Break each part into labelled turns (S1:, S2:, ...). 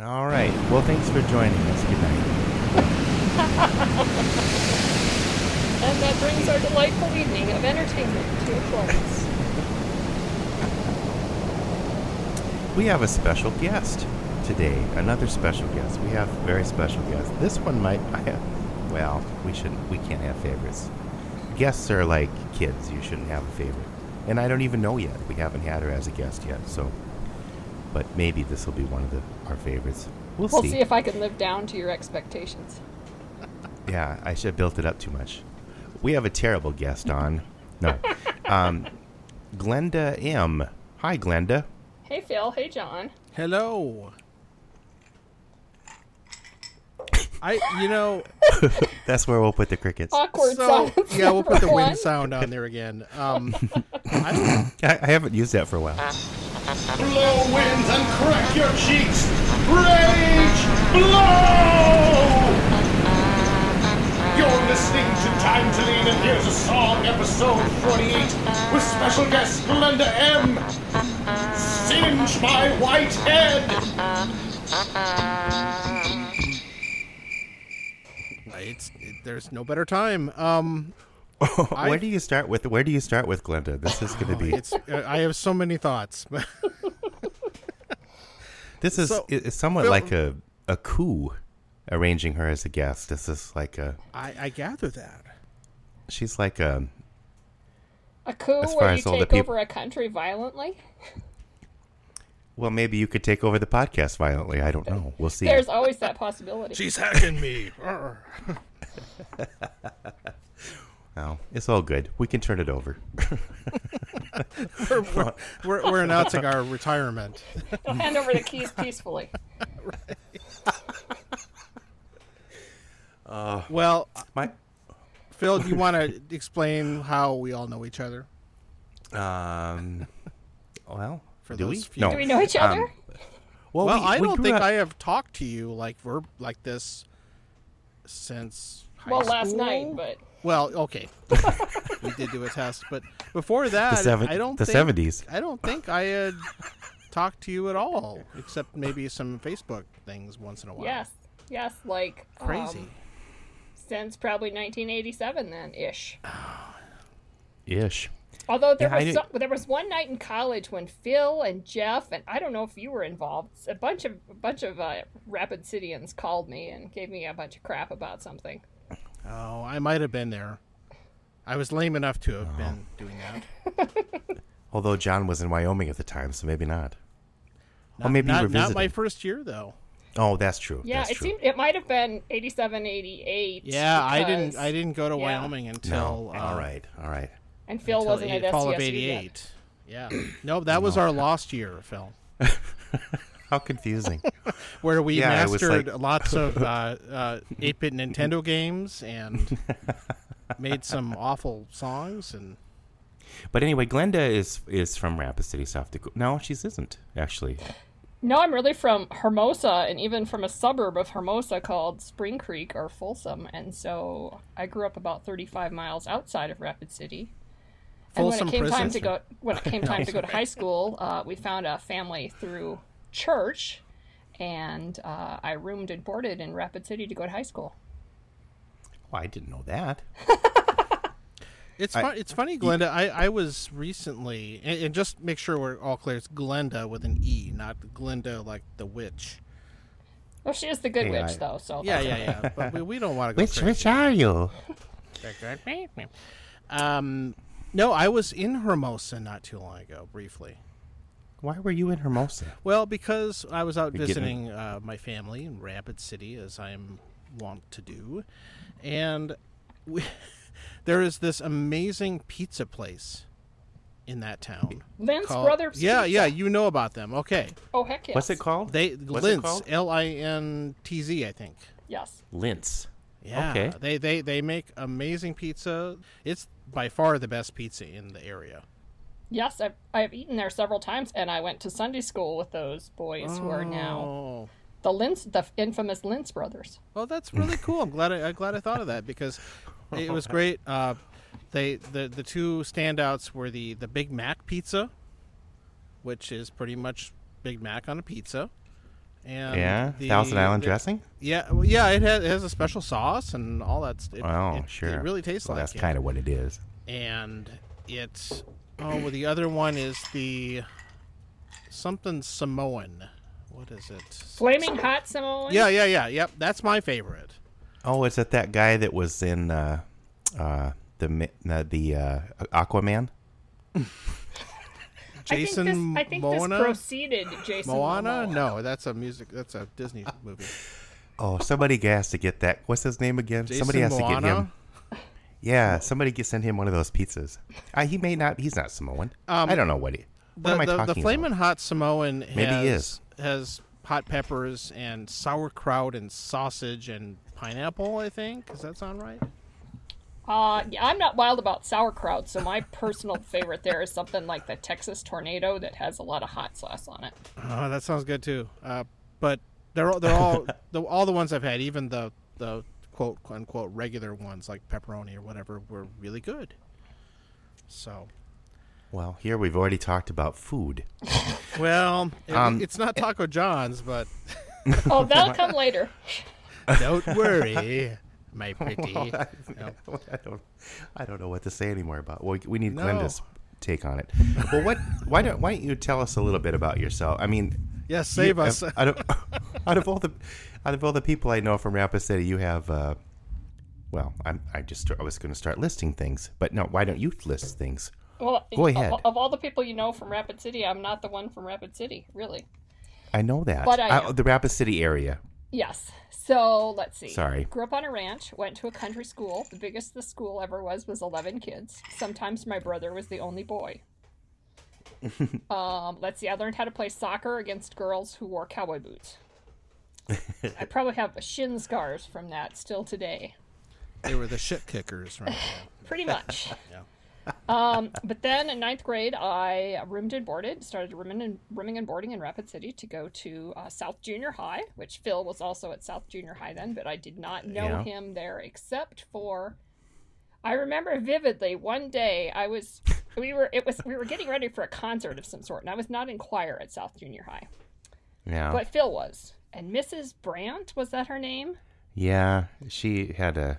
S1: All right. Well, thanks for joining us. Good night.
S2: And that brings our delightful evening of entertainment to a close.
S1: We have a special guest today. Another special guest. We have a very special guest. This one might. I have, well, we shouldn't. We can't have favorites. Guests are like kids. You shouldn't have a favorite. And I don't even know yet. We haven't had her as a guest yet. So, but maybe this will be one of the, our favorites. We'll,
S2: We'll see if I can live down to your expectations.
S1: Yeah, I should have built it up too much. We have a terrible guest on. No. Um, Glenda M. Hi, Glenda.
S2: Hey, Phil. Hey, John.
S3: Hello. I, you know,
S1: That's where we'll put the crickets. I,
S2: Awkward
S3: so
S2: silence.
S3: yeah, we'll put the
S2: number one.
S3: wind sound on there again. Um, I don't,
S1: I haven't used that for a while.
S2: Ah.
S4: Blow winds and crack your cheeks. Rage blow. You're listening to Time to Lean, and here's a song, episode 48, with special guest Glenda M. Singe my white head.
S3: it's it, there's no better time. Um,
S1: where do you start with? Where do you start with Glenda? This is going to be.
S3: it's I have so many thoughts.
S1: This is
S3: so-
S1: it- it's somewhat
S3: Phil-
S1: like a a coup, arranging her as a guest. This is like a.
S3: I, I gather that.
S1: She's like a.
S2: A coup
S1: As far
S2: where you
S1: as all the
S2: take
S1: peop-
S2: over a country violently.
S1: Well, maybe you could take over the podcast violently. I don't know. We'll see.
S2: There's always that possibility.
S3: She's hacking me.
S1: Oh, it's all good. We can turn it over.
S3: we're, we're, we're, we're announcing our retirement.
S2: They'll hand over the keys peacefully.
S3: Well,
S1: My
S3: Phil, do you want to explain how we all know each other?
S1: um. Well,
S3: For
S1: do
S3: those
S1: we?
S3: few-
S1: No.
S2: Do we know each other?
S1: Um, Well,
S3: Well,
S1: we-
S3: I
S1: we
S3: don't
S1: grew
S3: think
S1: up-
S3: I have talked to you like verb like this since high
S2: well, last
S3: school.
S2: night, but
S3: Well, okay, we did do a test, but before that,
S1: seven-
S3: I don't
S1: the
S3: think,
S1: 70s.
S3: I don't think I had talked to you at all, except maybe some Facebook things once in a while.
S2: yes, yes, like um,
S3: crazy.
S2: since probably 1987 then ish.
S1: ish.
S2: Although there
S1: Yeah, I
S2: was
S1: did-
S2: some, there was one night in college when Phil and Jeff and I don't know if you were involved. A bunch of a bunch of uh, Rapid Cityans called me and gave me a bunch of crap about something.
S3: oh, I might have been there. I was lame enough to have been
S1: Oh.
S3: doing that.
S1: Although John was in Wyoming at the time, so maybe not.
S3: Not,
S1: maybe you
S3: not,
S1: were
S3: not my
S1: visiting.
S3: first year though.
S1: Oh, that's true.
S2: Yeah,
S1: that's
S2: it
S1: true.
S2: seemed it might have been 87, 88.
S3: Yeah, I didn't.
S2: because-
S3: I didn't go to
S2: yeah.
S3: Wyoming until uh,
S1: no.
S2: um,
S1: all right. All right.
S2: And Phil
S3: till
S2: wasn't
S3: eight-
S2: at
S3: fall
S2: SCSU
S3: of
S2: yet.
S3: '88. Yeah, no, that was our lost year, Phil,
S1: How confusing.
S3: where we
S1: Yeah, it was
S3: mastered
S1: like-
S3: lots of uh, uh, 8-bit Nintendo games and made some awful songs. And
S1: but anyway, Glenda is is from Rapid City, South Dakota. No, she isn't actually. Oh,
S2: No, I'm really from Hermosa and even from a suburb of Hermosa called Spring Creek or Folsom. And so I grew up about 35 miles outside of Rapid City. And when
S3: Folsom
S2: it came
S3: Prison.
S2: time to go when it came time to go to high school, uh, we found a family through church, and uh, I roomed and boarded in Rapid City to go to high school.
S1: Oh, I didn't know that.
S3: it's fun, it's funny, Glenda. I, I was recently, and, and just make sure we're all clear. It's Glenda with an E, not Glinda like the witch.
S2: Well, Oh, she is the good
S1: Yeah, I-
S2: witch, though. So
S3: Yeah, yeah, yeah. But we, we don't want to go.
S1: Which
S3: crazy.
S1: which are you?
S3: Um, no, I was in Hermosa not too long ago, briefly.
S1: Why were you in Hermosa?
S3: Well, because I was out
S1: You're getting-
S3: visiting uh, my family in Rapid City, as I'm wont to do, and we, there is this amazing pizza place in that town.
S2: Lynn's
S3: called-
S2: brothers.
S3: Yeah,
S2: Pizza.
S3: yeah, you know about them. Okay,
S2: Oh heck yes.
S1: What's it called?
S3: they
S1: What's it
S3: Lintz,
S1: called?
S3: L I N T Z, I think.
S2: Yes.
S1: Lintz.
S3: Yeah,
S1: Okay.
S3: they they they make amazing pizza. It's by far the best pizza in the area.
S2: Yes, I've, I've eaten there several times, and I went to Sunday school with those boys who are now
S3: Oh.
S2: the Lintz, the infamous Lintz brothers.
S3: Well, that's really cool. I'm glad I, I'm glad I thought of that because it was great. Uh, they the the two standouts were the the Big Mac pizza, which is pretty much Big Mac on a pizza, And
S1: yeah,
S3: the-
S1: Thousand Island
S3: the-
S1: dressing.
S3: Yeah, well, yeah, it has, it has a special sauce and all that. st- It,
S1: Oh,
S3: it,
S1: sure.
S3: It really tastes
S1: Well,
S3: like
S1: that's kind of what it is.
S3: it. And it's oh, well, the other one is the something Samoan. What is it?
S2: Flaming hot Samoan.
S3: Yeah, yeah, yeah. Yep, that's my favorite.
S1: Oh, is it that guy that was in uh, uh, the mi- uh, the uh, Aquaman?
S3: Jason
S2: I think this, I think
S3: Moana?
S2: this proceeded Jason
S3: Moana?
S2: Momoa.
S3: No, that's a music. That's a Disney movie.
S1: Oh, somebody has to get that. What's his name again? somebody has
S3: Jason
S1: to get him.
S3: Moana?
S1: Yeah, somebody get send him one of those pizzas. Uh, he may not. He's not Samoan.
S3: Um,
S1: I don't know what he. What
S3: The,
S1: am I
S3: the,
S1: talking
S3: the flaming
S1: about?
S3: hot Samoan has,
S1: Maybe he is.
S3: has hot peppers and sauerkraut and sausage and pineapple. I think does that sound right?
S2: Uh, yeah, I'm not wild about sauerkraut, so my personal favorite there is something like the Texas tornado that has a lot of hot sauce on it.
S3: Oh, that sounds good too. Uh, but they're all they're all the, all the ones I've had, even the the quote unquote regular ones like pepperoni or whatever, were really good. So,
S1: Well, here we've already talked about food.
S3: well, it-
S1: Um,
S3: it's not Taco John's, but
S2: Oh, that'll come later.
S3: don't worry, my pretty. No.
S1: I don't. I don't know what to say anymore about. Well, we need
S3: No.
S1: Glenda's take on it. Well, what? Why don't? Why don't you tell us a little bit about yourself? I mean,
S3: Yes, save
S1: you- uh,
S3: us.
S1: Out of, out of all the, out of all the people I know from Rapid City, you have. Uh, well, I'm. I just. I was going to start listing things, but no. Why don't you list things?
S2: Well,
S1: Go ahead.
S2: Of, of all the people you know from Rapid City, I'm not the one from Rapid City, really.
S1: I know that.
S2: But I
S1: Uh,
S2: am.
S1: the Rapid City area.
S2: Yes. So let's see.
S1: Sorry.
S2: Grew up on a ranch, went to a country school. The biggest the school ever was was 11 kids. Sometimes my brother was the only boy. um, let's see. I learned how to play soccer against girls who wore cowboy boots. I probably have shin scars from that still today.
S3: They were the shit kickers, right?
S2: Pretty much. Um, but then in ninth grade, I roomed and boarded, started rooming and, rooming and boarding in Rapid City to go to uh, South Junior High, which Phil was also at South Junior High then, but I did not know
S1: Yeah.
S2: him there except for. I remember vividly one day I was we were it was we were getting ready for a concert of some sort and I was not in choir at South Junior High
S1: Yeah.
S2: but Phil was and Mrs. Brandt was that her name
S1: yeah. She had a.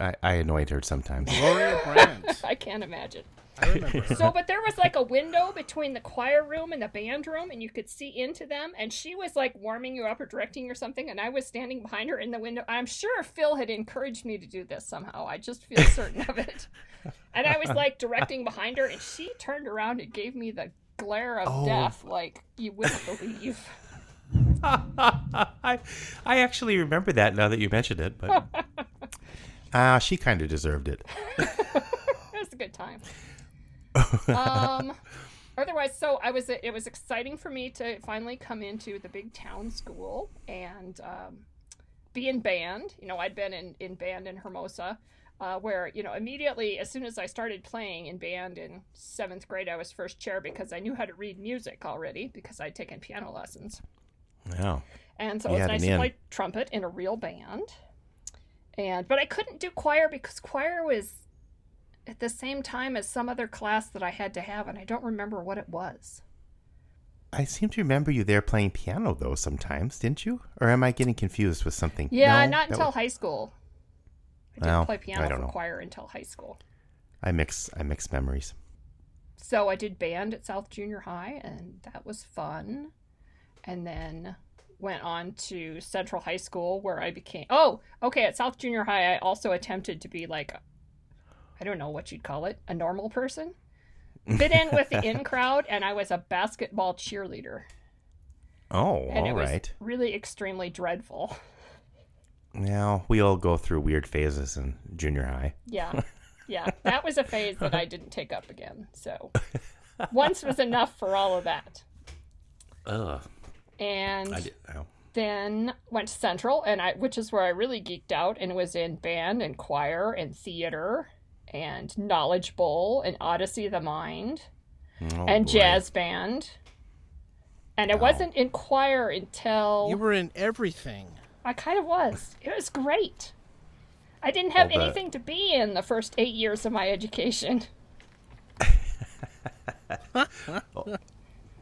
S1: I, I annoyed her sometimes.
S3: Gloria Brandt.
S2: I can't imagine
S3: I remember. her.
S2: So, but there was like a window between the choir room and the band room, and you could see into them. And she was like warming you up or directing you or something, and I was standing behind her in the window. I'm sure Phil had encouraged me to do this somehow. I just feel certain of it. And I was like directing behind her, and she turned around and gave me the glare of death, like you wouldn't believe.
S1: I, I actually remember that now that you mentioned it, but uh, she kind of deserved it.
S2: it was a good time. um, otherwise, so I was. It was exciting for me to finally come into the big town school and um, be in band. You know, I'd been in in band in Hermosa. Uh, where you know immediately as soon as i started playing in band in seventh grade i was first chair because i knew how to read music already because i'd taken piano lessons
S1: Yeah.
S2: and so
S1: You
S2: it was
S1: had an
S2: nice to
S1: in.
S2: play trumpet in a real band. And but I couldn't do choir because choir was at the same time as some other class that I had to have, and I don't remember what it was.
S1: I seem to remember you there playing piano though sometimes, didn't you? Or am I getting confused with something?
S2: Yeah,
S1: No,
S2: not
S1: that
S2: until
S1: was-
S2: high school. I didn't
S1: Well,
S2: play
S1: I
S2: piano
S1: don't
S2: for
S1: know.
S2: choir until high school.
S1: I mix I mix memories.
S2: So I did band at South Junior High, and that was fun. And then went on to Central High School, where I became. Oh, okay. At South Junior High, I also attempted to be like, I don't know what you'd call it, a normal person. Fit in with the in crowd, and I was a basketball cheerleader.
S1: Oh,
S2: And it
S1: all
S2: was
S1: right.
S2: really extremely dreadful.
S1: Now we all go through weird phases in junior high.
S2: Yeah. Yeah. That was a phase that I didn't take up again. So once was enough for all of that.
S1: Ugh.
S2: And
S1: I did. Oh.
S2: then went to Central, and I, which is where I really geeked out, and was in band and choir and theater and Knowledge Bowl and Odyssey of the Mind
S1: Oh,
S2: and
S1: boy.
S2: jazz band. And I wasn't in choir until
S3: you were in everything.
S2: I kind of was. It was great. I didn't have
S1: I'll bet.
S2: anything to be in the first eight years of my education.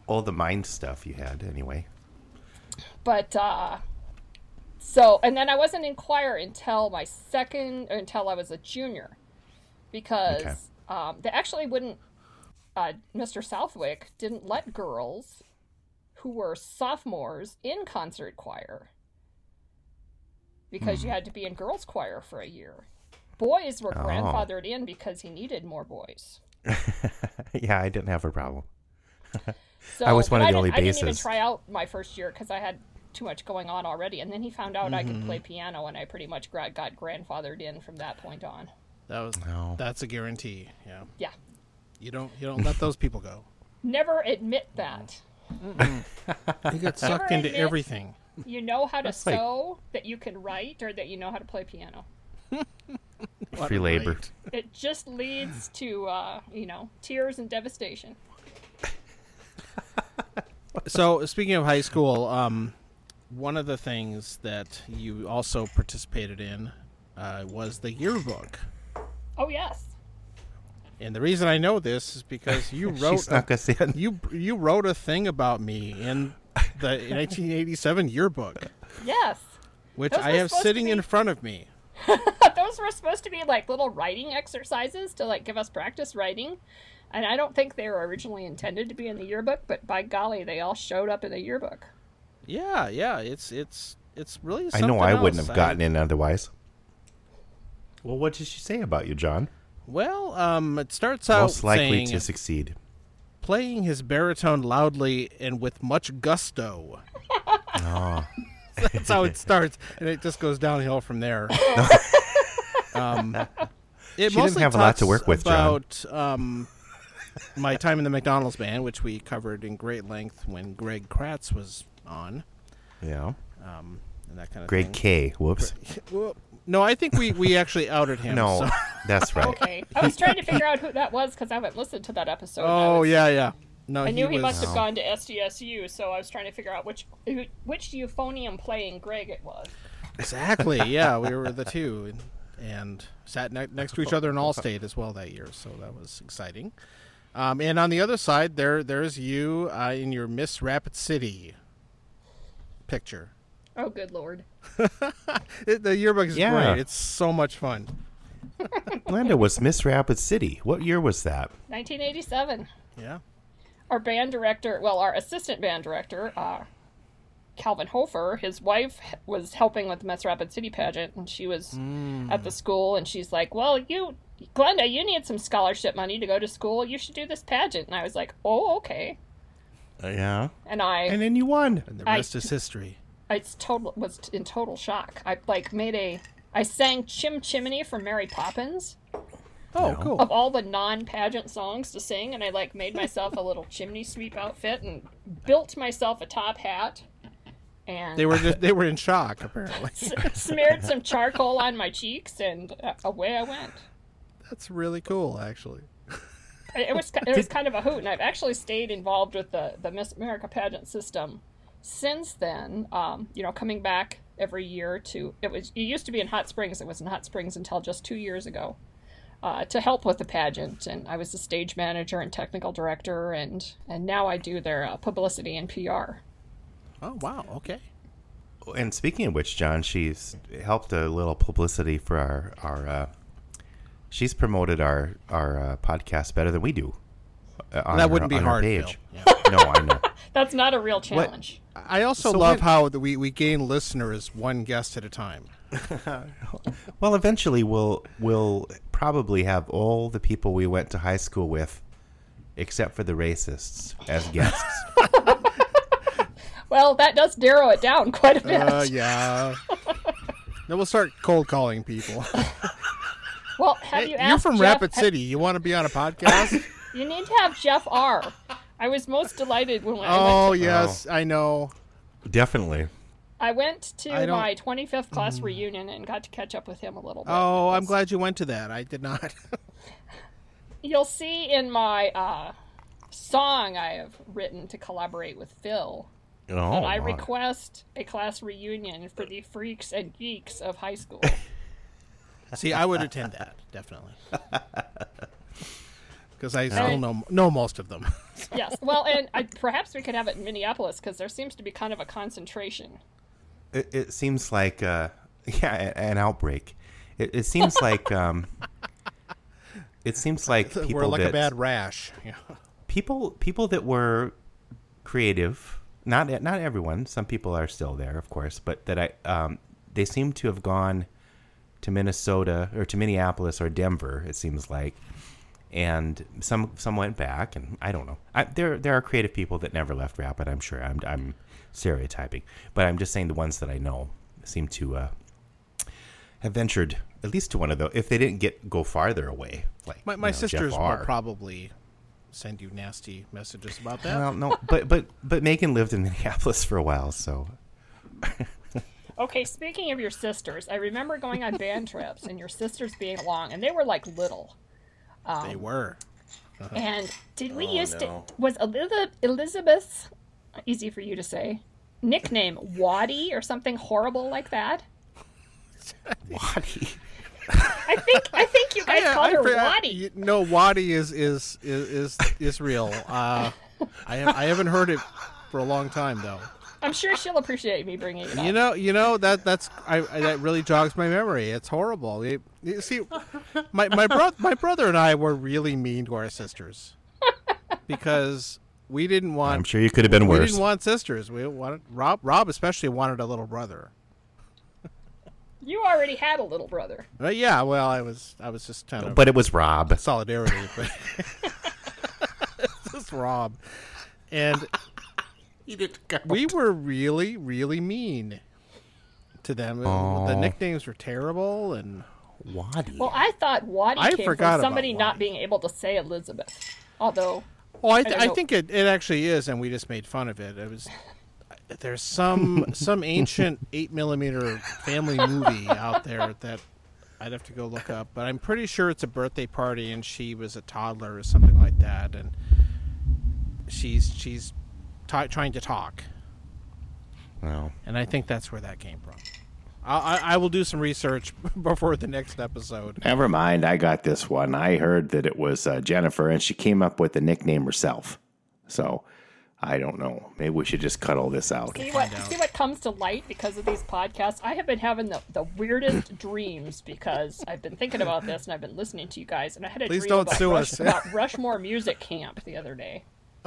S1: All the mind stuff you had anyway.
S2: But uh, so, and then I wasn't in choir until my second, or until I was a junior, because
S1: Okay.
S2: um, they actually wouldn't. Uh, Mr. Southwick didn't let girls who were sophomores in concert choir because you had to be in girls' choir for a year. Boys were
S1: Hmm. Oh.
S2: grandfathered in because he needed more boys.
S1: yeah, I didn't have a problem.
S2: So
S1: I was one
S2: but
S1: of the
S2: I
S1: only
S2: didn't- I didn't even
S1: basses.
S2: try out my first year because I had too much going on already. And then he found out I could play piano, and I pretty much gra- got grandfathered in from that point on.
S3: That was
S1: No.
S3: that's a guarantee. Yeah.
S2: Yeah,
S3: You don't you don't let those people go.
S2: never admit that.
S3: You get sucked into
S2: admit-
S3: everything.
S2: You know how to
S1: That's like-
S2: sew, that you can write, or that you know how to play piano.
S3: What
S1: Free
S3: a
S1: labor.
S3: right.
S2: It just leads to uh, you know tears and devastation.
S3: So speaking of high school, um, one of the things that you also participated in uh, was the yearbook.
S2: Oh yes,
S3: And the reason I know this is because you
S1: She
S3: wrote a,
S1: snuck us in.
S3: you you wrote a thing about me in the 1987 yearbook,
S2: yes.
S3: which
S2: Those
S3: I
S2: were
S3: have
S2: supposed to
S3: sitting in
S2: be-
S3: front of me.
S2: those were supposed to be like little writing exercises to like give us practice writing and i don't think they were originally intended to be in the yearbook but by golly they all showed up in the yearbook
S3: Yeah, yeah, it's it's it's really.
S1: I
S3: something
S1: know I wouldn't
S3: else.
S1: have gotten in otherwise. Well, what did she say about you, John?
S3: Well, um, it starts out
S1: Most likely
S3: saying,
S1: to succeed.
S3: playing his baritone loudly and with much gusto.
S1: Oh,
S3: That's how it starts, and it just goes downhill from there. um, it
S1: She didn't
S3: mostly
S1: have a lot to
S3: talks
S1: work with, John.
S3: about um, my time in the McDonald's band, which we covered in great length when Greg Kratz was on,
S1: yeah.
S3: um, and that kind of thing.
S1: Grade K. Whoops.
S3: Well, no, I think we, we actually outed him.
S1: No,
S3: so-
S1: that's right.
S2: okay i was trying to figure out who that was because i haven't listened to that episode and I
S3: Oh
S2: was-
S3: yeah, yeah. No,
S2: I knew he,
S3: was,
S2: must have gone to SDSU, so I was trying to figure out which who- which euphonium playing Greg it was.
S3: Exactly. Yeah, we were the two, and, and sat ne- next to each other in Allstate as well that year, so that was exciting. Um, and on the other side, there there's you uh, in your Miss Rapid City picture.
S2: Oh, good lord!
S3: It, the yearbook is
S1: Yeah.
S3: great. It's so much fun.
S1: Glenda was Miss Rapid City. What year was that?
S2: 1987.
S3: Yeah.
S2: our band director, well, our assistant band director, uh, Calvin Hofer, his wife was helping with the Mess Rapid City pageant, and she was at the school, and she's like, "Well, you, Glenda, you need some scholarship money to go to school. You should do this pageant." And I was like, "Oh, okay."
S1: Uh, yeah.
S2: And I,
S1: And then you won.
S3: And the
S2: I-
S3: rest is history.
S2: I total was in total shock. I like made a, I sang "Chim Chimney" from Mary Poppins
S3: Oh,
S1: No.
S3: cool.
S2: of all the non-pageant songs to sing, and I like made myself a little chimney sweep outfit and built myself a top hat. And
S3: They were just they were in shock apparently.
S2: s- smeared some charcoal on my cheeks, and uh, away I went.
S3: That's really cool, actually.
S2: It it was ki- it was kind of a hoot, and I've actually stayed involved with the the Miss America pageant system since then. Um, you know, coming back every year to it was it used to be in Hot Springs. It was in Hot Springs until just two years ago. Uh, to help with the pageant, and I was the stage manager and technical director, and and now I do their uh, publicity and PR.
S3: Oh wow. Okay.
S1: Oh, And speaking of which, John, she's helped a little publicity for our our. Uh, she's promoted our our uh, podcast better than we do. uh, on
S3: that
S1: her-
S3: wouldn't be
S1: on her
S3: hard.
S1: page.
S3: Phil. Yeah.
S1: No, I know.
S2: That's not a real challenge.
S3: I also
S1: So
S3: love
S1: when-
S3: how the, we we gain listeners one guest at a time.
S1: Well, eventually we'll we'll probably have all the people we went to high school with, except for the racists, as guests.
S2: Well, that does narrow it down quite a bit.
S3: Uh, yeah. then we'll start cold calling people.
S2: Well, have you asked
S3: You're from
S2: Jeff-
S3: Rapid City. You want to be on a podcast?
S2: You need to have Jeff R. I was most delighted when I
S3: oh
S2: went.
S3: yes, I know.
S1: Definitely.
S2: To, I went to
S3: I don't- Hmm.
S2: my 25th class reunion and got to catch up with him a little bit.
S3: Oh, I'm
S2: It was-
S3: glad you went to that. I did not.
S2: You'll see in my uh, song I have written to collaborate with Phil.
S1: Oh,
S2: I
S1: wow.
S2: request a class reunion for the freaks and geeks of high school.
S3: See, I would attend that definitely. because I still know know most of them.
S2: yes. Well, and I, perhaps we could have it in Minneapolis because there seems to be kind of a concentration.
S1: It, it seems like, uh, yeah, a- an outbreak. It, it seems like, um, it seems like people
S3: We're like
S1: that
S3: a bad rash. Yeah.
S1: people people that were creative not not everyone some people are still there of course but that i um, they seem to have gone to minnesota or to minneapolis or denver it seems like and some some went back and i don't know I, there there are creative people that never left rapid i'm sure i'm i'm stereotyping but i'm just saying the ones that i know seem to uh, have ventured at least to one of those if they didn't get go farther away like
S3: My
S1: you
S3: my
S1: know, Jeff
S3: sisters will
S1: R.
S3: probably send you nasty messages about that.
S1: Well, no, but but but Megan lived in Minneapolis for a while, so
S2: Okay, speaking of your sisters, I remember going on band trips and your sisters being along, and they were like little.
S3: they were.
S2: And did we
S5: Oh,
S2: used
S5: no.
S2: to was Eliza- Elizabeth's easy for you to say nickname Waddy or something horrible like that?
S1: Waddy.
S2: I think I think you guys
S3: Yeah,
S2: called her
S3: forgot-
S2: Waddy.
S3: you- no, Wadi is is is is, is real. Uh, I have, I haven't heard it for a long time though.
S2: I'm sure she'll appreciate me bringing it up.
S3: You know, you know that that's I, I, that really jogs my memory. It's horrible. You, you see, my my brother my brother and I were really mean to our sisters because we didn't want
S1: I'm sure you could have been
S3: we
S1: worse.
S3: didn't want sisters. We wanted Rob Rob especially wanted a little brother.
S2: you already had a little brother.
S3: But yeah, well, I was I was just kind of
S1: but it was Rob.
S3: solidarity. But this Rob, and we were really really mean to them.
S1: Aw.
S3: The nicknames were terrible, and
S1: Waddy.
S2: Well, I thought Waddy
S3: I
S2: came
S3: forgot about
S2: from somebody not
S3: Waddy.
S2: being able to say Elizabeth. Although
S3: well, I, th-
S2: don't
S3: I,
S2: know.
S3: think it, it actually is, and we just made fun of it. It was there's some some ancient eight millimeter family movie out there that. I'd have to go look up, but I'm pretty sure it's a birthday party, and she was a toddler or something like that, and she's she's t- trying to talk,
S1: No.
S3: and I think that's where that came from. I, I, I will do some research before the next episode.
S5: Never mind, I got this one. I heard that it was uh, Jennifer, and she came up with the nickname herself. So I don't know. Maybe we should just cut all this out.
S2: see what see what comes to light because of these podcasts. I have been having the, the weirdest dreams because I've been thinking about this and I've been listening to you guys and I had a
S3: Please
S2: dream
S3: don't
S2: about,
S3: sue
S2: Rush-
S3: us.
S2: about Rushmore Music Camp the other day.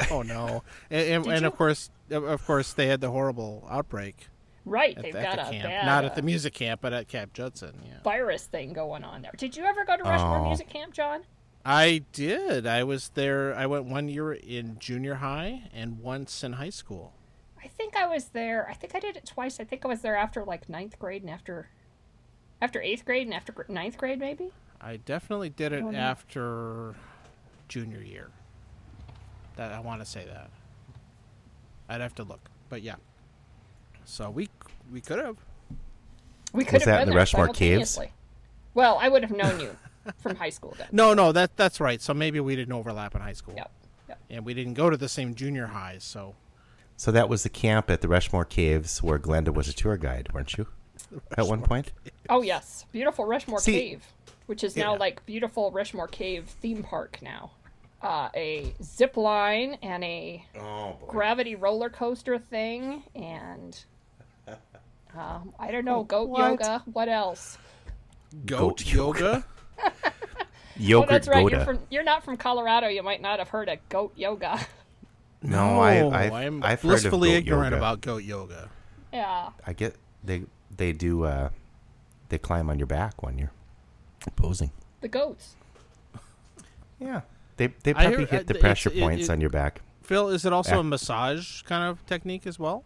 S3: Oh no! And, and, and of
S2: you?
S3: course, of course, they had the horrible outbreak
S2: Right,
S3: at,
S2: they've
S3: the- at
S2: got
S3: the
S2: a
S3: camp.
S2: bad
S3: Not
S2: uh,
S3: at the music camp, but at Camp Judson. Yeah,
S2: virus thing going on there. Did you ever go to Rushmore
S1: Oh.
S2: Music Camp, John?
S3: I did. I was there. I went one year in junior high and once in high school.
S2: I think I was there. I think I did it twice. I think I was there after like ninth grade and after, after eighth grade and after gr- ninth grade maybe.
S3: I definitely did it after junior year. That I want to say that. I'd have to look, but yeah. So we we could have.
S2: We could
S1: Was
S2: have
S1: that
S2: been
S1: in the
S2: there
S1: Rushmore Caves?
S2: simultaneously. Well, I would have known you from high school then.
S3: No, no, that that's right. So maybe we didn't overlap in high school,
S2: Yep. yep.
S3: and we didn't go to the same junior highs. So
S1: So that was the camp at the Rushmore Caves where Glenda was a tour guide, weren't you? At one point.
S2: Oh yes, beautiful Rushmore
S1: See-
S2: Cave, which is now
S3: Yeah.
S2: like beautiful Rushmore Cave theme park now. Uh, a zip line and a
S1: Oh boy.
S2: gravity roller coaster thing, and um, I don't know, goat yoga. What else?
S3: goat,
S1: Goat
S3: yoga.
S2: Oh,
S1: Yogurt
S2: that's right.
S1: Goda.
S2: You're from you're not from Colorado. You might not have heard of goat yoga.
S1: no,
S3: Oh,
S1: I, I've,
S3: am
S1: I've heard of
S3: blissfully
S1: goat
S3: ignorant
S1: yoga.
S3: about goat yoga.
S2: Yeah.
S1: I get they they do uh, they climb on your back when you're posing.
S2: The goats.
S1: Yeah. They they
S3: I hear-
S1: probably
S3: uh,
S1: hit the
S3: it's-
S1: pressure
S3: it-
S1: points
S3: it-
S1: on your back.
S3: Phil, is it also
S1: Yeah.
S3: a massage kind of technique as well?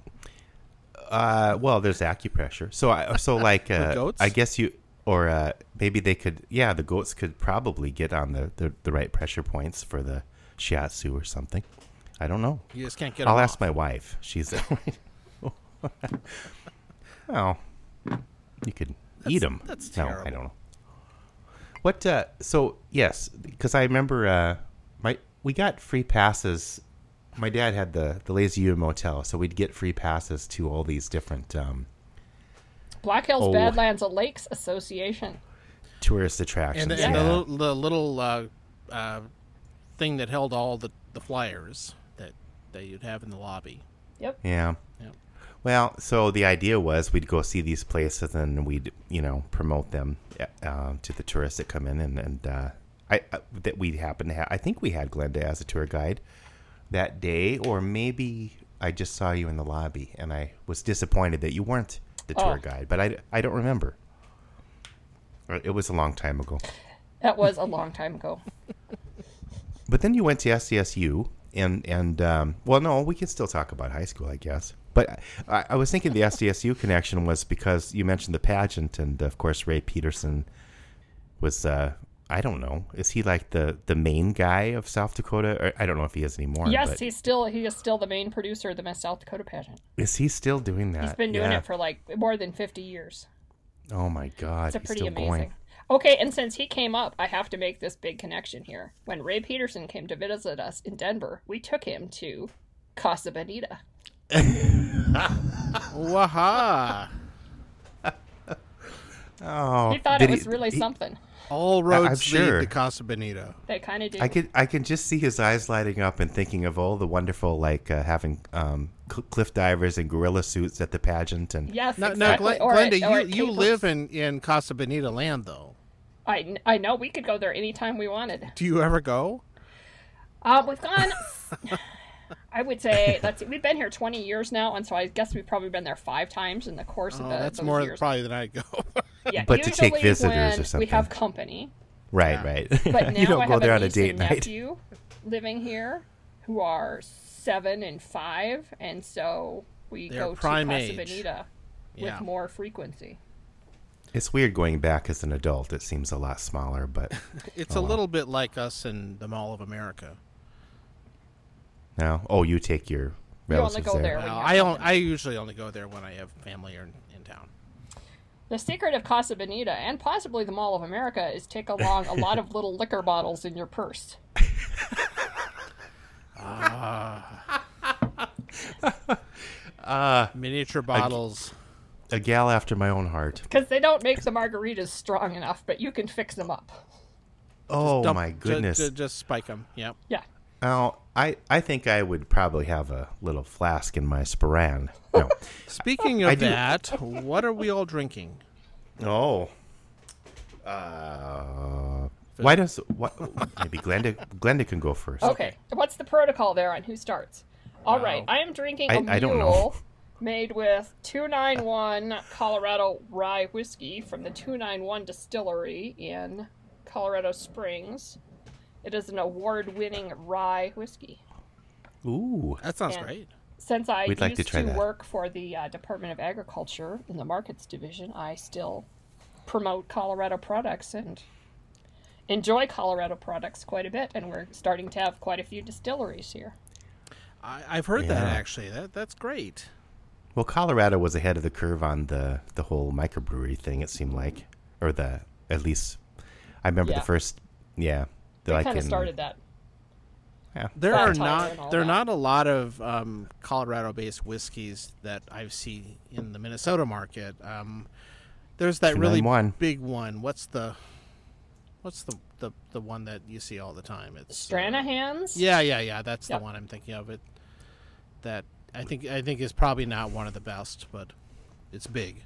S1: Uh, well, there's acupressure. So I so like uh,
S3: goats?
S1: I guess you or uh, maybe they could yeah the goats could probably get on the, the, the right pressure points for the shiatsu or something. I don't know.
S3: You just can't get.
S1: I'll
S3: them
S1: ask
S3: off.
S1: my wife. She's oh, you could eat them.
S3: that's
S1: no, I
S3: terrible.
S1: don't know. What? Uh, so yes, because I remember uh, my we got free passes. My dad had the the Lazy U motel, so we'd get free passes to all these different um,
S2: Black Hills
S1: Oh.
S2: Badlands and Lakes Association.
S1: tourist attractions.
S3: and, the,
S1: yeah.
S3: and the little, the little uh, uh, thing that held all the, the flyers that, that you'd have in the lobby.
S2: Yep.
S1: Yeah.
S3: Yep.
S1: Well, so the idea was we'd go see these places and we'd, you know, promote them uh, to the tourists that come in, and and uh, I, I that we happen to have. I think we had Glenda as a tour guide that day, or maybe I just saw you in the lobby and I was disappointed that you weren't the tour
S2: Oh.
S1: guide, but I I don't remember. Uh, It was a long time ago.
S2: That was a long time ago.
S1: But then you went to SCSU, and and um, well, no, we can still talk about high school, I guess. But I, I was thinking the SDSU connection was because you mentioned the pageant, and of course Ray Peterson was. Uh, I don't know. Is he like the the main guy of South Dakota? Or, I don't know if he is anymore.
S2: yes,
S1: but
S2: he's still he is still the main producer of the Miss South Dakota pageant.
S1: is he still doing that?
S2: He's been doing
S1: Yeah.
S2: it for like more than fifty years.
S1: Oh my God,
S2: It's a
S1: he's
S2: pretty
S1: still
S2: amazing.
S1: going.
S2: Okay, and since he came up, I have to make this big connection here. When Ray Peterson came to visit us in Denver, we took him to Casa Bonita.
S3: Waha!
S1: Oh,
S2: He thought
S1: did
S2: it was
S1: he-
S2: really
S1: he-
S2: something.
S3: All roads
S1: sure.
S3: lead to Casa Bonito.
S2: They kind of did.
S1: I could I can just see his eyes lighting up and thinking of all the wonderful like uh, having um, cl- cliff divers and gorilla suits at the pageant and
S2: Yes,
S3: No,
S2: exactly.
S3: no, Glen-
S2: Or at-
S3: Glenda,
S2: or
S3: you,
S2: at
S3: you
S2: Capers.
S3: live in, in Casa Bonita land, though.
S2: I, I know we could go there anytime we wanted.
S3: Do you ever go?
S2: Uh, we've gone. I would say let's see, we've been here 20 years now, and so I guess we've probably been there five times in the course
S3: Oh,
S2: of the,
S3: that's
S2: Uh, those
S3: more
S2: years.
S3: probably than I'd go.
S2: Yeah,
S1: But to take
S2: usually
S1: visitors or
S2: when
S1: something.
S2: We have company,
S1: right right
S2: but now
S1: you don't
S2: I
S1: go
S2: have
S1: there
S2: a
S1: on a
S2: niece
S1: date
S2: and
S1: night
S2: nephew living here who are seven and five, and so we
S3: They're
S2: go
S3: prime
S2: to
S3: age.
S2: Casa Bonita with
S3: Yeah.
S2: more frequency.
S1: it's weird going back as an adult it seems a lot smaller but Oh,
S3: it's a little bit like us in the Mall of America.
S1: no oh you take your
S2: You only
S1: relatives
S2: go there.
S3: Well,
S2: when you're
S3: I don't. I usually only go there when I have family or in, in town.
S2: The secret of Casa Bonita and possibly the Mall of America is take along a lot of little liquor bottles in your purse.
S3: Miniature bottles.
S1: a gal after my own heart
S2: Because they don't make the margaritas strong enough, but you can fix them up.
S1: oh
S3: Dump-
S1: my
S3: ju-
S1: goodness
S3: ju- just spike them. Yep.
S2: Yeah.
S1: now I I think I would probably have a little flask in my Sparan no
S3: Speaking of
S1: I do-
S3: that, what are we all drinking?
S1: Oh. Uh, why does why, maybe Glenda Glenda can go first?
S2: Okay. What's the protocol there on who starts? All right. I am drinking a
S1: I- I don't know.
S2: mule made with 291 Colorado rye whiskey from the 291 distillery in Colorado Springs. It is an award winning rye whiskey.
S1: Ooh.
S3: That sounds
S2: Yeah.
S3: great.
S2: Since I
S1: We'd
S2: used
S1: like to
S2: to,
S1: try that.
S2: work for the uh, Department of Agriculture in the markets division, I still promote Colorado products and enjoy Colorado products quite a bit. And we're starting to have quite a few distilleries here.
S3: I, I've heard that
S1: Yeah.
S3: actually. That that's great.
S1: Well, Colorado was ahead of the curve on the the whole microbrewery thing. It seemed like, or the at least I remember
S2: Yeah.
S1: the first. Yeah.
S2: They kind of started that.
S1: Yeah.
S3: There
S2: Flat
S3: are
S2: tire and all
S3: not there are
S2: that.
S3: not a lot of um, Colorado-based whiskeys that I see in the Minnesota market. Um, there's that really
S1: 291.
S3: big one. What's the what's the, the the one that you see all the time? It's uh,
S2: Stranahan's.
S3: Yeah, yeah, yeah. That's
S2: Yep.
S3: the one I'm thinking of. It that I think I think is probably not one of the best, but it's big.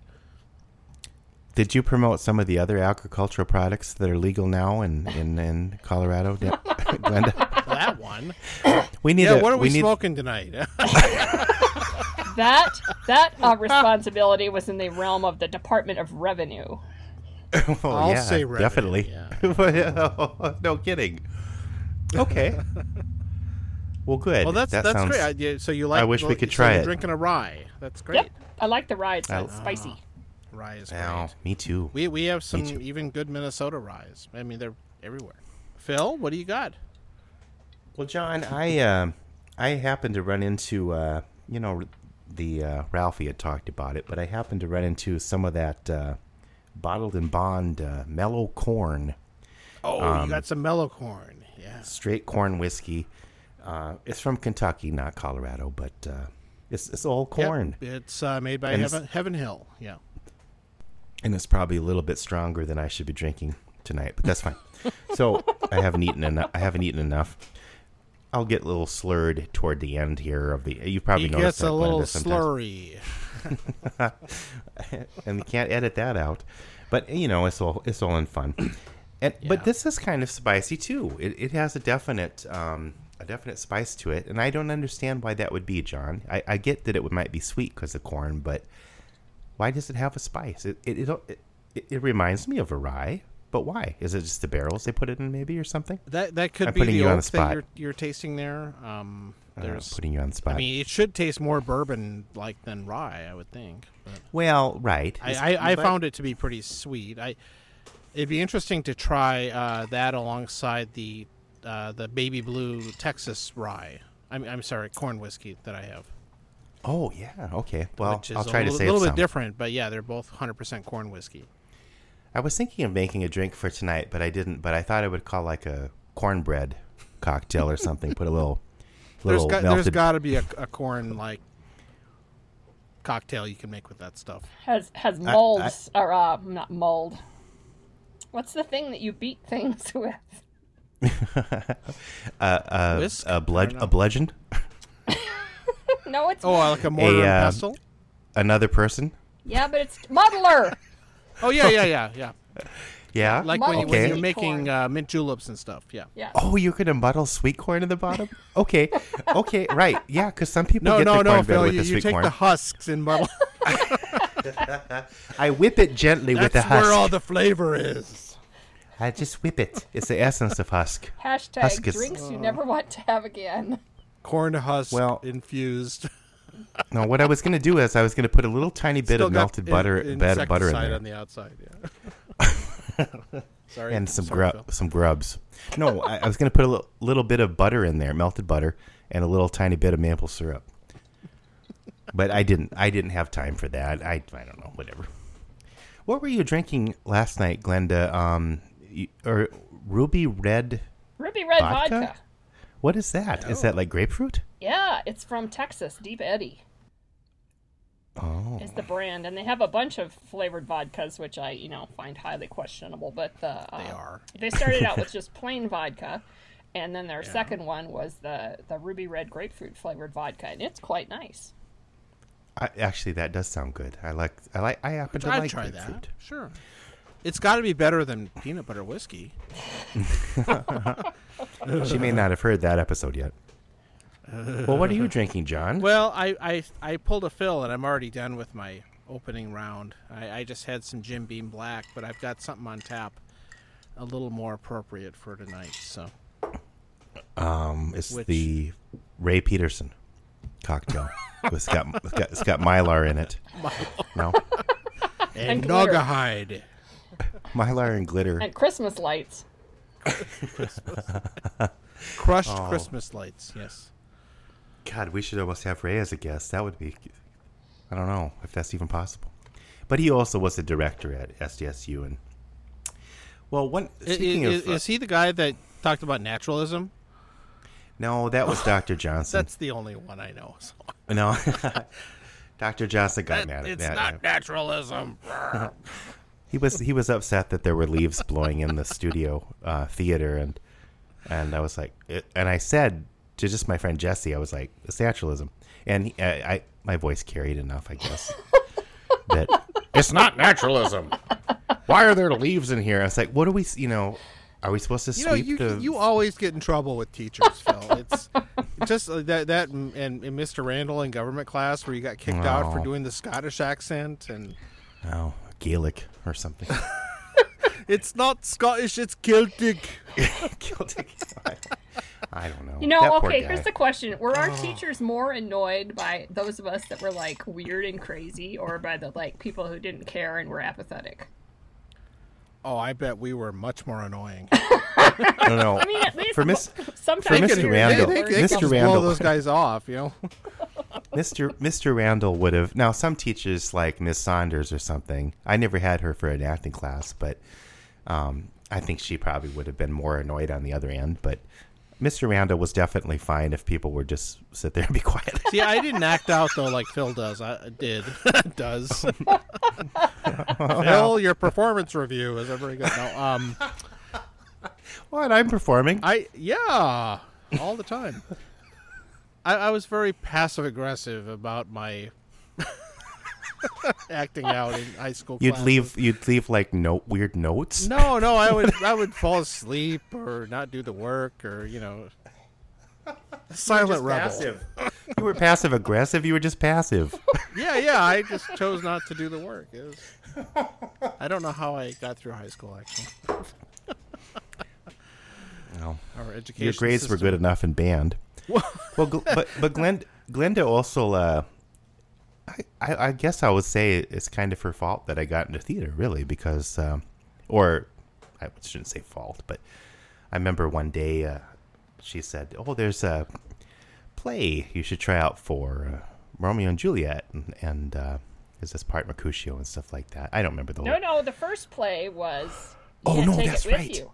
S1: Did you promote some of the other agricultural products that are legal now in in, in Colorado, Dan- Glenda?
S3: That one.
S1: We need.
S3: yeah.
S1: a-
S3: What are we,
S1: need,
S3: smoking tonight?
S2: That that uh, responsibility was in the realm of the Department of Revenue.
S1: Oh,
S3: I'll
S1: yeah,
S3: say revenue,
S1: definitely. no kidding. Okay. well, good.
S3: well, that's
S1: that
S3: that's
S1: sounds,
S3: great. I, yeah, so you like?
S1: I wish we
S3: well,
S1: could
S3: so
S1: try
S3: you're
S1: it.
S3: Drinking a rye. That's great.
S2: Yep. I like the rye. It's not spicy.
S3: Rye is great.
S1: Ow, me too.
S3: We we have some
S1: too.
S3: even good Minnesota ryes. I mean, they're everywhere. Phil, what do you got?
S1: Well, John, I um I happened to run into uh, you know the uh, Ralphie had talked about it, but I happened to run into some of that uh, bottled and bond uh, mellow corn,
S3: Oh, you got some mellow corn. Yeah.
S1: straight corn whiskey. Uh, it's from Kentucky, not Colorado, but uh, it's it's all
S3: Yep,
S1: corn.
S3: It's uh, made by
S1: And it's-
S3: Heaven, Heaven Hill. Yeah.
S1: and it's probably a little bit stronger than I should be drinking. tonight, but that's fine. so I haven't eaten enough. I haven't eaten enough. I'll get a little slurred toward the end here of the. You probably
S3: He
S1: noticed
S3: gets
S1: that,
S3: a little
S1: Glenda, sometimes.
S3: slurry.
S1: and we can't edit that out. But you know, it's all it's all in fun. And but this is kind of spicy too. It, it has a definite um, a definite spice to it, and I don't understand why that would be, John. I, I get that it would, might be sweet because of corn, but why does it have a spice? It it, it it- it it reminds me of a rye, but why? Is it just the barrels they put it in, maybe, or something?
S3: That that could
S1: I'm
S3: be
S1: putting
S3: the
S1: you on
S3: oak
S1: the spot.
S3: that you're, you're tasting there. Um,
S1: Uh,
S3: there's,
S1: putting you on the spot.
S3: I mean, it should taste more bourbon like than rye, I would think. But
S1: well, right. It's-
S3: I, I, I
S1: but-
S3: found it to be pretty sweet. I it'd be interesting to try uh, that alongside the uh, the baby blue Texas rye. I'm I'm sorry, corn whiskey that I have,
S1: Oh yeah. Okay. Well,
S3: which is
S1: I'll
S3: a
S1: try
S3: little,
S1: to save
S3: little
S1: some.
S3: bit different, but yeah, they're both 100% corn whiskey.
S1: I was thinking of making a drink for tonight, but I didn't. But I thought I would call like a cornbread cocktail or something. Put a little,
S3: There's
S1: little
S3: got, there's
S1: melted.
S3: got to be a, a corn like cocktail you can make with that stuff.
S2: Has has molds or uh, not mold? What's the thing that you beat things with?
S3: Whisk?
S1: Uh, a bludge,
S3: I don't
S1: a
S3: know.
S1: bludgeon,
S2: No, it's
S3: Oh, like a mortar and
S1: um,
S3: pestle.
S1: another person.
S2: yeah, but it's muddler.
S3: Oh yeah, yeah, yeah, yeah.
S1: Yeah.
S3: Like when, you,
S2: Muddled
S1: Okay.
S3: when you're
S2: sweet corn.
S3: making uh, mint juleps and stuff. Yeah.
S2: Yeah.
S1: Oh, you're gonna muddle sweet corn in the bottom? Okay, okay, right, yeah. Because some people
S3: No,
S1: get
S3: no,
S1: the
S3: no,
S1: cornbread
S3: Phil.
S1: with
S3: You,
S1: the
S3: you
S1: sweet
S3: take
S1: corn.
S3: the husks and muddle.
S1: I whip it gently with the
S3: That's
S1: husk.
S3: where all the flavor is.
S1: I just whip it. It's the essence of husk.
S2: Hashtag
S1: Husk is-
S2: drinks
S3: Oh.
S2: you never want to have again.
S3: Corn husk
S1: Well,
S3: infused.
S1: No, what I was gonna do is I was gonna put a little tiny bit
S3: Still
S1: of
S3: got
S1: melted
S3: in-
S1: butter, bed of butter in
S3: insecticide
S1: there.
S3: on the outside. Yeah. Sorry.
S1: and some
S3: Sorry,
S1: grub,
S3: Phil.
S1: some grubs. No, I, I was gonna put a little, little bit of butter in there, melted butter, and a little tiny bit of maple syrup. But I didn't. I didn't have time for that. I, I don't know. Whatever. What were you drinking last night, Glenda? Um, you- or ruby red?
S2: Ruby Red
S1: Vodka?
S2: vodka?
S1: What is that? Is that
S3: Oh.
S1: like grapefruit?
S2: Yeah, it's from Texas. Deep Eddy
S1: Oh,
S2: is the brand, and they have a bunch of flavored vodkas, which I, you know, find highly questionable. But the uh,
S3: They are.
S2: They started out with just plain vodka, and then their second one was the the ruby red grapefruit flavored vodka, and it's quite nice.
S1: I, actually, that does sound good. I like. I like. I happen to
S3: I'd
S1: like
S3: try
S1: grapefruit.
S3: that. Sure. It's got to be better than peanut butter whiskey.
S1: She may not have heard that episode yet. well, what are you drinking, John?
S3: Well, I, I I pulled a fill and I'm already done with my opening round. I, I just had some Jim Beam Black, but I've got something on tap a little more appropriate for tonight. So
S1: Um, it's
S3: Which-
S1: the Ray Peterson cocktail. it's got it's got it's got mylar in it. No,
S3: and
S2: glitter.
S3: Naugahyde.
S1: mylar and glitter.
S2: And Christmas lights.
S3: crushed
S1: Oh.
S3: Christmas lights. Yes.
S1: God, we should almost have Ray as a guest. That would be. I don't know if that's even possible. But he also was a director at SDSU and. Well, one
S3: I- i-
S1: speaking
S3: i-
S1: of uh,
S3: is he the guy that talked about naturalism?
S1: no, that was Dr. Johnson.
S3: That's the only one I know. So.
S1: no, Dr. Johnson got mad at
S3: It's
S1: that.
S3: not naturalism.
S1: He was he was upset that there were leaves blowing in the studio uh, theater, and and I was like, it, and I said to just my friend Jesse, I was like, it's naturalism, and he, I, I my voice carried enough, I guess. that it's not naturalism. Why are there leaves in here? I was like, what do we, s- you know, are we supposed to
S3: You
S1: sweep
S3: know, you
S1: the?
S3: you always get in trouble with teachers, Phil. It's just uh, that that and, and Mr. Randall in government class where you got kicked out for
S1: Oh.
S3: doing the Scottish accent, and
S1: oh, Gaelic or something.
S3: it's not Scottish, it's Celtic.
S1: Celtic. I don't know.
S2: You know,
S1: That poor
S2: okay,
S1: guy. Oh.
S2: here's the question. Were our teachers more annoyed by those of us that were like weird and crazy or by the like people who didn't care and were apathetic?
S3: Oh, I bet we were much more annoying.
S1: I don't know.
S2: I mean, at least
S1: for Miss
S2: sometimes
S1: Mr.
S2: we were-
S1: Randall.
S3: They, they, they could
S1: Mr.
S3: just
S1: Randall.
S3: blow those guys off, you know.
S1: Mr. Mr. Randall would have now some teachers like Miss Saunders or something. I never had her for an acting class, but um, I think she probably would have been more annoyed on the other end. But Mr. Randa was definitely fine if people would just sit there and be quiet.
S3: See, I didn't act out though like Phil does. I I did. does. Phil, your performance review is very good. No, um,
S1: what? I'm performing.
S3: I yeah, all the time. I, I was very passive aggressive about my acting out in high school.
S1: You'd
S3: classes.
S1: leave. You'd leave like note weird notes.
S3: No, no, I would I would fall asleep or not do the work or you know. Silent rebel.
S1: you were passive aggressive. You were just passive.
S3: Yeah, yeah. I just chose not to do the work. It was- I don't know how I got through high school actually.
S1: No.
S3: Our education.
S1: Your grades were good enough in band. well, Gl- but but Glenda, Glenda also. Uh, I, I I guess I would say it's kind of her fault that I got into theater, really, because, um, or I shouldn't say fault, but I remember one day uh, she said, "Oh, there's a play you should try out for uh, Romeo and Juliet, and, and uh, is this part Mercutio and stuff like that." I don't remember the
S2: No,
S1: whole.
S2: no. The first play was. You
S1: Oh,
S2: can't
S1: no,
S2: take
S1: that's
S2: it with
S1: right.
S2: You.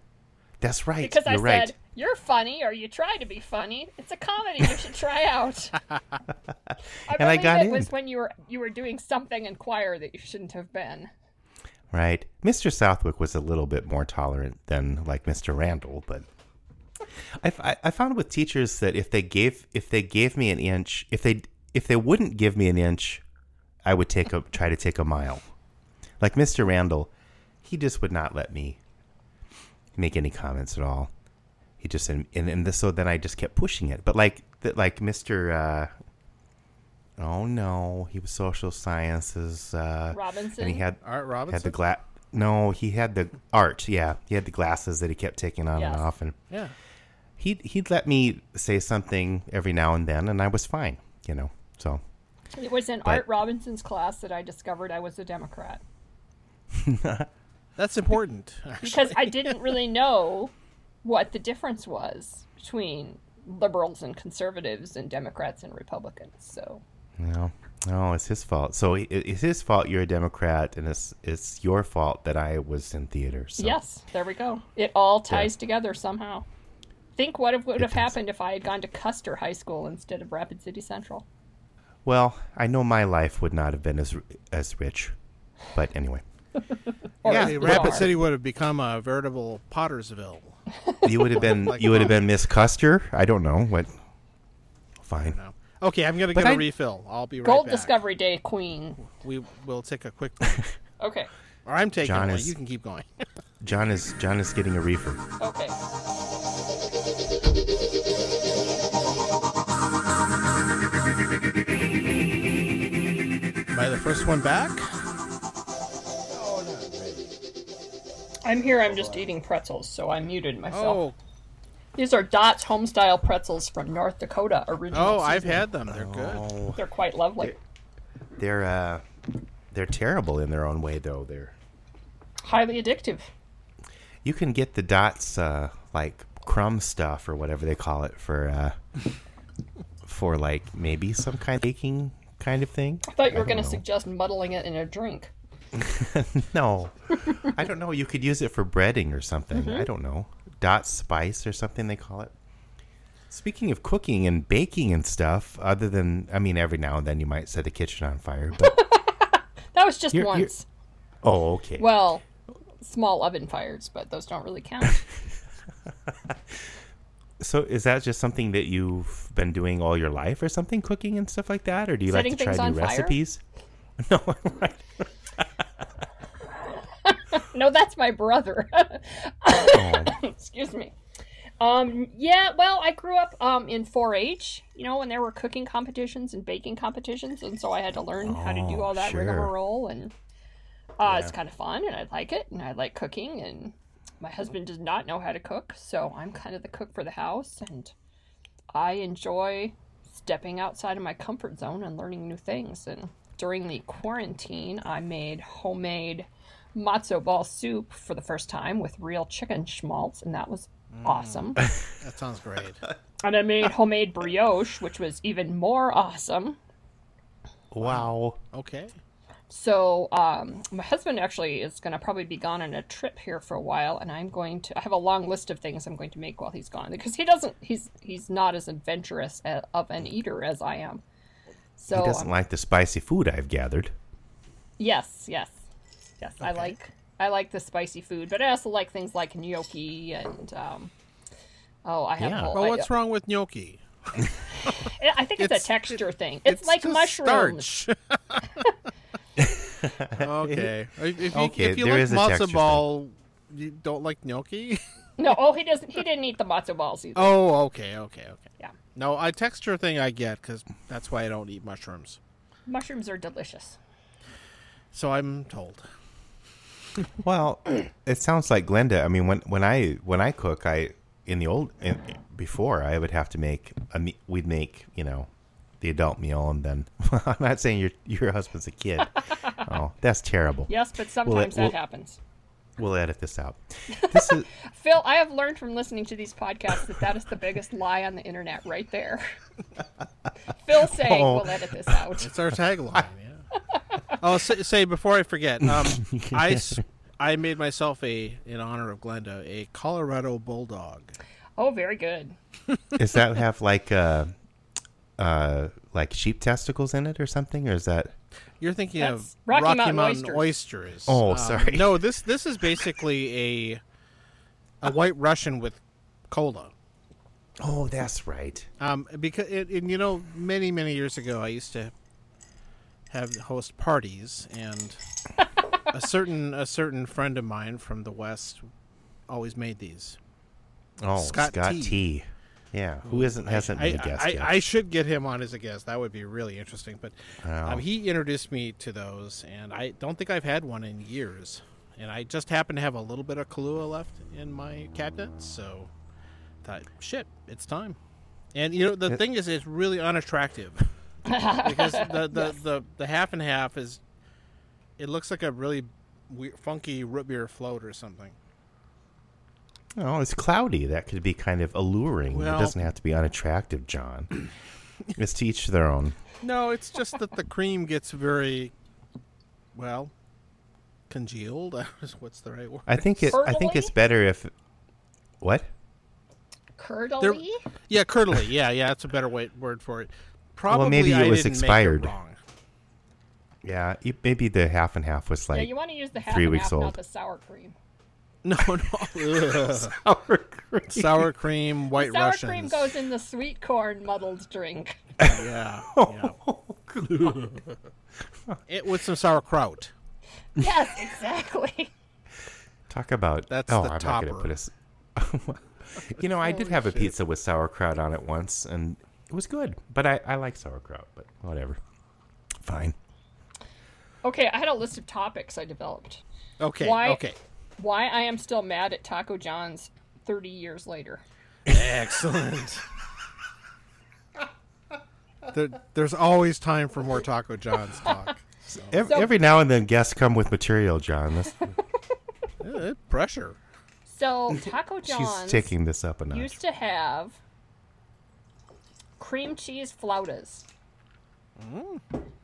S1: That's right.
S2: Because
S1: You're
S2: I
S1: right.
S2: said you're funny, or you try to be funny. It's a comedy you should try out. I
S1: And I
S2: believe
S1: got
S2: it
S1: in.
S2: was when you were you were doing something in choir that you shouldn't have been.
S1: Right. Mr. Southwick was a little bit more tolerant than like Mr. Randall, but I, I, I found with teachers that if they gave if they gave me an inch, if they if they wouldn't give me an inch, I would take a try to take a mile. Like Mr. Randall, he just would not let me make any comments at all. He just and and, and this, so then I just kept pushing it. But like that like Mr. Uh, oh no, he was social sciences uh,
S2: Robinson?
S1: and he had
S3: Art
S1: had the
S3: Robinson.
S1: glass. No, he had the art. Yeah, he had the glasses that he kept taking on
S2: Yes.
S1: and off, and
S3: yeah.
S1: he'd he'd let me say something every now and then, and I was fine, you know. So
S2: It was in
S1: But-
S2: Art Robinson's class that I discovered I was a Democrat
S3: That's important. actually.
S2: because I didn't really know what the difference was between liberals and conservatives and Democrats and Republicans. So
S1: you know, no, it's his fault. So it, it's his fault you're a Democrat, and it's it's your fault that I was in theater. So.
S2: Yes, there we go. It all ties together somehow. Think what would have happened if I had gone to Custer High School instead of Rapid City Central.
S1: Well, I know my life would not have been as as rich, but anyway,
S2: Or
S1: Yeah,
S2: as we
S3: Rapid
S2: are.
S3: City would have become a veritable Pottersville.
S1: you would have been you would have been Miss Custer. I don't know what. Fine.
S3: No. Okay, I'm gonna
S1: But
S3: get a
S1: I-
S3: refill. I'll be right
S2: Gold
S3: back.
S2: Discovery Day Queen.
S3: We will take a quick. break.
S2: Okay.
S3: or I'm taking
S1: John
S3: one.
S1: is-
S3: You can keep going.
S1: John is John is getting a reefer.
S2: Okay.
S3: Am I the first one back?
S2: I'm here. I'm just eating pretzels, so I muted myself.
S3: Oh,
S2: These are Dot's homestyle pretzels from North Dakota original.
S3: oh, I've
S2: season.
S3: had them. They're good.
S1: Oh.
S2: They're quite lovely.
S1: they're uh they're terrible in their own way though they're
S2: Highly addictive.
S1: you can get the dots uh like crumb stuff or whatever they call it for uh for like maybe some kind of baking kind of thing
S2: I thought you were
S1: don't
S2: going to
S1: know.
S2: suggest muddling it in a drink.
S1: no i don't know you could use it for breading or something i don't know dot spice or something they call it speaking of cooking and baking and stuff other than i mean every now and then you might set the kitchen on fire but
S2: That was just
S1: You're- you're-
S2: once.
S1: oh okay
S2: Well, small oven fires, but those don't really count.
S1: So is that just something that you've been doing all your life or something, cooking and stuff like that? Or do you
S2: Setting
S1: like to try
S2: things
S1: new
S2: on fire?
S1: recipes? No, right.
S2: no, that's my brother.
S1: Oh,
S2: excuse me um yeah well i grew up um in 4-h you know when there were cooking competitions and baking competitions and so i had to learn how to do
S1: Oh,
S2: all that
S1: sure.
S2: rigmarole and uh, it's kind of fun and i like it and i like cooking and my husband does not know how to cook so i'm kind of the cook for the house and i enjoy stepping outside of my comfort zone and learning new things and during the quarantine i made homemade matzo ball soup for the first time with real chicken schmaltz, and that was
S3: Mm.
S2: awesome.
S3: That sounds great.
S2: and I made homemade brioche, which was even more awesome.
S1: wow.
S3: Okay.
S2: So um, my husband actually is going to probably be gone on a trip here for a while, and I'm going to. I have a long list of things I'm going to make while he's gone because he doesn't. He's he's not as adventurous a, of an eater as I am. So
S1: he doesn't
S2: um,
S1: like the spicy food I've gathered.
S2: yes, yes, yes. I like I like the spicy food, but I also like things like gnocchi and um, oh, I have.
S1: Yeah.
S2: a whole-
S3: Well,
S2: I-
S3: what's wrong with gnocchi?
S2: I think it's,
S3: It's-
S2: a texture thing. It's, like
S3: just
S2: mushrooms.
S3: starch. okay. If you,
S1: Okay,
S3: if you
S1: there
S3: like
S1: is a
S3: matzo
S1: texture thing.
S3: ball, you don't like gnocchi?
S2: No, oh, he doesn't. He didn't eat the matzo balls either.
S3: oh, okay, okay, okay.
S2: Yeah,
S3: No, I texture thing I get because that's why I don't eat mushrooms.
S2: mushrooms are delicious.
S3: So I'm told.
S1: Well, it sounds like Glenda. I mean, when when I when I cook, I in the old in, before I would have to make a me- we'd make you know the adult meal, and then I'm not saying your your husband's a kid. oh, that's terrible.
S2: Yes, but sometimes that
S1: well-
S2: happens.
S1: We'll edit this out. This is
S2: Phil, I have learned from listening to these podcasts that that is the biggest lie on the internet, right there. Phil saying
S1: Oh.
S2: we'll edit this out.
S3: It's our tagline. yeah. Oh, say, say before I forget, um, I s- I made myself a in honor of Glenda a Colorado bulldog.
S2: Oh, very good.
S1: is that have like uh uh like sheep testicles in it or something, or is that
S3: You're thinking
S2: That's
S3: of
S2: Rocky
S3: Rocky,
S2: Mountain
S3: Mountain,
S2: oysters.
S3: oysters. Um,
S1: Oh, sorry.
S3: No, this this is basically a a White Russian with cola.
S1: oh that's right.
S3: Um, because it, and you know, many many years ago, I used to have host parties, and a certain a certain friend of mine from the West always made these.
S1: Oh Scott,
S3: Scott
S1: T.
S3: T.
S1: Yeah, who isn't hasn't
S3: I,
S1: been a guest
S3: I,
S1: yet?
S3: I should get him on as a guest. That would be really interesting. But
S1: Wow.
S3: um, he introduced me to those, and I don't think I've had one in years. And I just happen to have a little bit of Kahlua left in my cabinet, so thought, shit, it's time. And you know, the thing is, it's really unattractive because the the, the the half and half is it looks like a really weird, funky root beer float or something.
S1: Oh, it's cloudy. That could be kind of alluring.
S3: Well-
S1: it doesn't have to be unattractive, John. it's to each their own.
S3: No, it's just that the cream gets very, well, congealed. What's the right word?
S1: I think it. I think it's
S2: Curdly?
S1: better if. What?
S2: Curdly?
S3: Yeah, curdly. Yeah, yeah, that's a better way, word for it. Probably
S1: maybe it
S3: I
S1: was
S3: didn't make
S1: expired.
S3: wrong.
S1: Yeah, you- maybe the half and half was
S2: Yeah,
S1: like
S2: you want to use the half
S1: three
S2: and
S1: weeks
S2: half,
S1: old.
S2: not the sour cream.
S3: No, no. Ugh.
S1: sour cream.
S3: Sour cream, white
S2: Sour
S3: Russians.
S2: cream goes in the sweet corn muddled drink.
S3: Yeah, yeah. it with some sauerkraut.
S2: Yes, exactly.
S1: Talk about
S3: That's
S1: Oh,
S3: the
S1: I'm not gonna
S3: topper.
S1: put us. you know, I did have a pizza with sauerkraut on it once, and it was good. But I, I like sauerkraut. But whatever. Fine.
S2: Okay, I had a list of topics I developed.
S3: Okay,
S2: Why-
S3: okay.
S2: Why I am still mad at Taco John's 30 years later.
S3: Excellent. there, there's always time for more Taco John's talk.
S1: Ev- Every now and then, guests come with material, John. This,
S3: Eh, pressure.
S2: So, Taco John's
S1: she's taking this up a notch.
S2: used to have cream cheese flautas.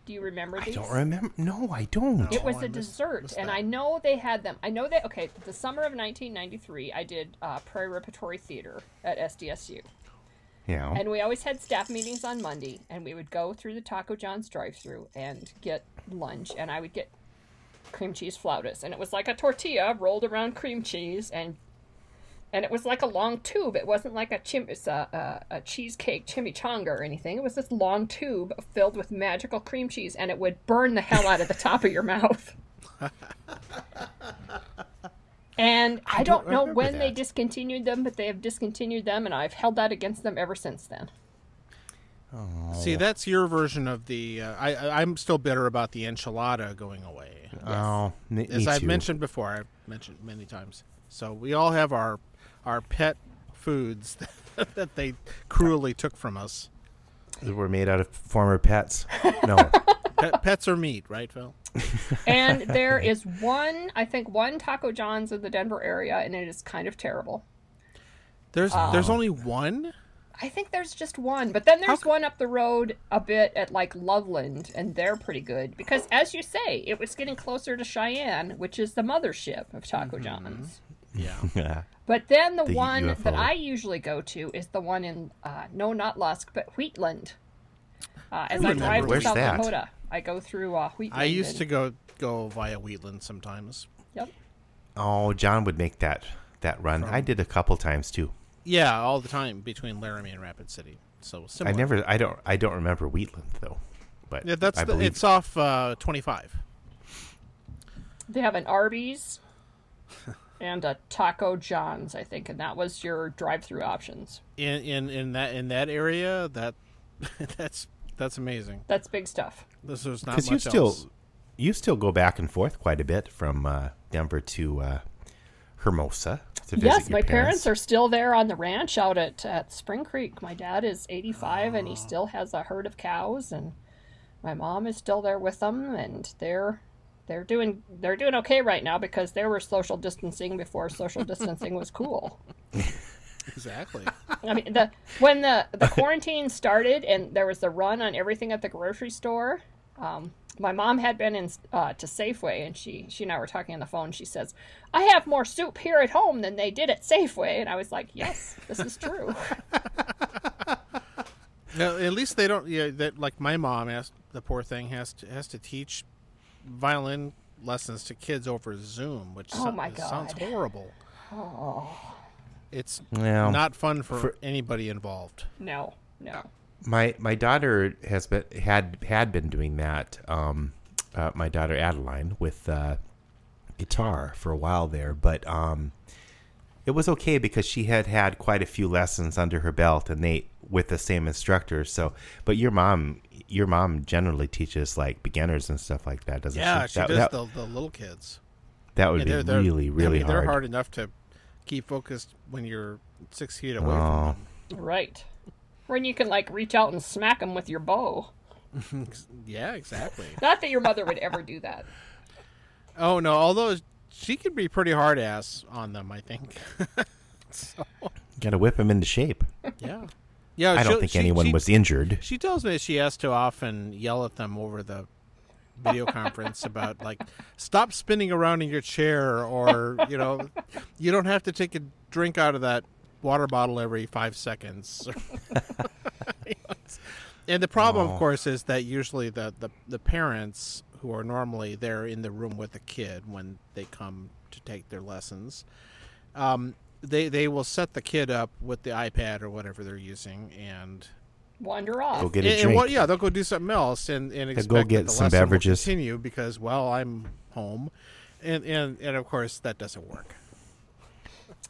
S2: Do you remember
S1: Mm. I
S2: these?
S1: don't remember. No, I don't.
S2: It was
S3: Oh,
S2: a
S3: I missed-
S2: dessert,
S3: missed
S2: and
S3: that.
S2: I know they had them. I know they okay. The summer of 1993, I did uh, Prairie Repertory Theater at SDSU,
S1: yeah.
S2: and we always had staff meetings on Monday, and we would go through the Taco John's drive-through and get lunch, and I would get cream cheese flautas, and it was like a tortilla rolled around cream cheese, and and it was like a long tube. It wasn't like a chim- it's a, a, a cheesecake chimichanga or anything. It was this long tube filled with magical cream cheese, and it would burn the hell out of the top of your mouth. and I don't,
S1: don't
S2: know
S1: remember
S2: when they
S1: that.
S2: discontinued them, but they have discontinued them, and I've held that against them ever since then.
S1: Oh,
S3: See, that's your version of the. Uh, I, I- I'm still bitter about the enchilada going away.
S1: Oh, me,
S3: As
S1: me
S3: I've
S1: too.
S3: mentioned before, I've mentioned many times. So we all have our our pet foods that they cruelly took from us.
S1: They we're made out of former pets. No,
S3: Pet, pets are meat, right, Phil?
S2: And there is one, I think, one Taco John's in the Denver area, and it is kind of terrible.
S1: Ah.
S3: There's there's only one.
S2: I think there's just one, but then there's
S3: c-
S2: one up the road a bit at like Loveland, and they're pretty good because, as you say, it was getting closer to Cheyenne, which is the mothership of Taco John's.
S3: Yeah.
S1: Yeah.
S2: But then the,
S1: The
S2: one
S1: UFO.
S2: that I usually go to is the one in uh, no, not Lusk, but Wheatland. Uh, as I
S3: remember.
S2: drive to
S1: Where's
S2: South
S1: that?
S2: Dakota, I go through uh, Wheatland.
S3: I used
S2: and-
S3: to go go via Wheatland sometimes.
S2: Yep.
S1: Oh, John would make that that run. I did a couple times too.
S3: Yeah, all the time between Laramie and Rapid City. So
S1: I
S3: similar.
S1: never. I don't. I don't remember Wheatland though. But
S3: Yeah, that's
S1: I
S3: the,
S1: believe-
S3: it's off uh, 25.
S2: They have an Arby's and a Taco John's, I think, and that was your drive-through options.
S3: In in in that in that area, that that's that's amazing.
S2: That's big stuff.
S3: This is not
S1: because
S3: much
S1: you still
S3: else.
S1: you still go back and forth quite a bit from uh, Denver to uh, Hermosa to visit
S2: Yes,
S1: your
S2: my parents. are still there on the ranch out at, at Spring Creek. My dad is 85
S1: Ah.
S2: and he still has a herd of cows and my mom is still there with them and they're they're doing they're doing okay right now because they were social distancing before social distancing was cool.
S3: Exactly.
S2: I mean, the when the the quarantine started and there was the run on everything at the grocery store. Um, my mom had been in uh, to Safeway, and she she and I were talking on the phone. She says, "I have more soup here at home than they did at Safeway," and I was like, "Yes, this is true."
S3: No, at least they don't. Yeah, that like my mom has the poor thing has to has to teach violin lessons to kids over Zoom, which
S2: Oh
S3: so-
S2: my
S3: it sounds
S2: God.
S3: horrible. It's
S1: Well,
S3: not fun for, anybody involved.
S2: no, no.
S1: my my daughter has been had had been doing that. Um, uh, my daughter Adeline with uh, guitar for a while there, but um, it was okay because she had had quite a few lessons under her belt, and they with the same instructor. So, but your mom, your mom generally teaches like beginners and stuff like that, doesn't
S3: Yeah,
S1: she?
S3: she
S1: that,
S3: does
S1: that,
S3: the, the little kids.
S1: that would
S3: And
S1: be
S3: they're, they're-
S1: really, really
S3: I mean, They're
S1: hard.
S3: hard enough to keep focused when you're six feet away. from
S1: Oh.
S3: them.
S2: Right. When you can like reach out and smack them with your bow.
S3: Yeah, exactly.
S2: Not that your mother would ever do that.
S3: oh no, although she can be pretty hard ass on them. I think. so,
S1: Got to whip him into shape.
S3: yeah. Yeah,
S1: I
S3: she'll-
S1: don't think
S3: she-
S1: anyone
S3: she-
S1: was injured.
S3: She tells me she has to often yell at them over the video conference about like stop spinning around in your chair or you know you don't have to take a drink out of that water bottle every five seconds and the problem of course is that usually the, the the parents who are normally there in the room with the kid when they come to take their lessons um, they they will set the kid up with the ipad or whatever they're using and
S2: Wander off.
S1: Go get
S3: and,
S1: a
S3: and
S1: drink.
S3: what- yeah, they'll go do something else and and expect
S1: go
S3: that
S1: get
S3: the
S1: some
S3: lesson will
S1: beverages.
S3: continue because well, I'm home, and and and of course that doesn't work.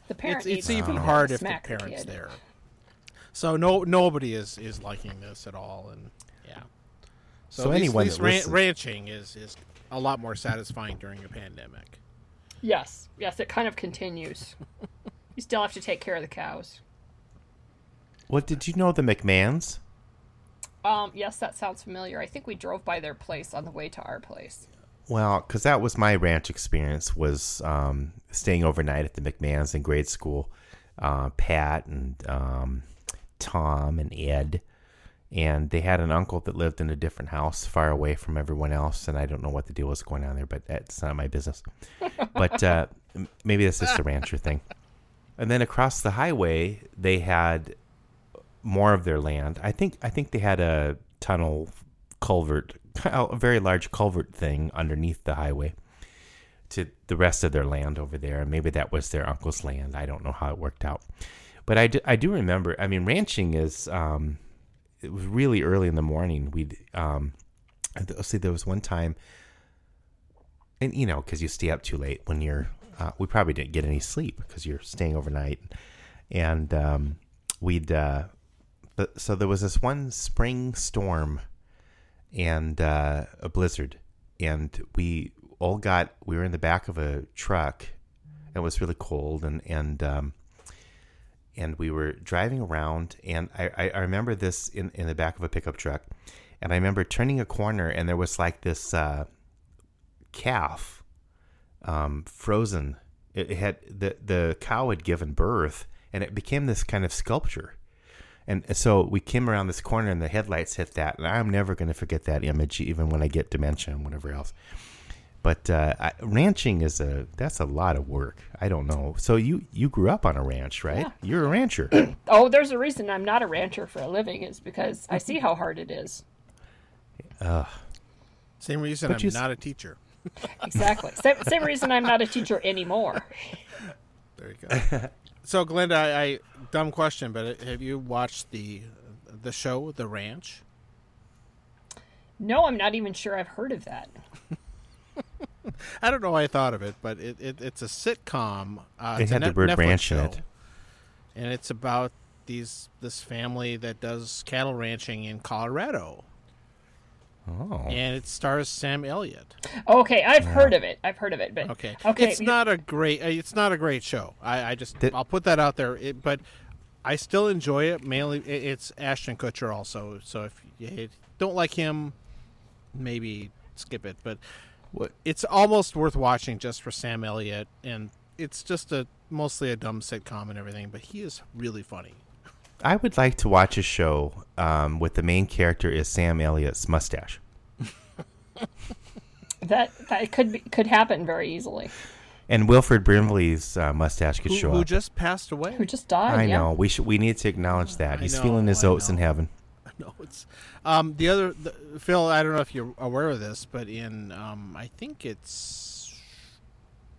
S2: The
S3: it's
S2: parent
S3: it's
S2: needs
S3: even
S1: Uh,
S2: to
S3: hard if the
S2: smack
S3: parents
S2: kid.
S3: there. So no nobody is is liking this at all, and yeah.
S1: So
S3: at least-
S1: anyone
S3: at least
S1: that
S3: ran-
S1: listens-
S3: ranching is is a lot more satisfying during a pandemic.
S2: Yes, yes, it kind of continues. you still have to take care of the cows.
S1: Well, did you know the McMahons?
S2: Um, yes, that sounds familiar. I think we drove by their place on the way to our place.
S1: Well, because that was my ranch experience was um, staying overnight at the McMahons in grade school. Uh, Pat and um, Tom and Ed, and they had an uncle that lived in a different house, far away from everyone else. And I don't know what the deal was going on there, but that's not my business. but uh, m- maybe that's just a rancher thing. And then across the highway, they had more of their land. I think I think they had a tunnel culvert, a very large culvert thing underneath the highway to the rest of their land over there. And maybe that was their uncle's land. I don't know how it worked out. But I do, I do remember, I mean, ranching is, um, it was really early in the morning. We'd, um, I th- see, there was one time, and you know, because you stay up too late when you're, uh, we probably didn't get any sleep because you're staying overnight. And um, we'd, uh, but, so there was this one spring storm and uh, a blizzard, and we all got we were in the back of a truck, and it was really cold, and and um, and we were driving around, and I, I, I remember this in in the back of a pickup truck, and I remember turning a corner, and there was like this uh, calf, um, frozen. It, it had the the cow had given birth, and it became this kind of sculpture And so we came around this corner and the headlights hit that. And I'm never going to forget that image, even when I get dementia and whatever else. But uh, I, ranching is a that's a lot of work. I don't know. So you you grew up on a ranch, right?
S2: Yeah.
S1: You're a rancher.
S2: Oh, there's a reason I'm not a rancher for a living is because I see how hard it is.
S3: Same reason
S1: But
S3: I'm
S1: you s-
S3: not a teacher.
S2: Exactly. Same, same reason I'm not a teacher anymore.
S3: There you go. so, Glenda, I, I dumb question, but uh, have you watched the the show The Ranch?
S2: No, I'm not even sure I've heard of that.
S3: I don't know why I thought of it, but it, it it's a sitcom. Uh,
S1: It
S3: it's a
S1: had the
S3: Net-
S1: word
S3: Netflix
S1: ranch in it.
S3: show. and it's about these this family that does cattle ranching in Colorado,
S1: Oh,
S3: and it stars Sam Elliott.
S2: Okay, I've heard of it. I've heard of it, but
S3: Okay,
S2: okay,
S3: it's not a great uh, it's not a great show. I, I just
S1: Did-
S3: I'll put that out there, it, but I still enjoy it. Mainly, i- it's Ashton Kutcher also. So if you don't like him, maybe skip it. But
S1: What-
S3: it's almost worth watching just for Sam Elliott, and it's just a mostly a dumb sitcom and everything. But he is really funny.
S1: I would like to watch a show um, with the main character is Sam Elliott's mustache.
S2: that that could be, could happen very easily.
S1: And Wilfred Brimley's uh, mustache could
S3: Who,
S1: show
S3: who
S1: up.
S3: just passed away?
S2: Who just died?
S1: I
S2: Oh, yeah.
S1: know. We should. We need to acknowledge that.
S3: I
S1: He's
S3: know,
S1: feeling his
S3: I
S1: oats in
S3: know.
S1: heaven.
S3: No, it's um, the other the, Phil. I don't know if you're aware of this, but in um, I think it's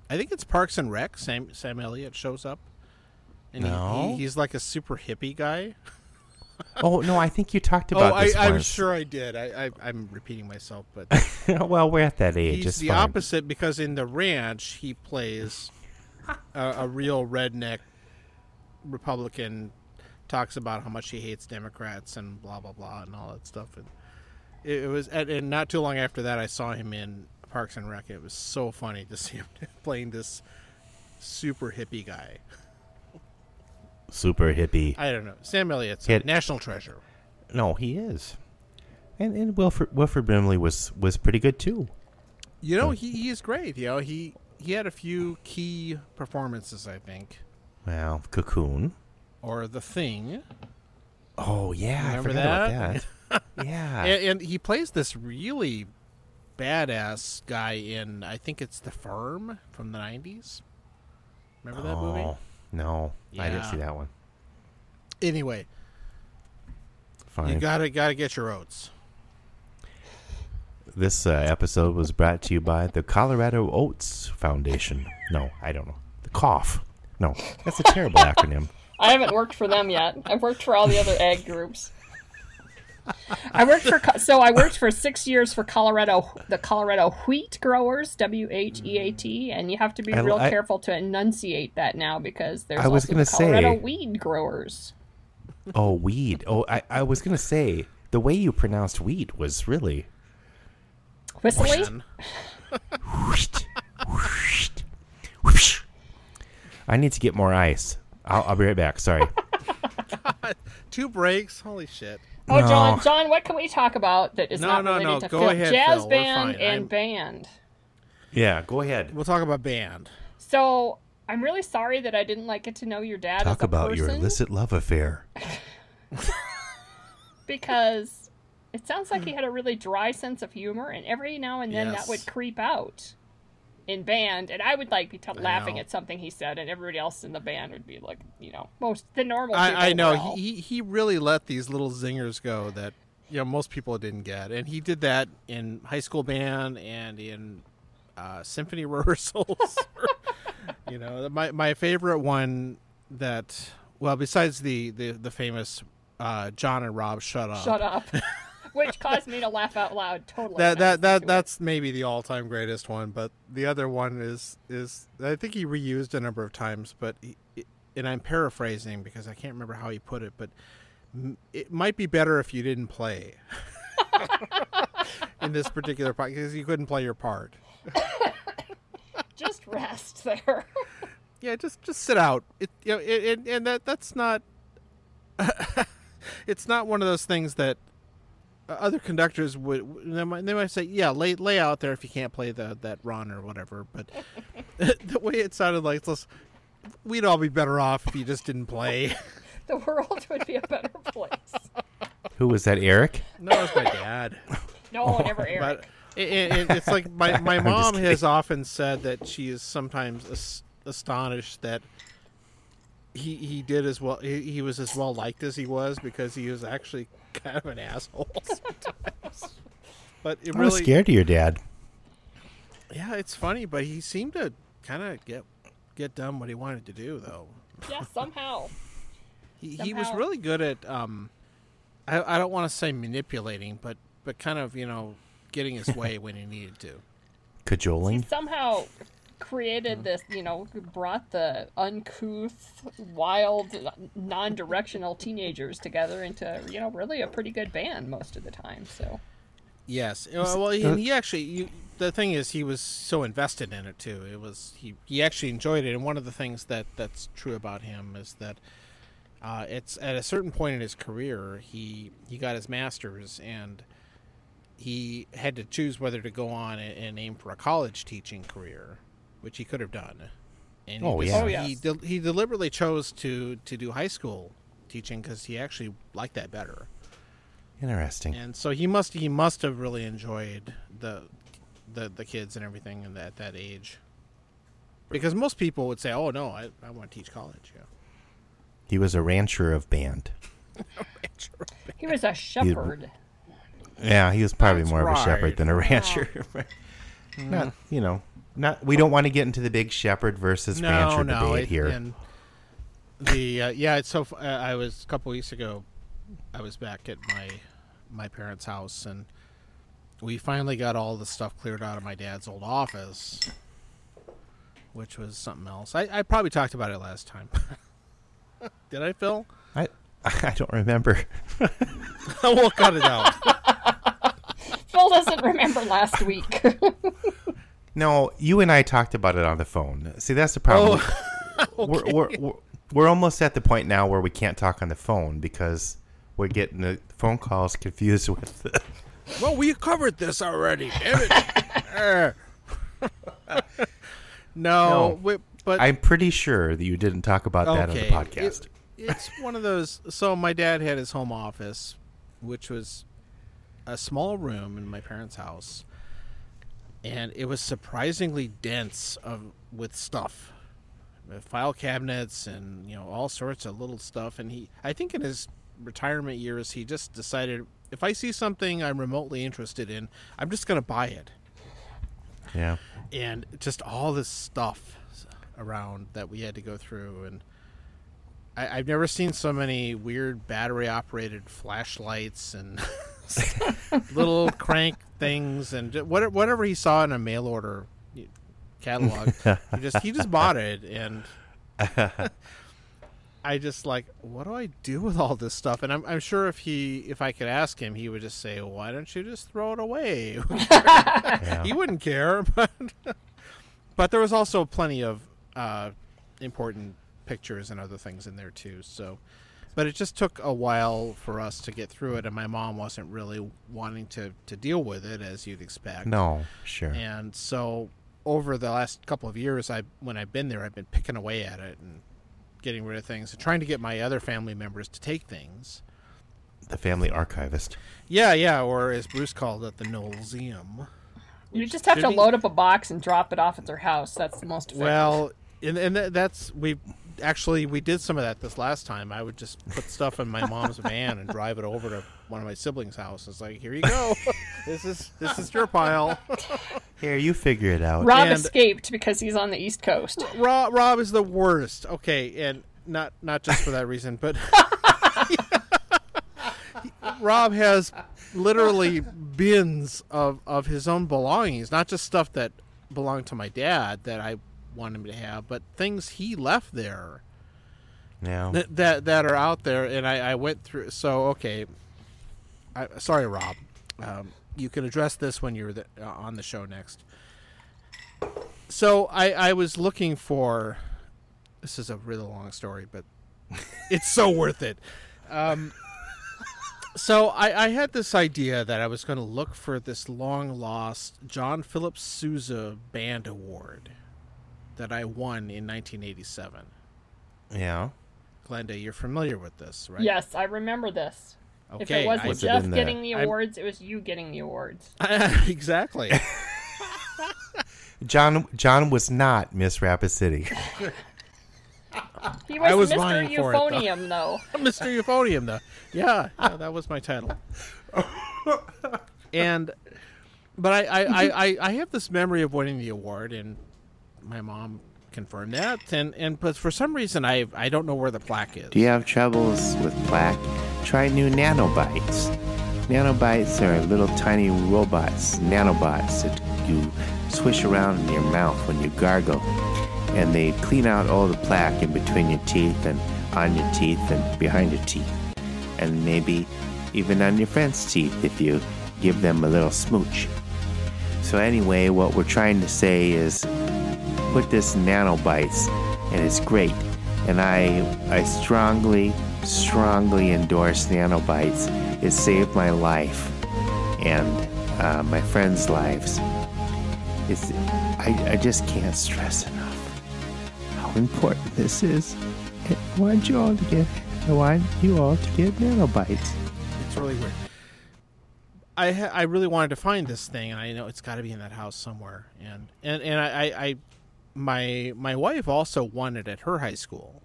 S3: I think it's Parks and Rec. Sam Sam Elliott shows up, and he- he,
S1: No.
S3: he's like a super hippie guy.
S1: Oh no, I think you talked
S3: Oh,
S1: about
S3: I,
S1: this
S3: I'm
S1: once.
S3: sure I did. I, I I'm repeating myself, but
S1: well, we're at that age.
S3: he's
S1: It's
S3: the
S1: fine.
S3: opposite because in the ranch he plays a, a real redneck Republican, talks about how much he hates Democrats and blah blah blah and all that stuff. And it, it was and and not too long after that I saw him in Parks and Rec. It was so funny to see him playing this super hippie guy.
S1: Super hippie.
S3: I don't know. Sam Elliott's
S1: Hit-
S3: a national treasure.
S1: No, he is. And and Wilfred Wilfred Brimley was was pretty good too.
S3: You know he, he is great. You know he he had a few key performances I think,
S1: Well, Cocoon.
S3: or The Thing.
S1: Oh yeah,
S3: Remember
S1: I forgot
S3: that?
S1: about that. yeah.
S3: and, and he plays this really badass guy in I think it's The Firm from the '90s. Remember that movie?
S1: Oh, no, I didn't
S3: Yeah.
S1: see that one.
S3: Anyway, you
S1: Fine.
S3: gotta gotta get your oats.
S1: this uh, episode was brought to you by the Colorado Oats Foundation. No, I don't know. The cough. No, that's a terrible acronym.
S2: I haven't worked for them yet. I've worked for all the other ag groups. I worked for Co- so I worked for six years for Colorado the Colorado wheat growers W H E A T and you have to be
S1: I-
S2: real
S1: I-
S2: careful to enunciate that now because there's
S1: I was
S2: also
S1: gonna
S2: the Colorado
S1: say-
S2: weed growers.
S1: Oh, weed. Oh, I, I was gonna say the way you pronounced weed was really.
S2: Whistling.
S3: And
S1: I need to get more ice. I'll, I'll be right back. Sorry.
S3: two breaks. Holy shit!
S2: Oh,
S1: No.
S2: John, John, what can we talk about that is
S3: No,
S2: not
S3: no,
S2: related
S3: no,
S2: to
S3: go
S2: film?
S3: ahead,
S2: jazz
S3: Phil, we're
S2: band
S3: fine.
S2: and
S3: I'm-
S2: band?
S1: Yeah, go ahead.
S3: We'll talk about band.
S2: So I'm really sorry that I didn't like get to know your dad. as
S1: Talk
S2: a
S1: about your
S2: person
S1: illicit love affair.
S2: because it sounds like he had a really dry sense of humor, and every now and then
S3: Hmm. Yes.
S2: that would creep out in band, and I would like be t- laughing
S3: know.
S2: at something he said, and everybody else in the band would be like, you know, most the normal. people
S3: I, I know
S2: were
S3: he
S2: all-
S3: he he really let these little zingers go that you know most people didn't get, and he did that in high school band and in uh, symphony rehearsals. you know, my my favorite one that well, besides the the the famous uh, John and Rob shut up.
S2: shut up, which caused me to laugh out loud. Totally.
S3: That
S2: when I
S3: that
S2: listened
S3: that
S2: to it.
S3: that's maybe the all time greatest one, but the other one is is I think he reused a number of times, but he, and I'm paraphrasing because I can't remember how he put it, but m- it might be better if you didn't play in this particular part because you couldn't play your part.
S2: just rest there.
S3: Yeah, just just sit out. It you know, it, it, and that that's not. it's not one of those things that uh, other conductors would. They might, they might say, "Yeah, lay lay out there if you can't play the that run or whatever." But the way it sounded like, let's, we'd all be better off if you just didn't play.
S2: the world would be a better place.
S1: Who was that, Eric?
S3: No, it's my dad.
S2: No, never Eric.
S3: But it, it, it's like my, my
S1: I'm just
S3: mom has
S1: kidding.
S3: often said that she is sometimes as- astonished that he he did as well. He, he was as well liked as he was because he was actually kind of an asshole sometimes. But it
S1: I was
S3: really,
S1: scared of your dad.
S3: yeah, it's funny. But he seemed to kind of get get done what he wanted to do, though.
S2: yeah, somehow.
S3: He, he was
S2: Somehow-
S3: really good at um, I I don't want to say manipulating, but but kind of you know getting his way when he needed to.
S1: Cajoling.
S2: somehow created this, you know, brought the uncouth, wild, non-directional teenagers together into, you know, really a pretty good band most of the time. So
S3: Yes. Uh, Well, he,
S1: uh,
S3: he actually. You, the thing is, he was so invested in it too. It was he. He actually enjoyed it. And one of the things that that's true about him is that uh, it's at a certain point in his career, he he got his master's and he had to choose whether to go on and, and aim for a college teaching career, which he could have done. And he
S1: Oh,
S3: des-
S1: yeah. Oh,
S3: he,
S2: yes.
S3: del he deliberately chose to to do high school teaching because he actually liked that better
S1: Interesting.
S3: and so he must he must have really enjoyed the the the kids and everything and at that age because most people would say oh no i, I want to teach college yeah
S1: He was a rancher of band.
S2: he was a shepherd.
S1: Yeah, he was probably
S3: That's
S1: more of a
S3: right.
S1: shepherd than a rancher. not, you know, not. We don't want to get into the big shepherd versus rancher debate
S3: it-
S1: here.
S3: and the uh, yeah it's so fu- uh, i was a couple weeks ago i was back at my my parents house and we finally got all the stuff cleared out of my dad's old office which was something else i, I probably talked about it last time did i phil
S1: I, I don't remember.
S3: we'll cut it out
S2: Phil doesn't remember last week.
S1: No, you and I talked about it on the phone. See, that's the problem.
S3: Oh,
S1: we're, we're, we're, we're almost at the point now where we can't talk on the phone because we're getting the phone calls confused with the,
S3: Well, we covered this already. Damn it. Er. no,
S1: No.
S3: we- but
S1: I'm pretty sure that you didn't talk about that on the
S3: okay,
S1: podcast.
S3: it- it's one of those. So my dad had his home office, which was a small room in my parents' house, and it was surprisingly dense of with stuff, Uh, file cabinets and you know all sorts of little stuff. And he, I think, in his retirement years, he just decided if I see something I'm remotely interested in, I'm just going to buy it
S1: yeah.
S3: and just all this stuff around that we had to go through and I, I've never seen so many weird battery operated flashlights and little crank things and ju- what- whatever he saw in a mail order catalog he just he just bought it and I just like what do I do with all this stuff and I'm, I'm sure if he if I could ask him he would just say why don't you just throw it away
S1: yeah.
S3: he wouldn't care, but but there was also plenty of uh, important pictures and other things in there too. So, but it just took a while for us to get through it, and my mom wasn't really wanting to to deal with it as you'd expect.
S1: no, sure.
S3: And so over the last couple of years, I when I've been there, I've been picking away at it and getting rid of things and trying to get my other family members to take things.
S1: The family archivist.
S3: Yeah, yeah, or as Bruce called it, the Knowlesium.
S2: you just have to
S3: shouldn't he-
S2: load up a box and drop it off at their house. That's the most effective.
S3: Well, and, and that, that's we actually we did some of that this last time. I would just put stuff in my mom's van and drive it over to one of my siblings' house. It's like, here you go. this is this is your pile.
S1: Here, you figure it out.
S2: Rob
S3: and-
S2: escaped because he's on the East Coast.
S3: Rob, Rob is the worst. Okay, and not not just for that reason, but Rob has literally bins of of his own belongings, not just stuff that belonged to my dad that I want him to have, but things he left there.
S1: Now,
S3: that that, that are out there and I, I went through so okay I, sorry rob um, you can address this when you're the, uh, on the show next so I, I was looking for this is a really long story but it's so worth it um, so I, I had this idea that i was going to look for this long lost john philip sousa band award that i won in 1987
S1: yeah.
S3: Glenda, you're familiar with this, right?
S2: Yes, I remember this.
S3: Okay.
S2: if it wasn't
S1: Was it
S2: Jeff
S1: in the-
S2: getting the
S3: I'm-
S2: awards, it was you getting the awards.
S3: I- exactly.
S1: John John was not Miss Rapid City.
S2: He was,
S3: was
S2: Mr.
S3: vying for it, though.
S2: Euphonium, though.
S3: Mr. Euphonium, though. Yeah, yeah, that was my title. and, but I, I, I, I, I have this memory of winning the award, and my mom confirmed that. And, and but for some reason, I, I don't know where the plaque is.
S5: Do you have troubles with plaque? Try new nanobites. Nanobites are little tiny robots, nanobots that you swish around in your mouth when you gargle. And they clean out all the plaque in between your teeth and on your teeth and behind your teeth. And maybe even on your friend's teeth if you give them a little smooch. So, anyway, what we're trying to say is put this in nanobites and it's great and i i strongly strongly endorse nanobites it saved my life and uh, my friends lives it's I, I just can't stress enough how important this is i want you all to get i want you all to get nanobites
S3: It's really weird. I ha- I really wanted to find this thing, and I know it's got to be in that house somewhere. And and and I, I, I my my wife also won it at her high school.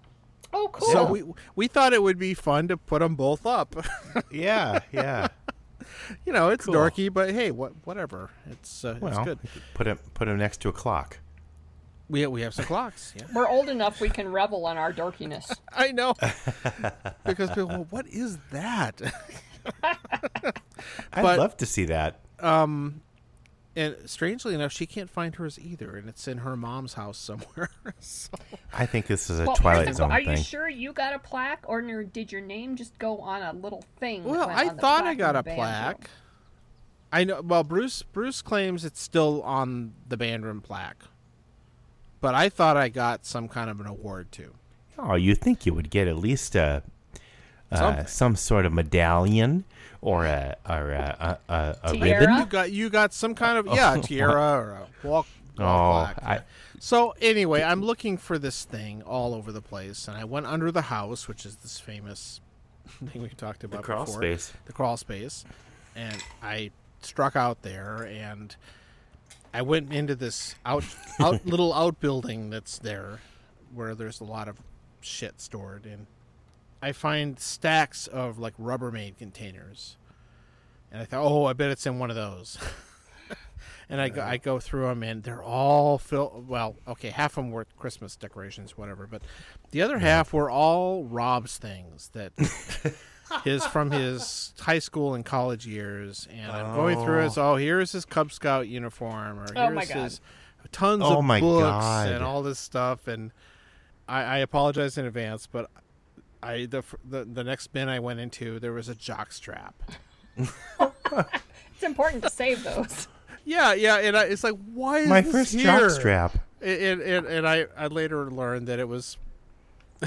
S2: Oh, cool.
S3: So we we thought it would be fun to put them both up.
S1: yeah, yeah.
S3: you know, it's
S1: Cool.
S3: dorky, but hey, what whatever. It's uh,
S1: Well,
S3: it's good.
S1: put him put him next to a clock.
S3: We we have some clocks. Yeah,
S2: We're old enough we can revel in our dorkiness.
S3: I know. because people, well, what is that?
S1: I'd
S3: But-
S1: love to see that.
S3: and strangely enough, she can't find hers either, and it's in her mom's house somewhere. so,
S1: I think this is a
S2: Well, first
S1: Twilight
S2: of all,
S1: Zone
S2: are
S1: thing.
S2: you sure you got a plaque, or n- did your name just go on a little thing? that
S3: well,
S2: went
S3: I
S2: on the
S3: thought I
S2: plaque
S3: got
S2: in
S3: a
S2: the band room?
S3: plaque. I know. Well, Bruce Bruce claims it's still on the band room plaque, but I thought I got some kind of an award too.
S1: Oh, you think you would get at least a uh,
S3: Something.
S1: some sort of medallion or a or a, a, a, a
S2: Tiara?
S1: ribbon?
S3: You got you got some kind of yeah tiara or a walk. walk
S1: Oh,
S3: plaque.
S1: I,
S3: So anyway, I'm looking for this thing all over the place, and I went under the house, which is this famous thing we talked about.
S1: crawl
S3: before,
S1: space.
S3: The crawl space, and I struck out there, and I went into this out, out little outbuilding that's there, where there's a lot of shit stored, and I find stacks of like Rubbermaid containers, and I thought, oh, I bet it's in one of those. And I go, I go through them, and they're all filled. Well, okay, half of them were Christmas decorations, whatever, but the other half were all Rob's things that his from his high school and college years. And I'm going through it. So oh, here's his Cub Scout uniform, or
S2: Oh
S3: here's
S2: my God.
S3: his tons
S1: Oh
S3: of
S1: my
S3: books
S1: God.
S3: and all this stuff. And I, I apologize in advance, but I the, fir- the the next bin I went into, there was a jock strap.
S2: It's important to save those.
S3: Yeah, yeah, and I, it's like, why is
S1: my
S3: this
S1: first
S3: here?
S1: jockstrap.
S3: and and, and I, I later learned that it was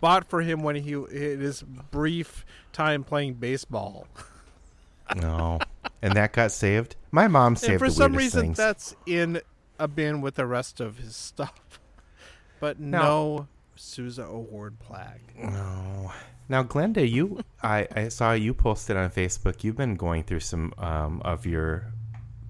S3: bought for him when he in his brief time playing baseball.
S1: No, and that got saved. My mom saved
S3: and for
S1: the
S3: some
S1: weirdest
S3: reason,
S1: things.
S3: that's in a bin with the rest of his stuff, but no, Sousa Award plaque.
S1: No. Now, Glenda, you, I, I saw you posted on Facebook. You've been going through some um, of your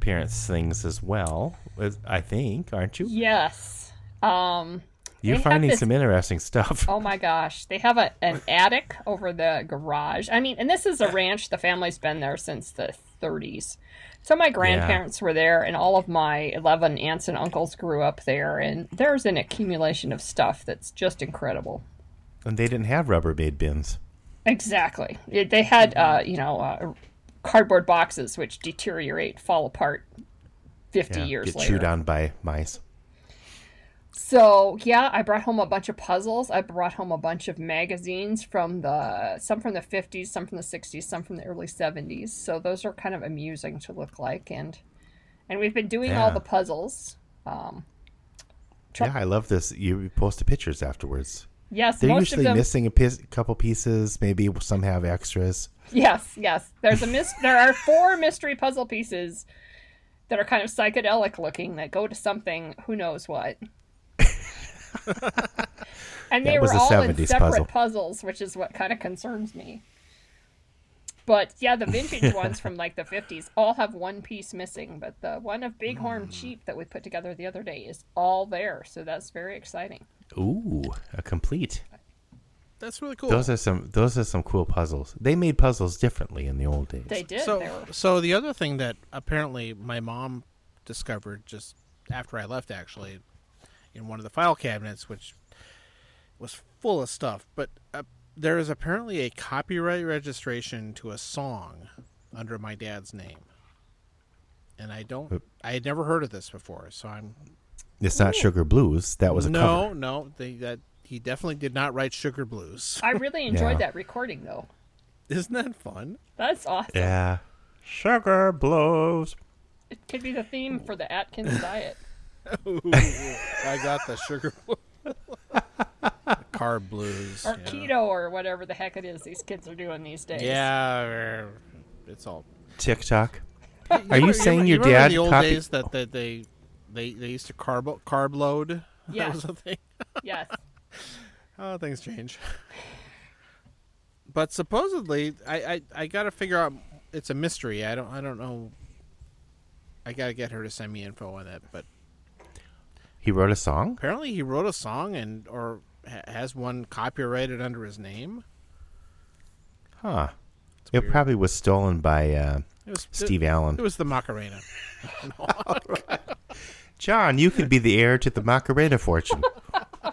S1: parents' things as well. is- I think, aren't you?
S2: Yes. Um.
S1: You're
S2: have
S1: finding
S2: this-
S1: some interesting stuff.
S2: Oh my gosh, they have a, an attic over the garage. I mean, and this is a ranch. The family's been there since the 30s. So my grandparents were there, and all of my 11 aunts and uncles grew up there. And there's an accumulation of stuff that's just incredible.
S1: And they didn't have rubber made bins.
S2: Exactly. Yeah, They had,
S1: Mm-hmm.
S2: uh, you know, uh, cardboard boxes which deteriorate, fall apart 50
S1: Yeah,
S2: years
S1: get
S2: later.
S1: chewed on by mice.
S2: So yeah, I brought home a bunch of puzzles. I brought home a bunch of magazines from the some from the fifties, some from the sixties, some from the early seventies. So those are kind of amusing to look like, and and we've been doing all
S1: Yeah.
S2: the puzzles.
S1: Yeah, I love this. You posted pictures afterwards.
S2: Yes,
S1: They're
S2: most
S1: usually
S2: of them.
S1: missing a piece, couple pieces. Maybe some have extras.
S2: Yes, yes. There's a mis- There are four mystery puzzle pieces that are kind of psychedelic looking that go to something. Who knows what? and
S6: That
S2: they were
S6: was a
S2: all in
S6: 70s
S2: separate
S6: puzzle.
S2: puzzles, which is what kind of concerns me. But yeah, the vintage ones from like the 50s all have one piece missing, but the one of
S6: Hmm.
S2: Bighorn Sheep that we put together the other day is all there, so that's very exciting.
S6: Ooh, a complete.
S3: That's really cool.
S6: Those are some. Those are some cool puzzles. They made puzzles differently in the old days.
S2: They did.
S3: so,
S2: they were
S3: so the other thing that apparently my mom discovered just after I left, actually, in one of the file cabinets, which was full of stuff, but uh, there is apparently a copyright registration to a song under my dad's name. And I don't, I had never heard of this before, so I'm
S6: It's not Sugar Blues. That was a
S3: no,
S6: cover.
S3: no, they, that he definitely did not write Sugar Blues.
S2: I really enjoyed
S6: Yeah.
S2: that recording though.
S3: Isn't that fun?
S2: That's awesome.
S6: Yeah. Sugar Blues.
S2: It could be the theme for the Atkins diet.
S3: I got the Sugar Blues. Carb blues
S2: Or
S3: yeah.
S2: keto or whatever the heck it is these kids are doing these days.
S3: Yeah, er, it's all.
S6: TikTok. Are you saying your
S3: remember
S6: dad
S3: the old
S6: copied-
S3: days that, that they they they used to carb carb load?
S2: Yeah.
S3: That was a thing.
S2: Yes.
S3: Oh, things change. But supposedly, I, I, I gotta figure out. It's a mystery. I don't I don't know. I gotta get her to send me info on that. But
S6: He wrote a song.
S3: apparently, he wrote a song and or ha- has one copyrighted under his name.
S6: Huh. It probably was stolen by uh,
S3: It was
S6: Steve
S3: It,
S6: Allen.
S3: it was the Macarena.
S6: John, you could be the heir to the Macarena fortune.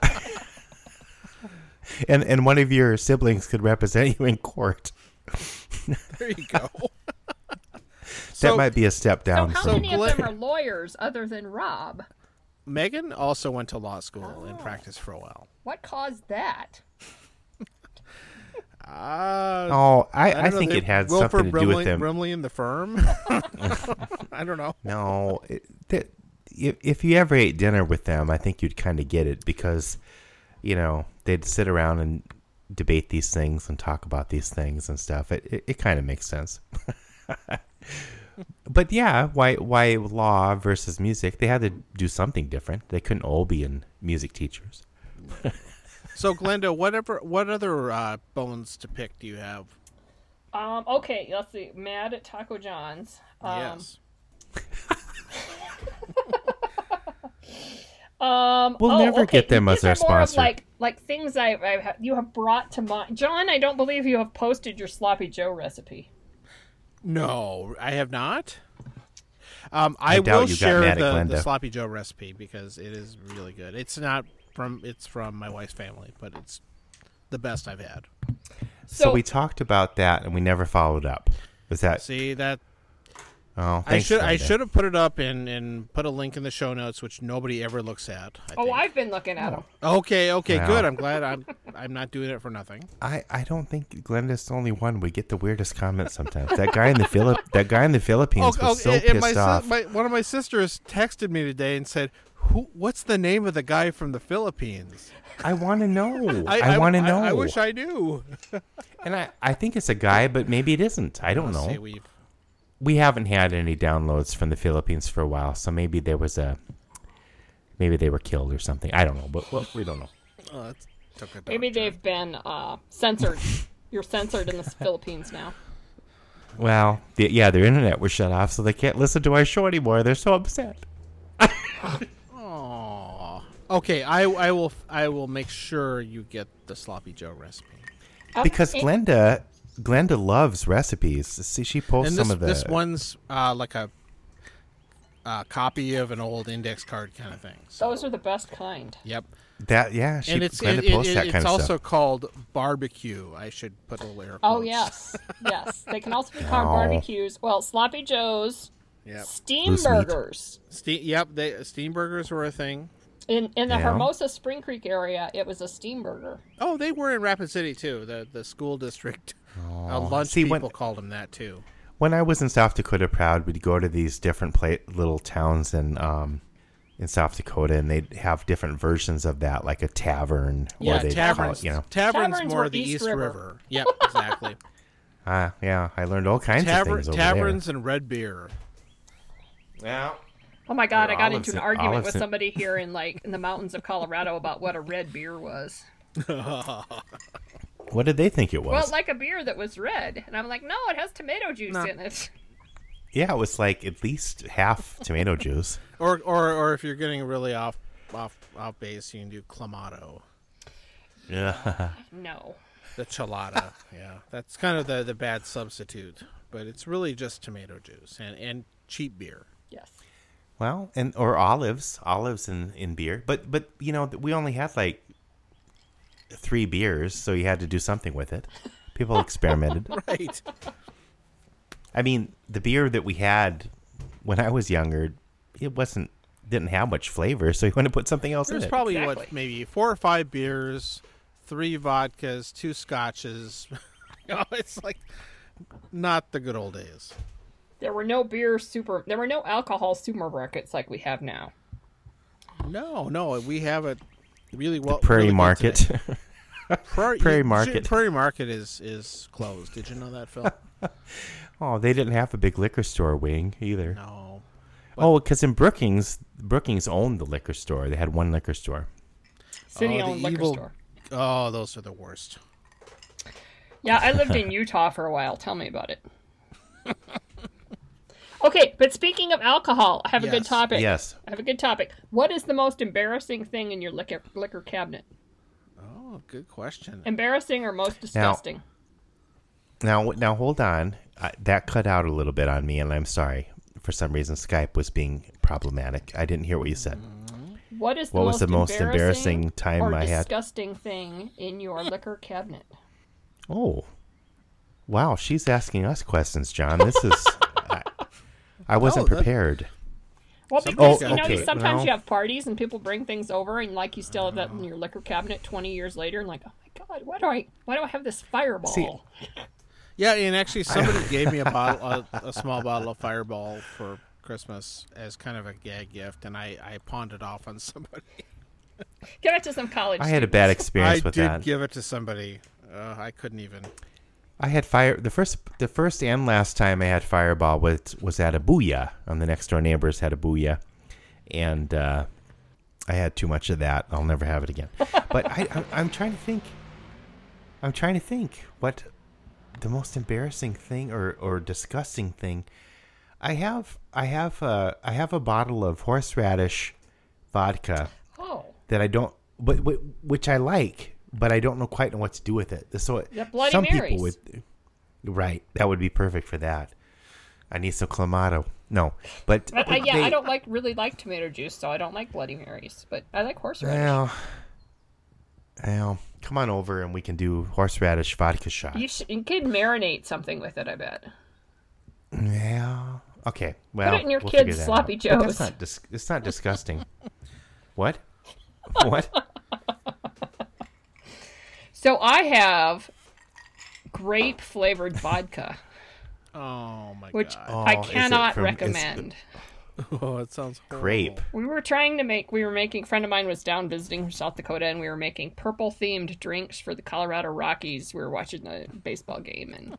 S6: and and one of your siblings could represent you in court.
S3: There you go.
S6: that might be a step
S2: So
S6: down
S2: how
S6: from
S2: many of
S3: Glenn-
S2: them are lawyers other than Rob?
S3: Megan also went to law school and practiced for a while.
S2: What caused that?
S3: Uh,
S6: Oh, I, I,
S3: don't know,
S6: think
S3: they-
S6: it had
S3: Wilford
S6: something to
S3: Brimley,
S6: do with them.
S3: Brimley and the firm. I don't know.
S6: No, it, that, if, if you ever ate dinner with them, I think you'd kind of get it because, you know, they'd sit around and debate these things and talk about these things and stuff. It it, it kind of makes sense. but yeah, why why law versus music? They had to do something different. They couldn't all be in music teachers.
S3: So, Glenda, whatever, what other uh, bones to pick do you have?
S2: Um, okay, let's see. Mad at Taco John's. Um,
S3: yes.
S2: Um,
S6: We'll
S2: oh,
S6: never
S2: okay,
S6: get them
S2: these
S6: as our
S2: are more of
S6: sponsor.
S2: Like, like things I, I ha- you have brought to mind. John, I don't believe you have posted your sloppy Joe recipe.
S3: No, I have not. Um, I,
S6: doubt
S3: will
S6: you got
S3: share
S6: mad at
S3: the, the
S6: Glenda.
S3: sloppy Joe recipe because it is really good. It's not from it's from my wife's family, but it's the best I've had.
S6: So,
S2: So-
S6: we talked about that and we never followed up. Was that?
S3: See that
S6: oh,
S3: I
S6: thanks,
S3: should I
S6: Glenda.
S3: should have put it up and and put a link in the show notes, which nobody ever looks at. I
S2: Oh,
S3: think.
S2: I've been looking at them.
S3: Okay, okay,
S6: Wow.
S3: good. I'm glad I'm I'm not doing it for nothing.
S6: I, I don't think Glenda's the only one. We get the weirdest comments sometimes. That guy in the Philip that guy in the Philippines was so
S3: and- and
S6: pissed
S3: my, sis-
S6: off.
S3: my one of my sisters texted me today and said, "Who? What's the name of the guy from the Philippines?"
S6: I want to know. I, want to know.
S3: I, wish I knew.
S6: and I, I think it's a guy, but maybe it isn't. I don't know.
S3: See,
S6: we...
S3: we've-
S6: haven't had any downloads from the Philippines for a while, so maybe there was a maybe they were killed or something. I don't know, but well, we don't know.
S3: oh, that's- took a dark
S2: Maybe
S3: turn.
S2: they've been uh, censored. You're censored in the Philippines now.
S6: Well, the, yeah, their internet was shut off, so they can't listen to our show anymore. They're so upset.
S3: Aw. Okay, I I will I will make sure you get the sloppy Joe recipe.
S2: Um,
S6: Because
S2: and-
S6: Glenda Glenda loves recipes. See, she posts
S3: And
S6: some
S3: this
S6: of the
S3: this one's uh, like a. Uh, copy of an old index card kind of thing. So,
S2: Those are the best kind.
S3: yep.
S6: that yeah. She
S3: and it's
S6: Glenda
S3: it- it-
S6: posts
S3: it-
S6: that
S3: it's
S6: kind of
S3: also
S6: stuff.
S3: called barbecue. I should put a little air
S2: Oh
S3: quotes.
S2: yes, yes. They can also be called
S6: No.
S2: barbecues. Well, sloppy joes,
S3: Yep.
S2: steam
S6: Loose meat.
S2: burgers.
S3: Ste- yep. They, steam burgers were a thing.
S2: In in the
S6: Yeah.
S2: Hermosa Spring Creek area, it was a steam burger.
S3: Oh, they were in Rapid City too. The the school district uh, lunch
S6: See,
S3: people
S6: when-
S3: called them that too.
S6: when I was in South Dakota Proud, we'd go to these different pla little towns in um, in South Dakota, and they'd have different versions of that, like a tavern.
S2: Yeah,
S6: they'd call it,
S3: taverns,
S6: you know,
S3: taverns.
S2: Taverns
S3: more
S2: were
S3: the
S2: East
S3: East
S2: River.
S3: River. Yep, exactly.
S6: Ah, yeah. I learned all kinds of
S3: Taver-
S6: things over
S3: taverns and red beer.
S6: there. Yeah.
S2: Oh my god,
S6: Or
S2: I got
S6: olives
S2: into an
S6: and-
S2: argument
S6: olives
S2: with
S6: and-
S2: somebody here in like in the mountains of Colorado about what a red beer was.
S6: What did they think it was?
S2: Well, like a beer that was red. And I'm like, no, it has tomato juice in it.
S6: yeah, it was like at least half tomato juice.
S3: Or, or, or if you're getting really off, off, off base, you can do clamato,
S6: Yeah.
S2: No.
S3: the chelada. yeah, that's kind of the the bad substitute, but it's really just tomato juice and and cheap beer.
S2: Yes.
S6: Well, and or olives, olives in in beer. But but you know we only had like three beers, so you had to do something with it. People experimented.
S3: Right.
S6: I mean, the beer that we had when I was younger, it wasn't didn't have much flavor, so you want to put something else
S3: There's
S6: in it.
S3: probably what
S2: Exactly.
S3: maybe four or five beers, three vodkas, two scotches. you know, it's like not the good old days.
S2: There were no beer super. There were no alcohol supermarkets like we have now.
S6: Oh,
S3: No, no, we have it really well.
S6: Prairie
S3: really good
S6: Market.
S3: today. Prairie,
S6: Prairie
S3: you-
S6: Market.
S3: Prairie Market is is closed. Did you know that, Phil?
S6: oh, they didn't have a big liquor store wing either.
S3: no.
S6: Oh, because in Brookings, Brookings owned the liquor store. They had one liquor store.
S2: City
S3: the
S2: owned liquor
S3: evil-
S2: store.
S3: Oh, those are the worst.
S2: Yeah, I lived in Utah for a while. Tell me about it. okay, but speaking of alcohol, I have a good
S3: Yes.
S2: topic.
S6: Yes.
S2: I have a good topic. What is the most embarrassing thing in your liquor, liquor cabinet?
S3: Oh, good question.
S2: Embarrassing or most disgusting?
S6: Now, now hold on. I, that cut out a little bit on me, and I'm sorry. For some reason, Skype was being problematic. I didn't hear what you said.
S2: What is the
S6: What
S2: most
S6: was the most embarrassing time
S2: or
S6: I had?
S2: disgusting thing in your liquor cabinet?
S6: Oh, wow. She's asking us questions, John. This is. I, I wasn't
S3: Oh, that-
S6: prepared.
S2: Well,
S3: Some-
S2: because
S6: Oh,
S2: you know,
S6: okay,
S2: you sometimes
S6: well-
S2: you have parties and people bring things over, and like you still have that in your liquor cabinet twenty years later, and like, oh my god, why do I, why do I have this fireball?
S3: Yeah, and actually, somebody gave me a bottle, a, a small bottle of Fireball for Christmas as kind of a gag gift, and I I pawned it off on somebody.
S2: Give it to some college.
S6: I had a
S2: student.
S6: bad experience
S3: I
S6: with
S3: did
S6: that.
S3: give it to somebody. Uh, I couldn't even.
S6: I had fire the first the first and last time I had fireball was was at a booyah on the next door neighbors had a booyah, and uh, I had too much of that. I'll never have it again. But I, I'm, I'm trying to think. I'm trying to think what the most embarrassing thing or or disgusting thing. I have I have a I have a bottle of horseradish vodka
S2: Oh,
S6: that I don't, but whi- which I like, but I don't know quite know what to do with it. So it-
S2: Yeah, Bloody
S6: some
S2: Marys.
S6: people would, right? That would be perfect for that. I need some clamato. No, but,
S2: I, I,
S6: but
S2: Uh, yeah,
S6: they-
S2: I don't like really like tomato juice, so I don't like Bloody Marys, but I like horseradish.
S6: Well, well, come on over and we can do horseradish vodka shots.
S2: You, should, you could marinate something with it. I bet.
S6: yeah. Okay. Well,
S2: it in your
S6: we'll figure
S2: kid's
S6: that
S2: sloppy
S6: out. But
S2: joes.
S6: That's not dis- it's not disgusting. what? What?
S2: So I have grape flavored vodka,
S3: Oh my
S2: which
S3: god!
S6: Oh,
S2: I
S6: is it
S2: cannot
S6: from- is-
S2: recommend.
S3: Oh, it sounds horrible.
S6: Grape.
S2: We were trying to make, we were making, a friend of mine was down visiting from South Dakota and we were making purple themed drinks for the Colorado Rockies. We were watching a baseball game and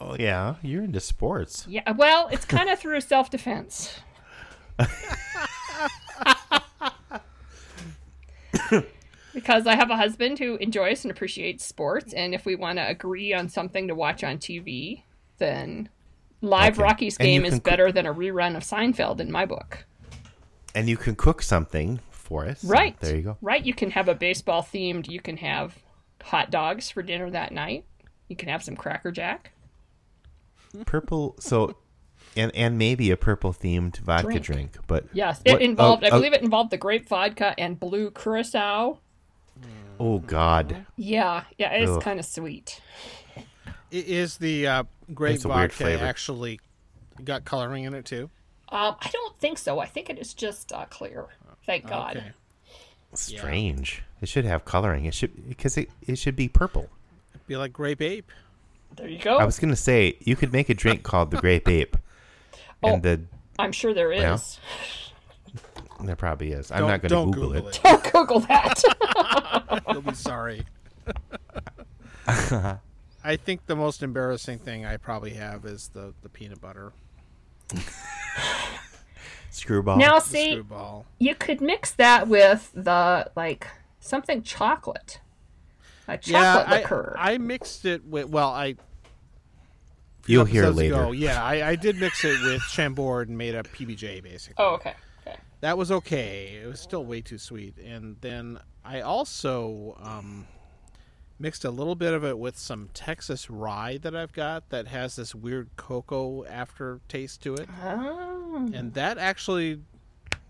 S6: Oh yeah, you're into sports.
S2: yeah, well, it's kind of through self defense. because I have a husband who enjoys and appreciates sports. And if we want to agree on something to watch on TV, then live
S6: Okay.
S2: Rockies
S6: And you
S2: game is
S6: can co-
S2: better than a rerun of Seinfeld in my book.
S6: And you can cook something for us. So
S2: Right.
S6: There you go.
S2: Right. You can have a baseball themed. You can have hot dogs for dinner that night. You can have some Cracker Jack
S6: purple so and and maybe a purple themed vodka drink,
S2: Drink.
S6: but
S2: Yes,
S6: What-
S2: it involved.
S6: oh,
S2: I
S6: oh,
S2: believe it involved the grape vodka and blue curacao.
S6: oh god
S2: Yeah, yeah,
S6: Ugh.
S2: it's kind of sweet.
S3: I- Is the uh, grape
S6: It's a weird
S3: vodka
S6: flavor.
S3: actually got coloring in it too?
S2: Um, I don't think so. I think it is just uh, clear. Thank God.
S3: Okay.
S6: strange it should have coloring it should because it, it should be purple
S3: Be like grape ape.
S2: There you go.
S6: i was gonna say you could make a drink called the grape ape
S2: Oh.
S6: and the
S2: I'm sure there is.
S6: Yeah. there probably is i'm not gonna
S3: don't
S6: google, it,
S2: Don't Google that.
S3: You'll be sorry. I think the most embarrassing thing I probably have is the, the peanut butter
S6: screwball
S2: now,
S3: the
S2: see,
S3: screwball.
S2: you could mix that with the like something chocolate. A chocolate
S3: yeah,
S2: liqueur.
S3: I, I mixed it with well, I
S6: You'll hear
S3: episodes
S6: later.
S3: ago, yeah, I, I did mix it with Chambord and made a PBJ basically.
S2: oh, okay. Okay.
S3: that was okay. It was still way too sweet. And then I also um, mixed a little bit of it with some Texas rye that I've got that has this weird cocoa aftertaste to it,
S2: Oh.
S3: and that actually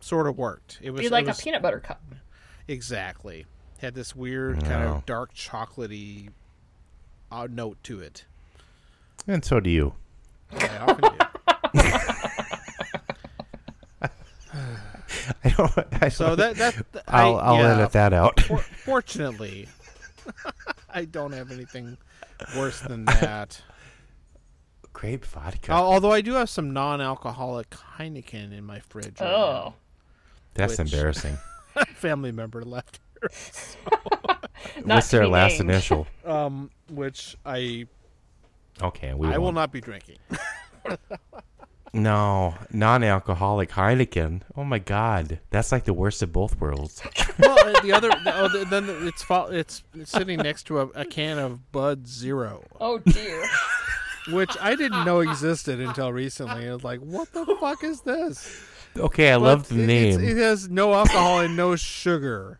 S3: sort of worked. It was
S2: Be
S3: it
S2: like a
S3: was-
S2: peanut butter cup.
S3: exactly had this weird kind
S6: Wow.
S3: of dark chocolatey uh, note to it.
S6: And so do you.
S3: I often do.
S6: I don't. I
S3: So
S6: don't-
S3: that that th- I-
S6: I'll, I'll
S3: yeah,
S6: edit that out.
S3: for- fortunately, I don't have anything worse than that.
S6: Grape vodka.
S3: Al- Although I do have some non-alcoholic Heineken in my fridge. right
S2: Oh.
S6: That's
S3: which-
S6: embarrassing.
S3: now. family member left,
S2: Not
S6: What's
S2: to
S6: their
S2: be
S6: last
S2: named.
S6: initial?
S3: um, which I
S6: Okay, we
S3: I will
S6: won't.
S3: not be drinking.
S6: No, non-alcoholic Heineken. Oh my God, that's like the worst of both worlds.
S3: well, uh, the other the- oh, the- then it's fo- it's sitting next to a, a can of Bud Zero,
S2: Oh dear.
S3: which I didn't know existed until recently. I was like, what the fuck is this?
S6: Okay, I love the
S3: But it's-
S6: name.
S3: It has no alcohol and no sugar.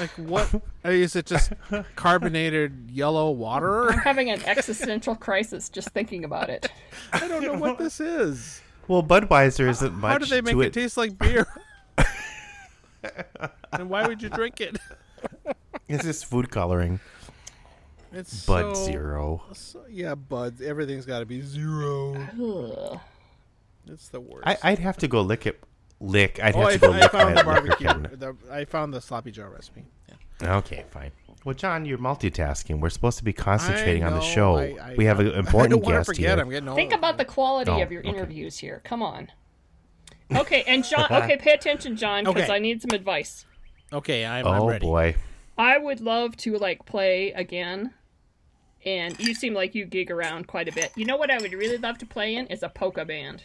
S3: Like what? I mean, Is it just carbonated yellow water?
S2: Having an existential crisis just thinking about it.
S3: I don't know what this is.
S6: well, Budweiser isn't much.
S3: How do they make
S6: to
S3: it, taste like beer? and why would you drink it?
S6: It's just food coloring.
S3: It's
S6: Bud
S3: so-
S6: Zero.
S3: so- yeah, Bud. Everything's got to be zero.
S2: Ugh.
S3: It's the worst.
S6: I, I'd have to go lick it. Lick. I'd
S3: oh,
S6: have
S3: I,
S6: to go
S3: I
S6: lick
S3: found the
S6: my liquor
S3: barbecue.
S6: cabinet.
S3: The, I found the sloppy joe recipe. Yeah.
S6: Okay, fine. Well, John, you're multitasking. We're supposed to be concentrating
S3: I
S6: on the
S3: know,
S6: show.
S3: I- I-
S6: we have an
S3: I don't
S6: important
S3: wanna
S6: guest
S3: forget.
S6: here.
S3: I'm getting old.
S2: Think about the quality
S6: Oh,
S2: of your
S6: okay.
S2: interviews here. Come on. Okay, and John. Okay, pay attention, John, because
S3: Okay.
S2: I need some advice.
S3: Okay, I'm, I'm
S6: oh
S3: ready.
S6: boy.
S2: I would love to like play again. And you seem like you gig around quite a bit. You know what I would really love to play in is a polka band.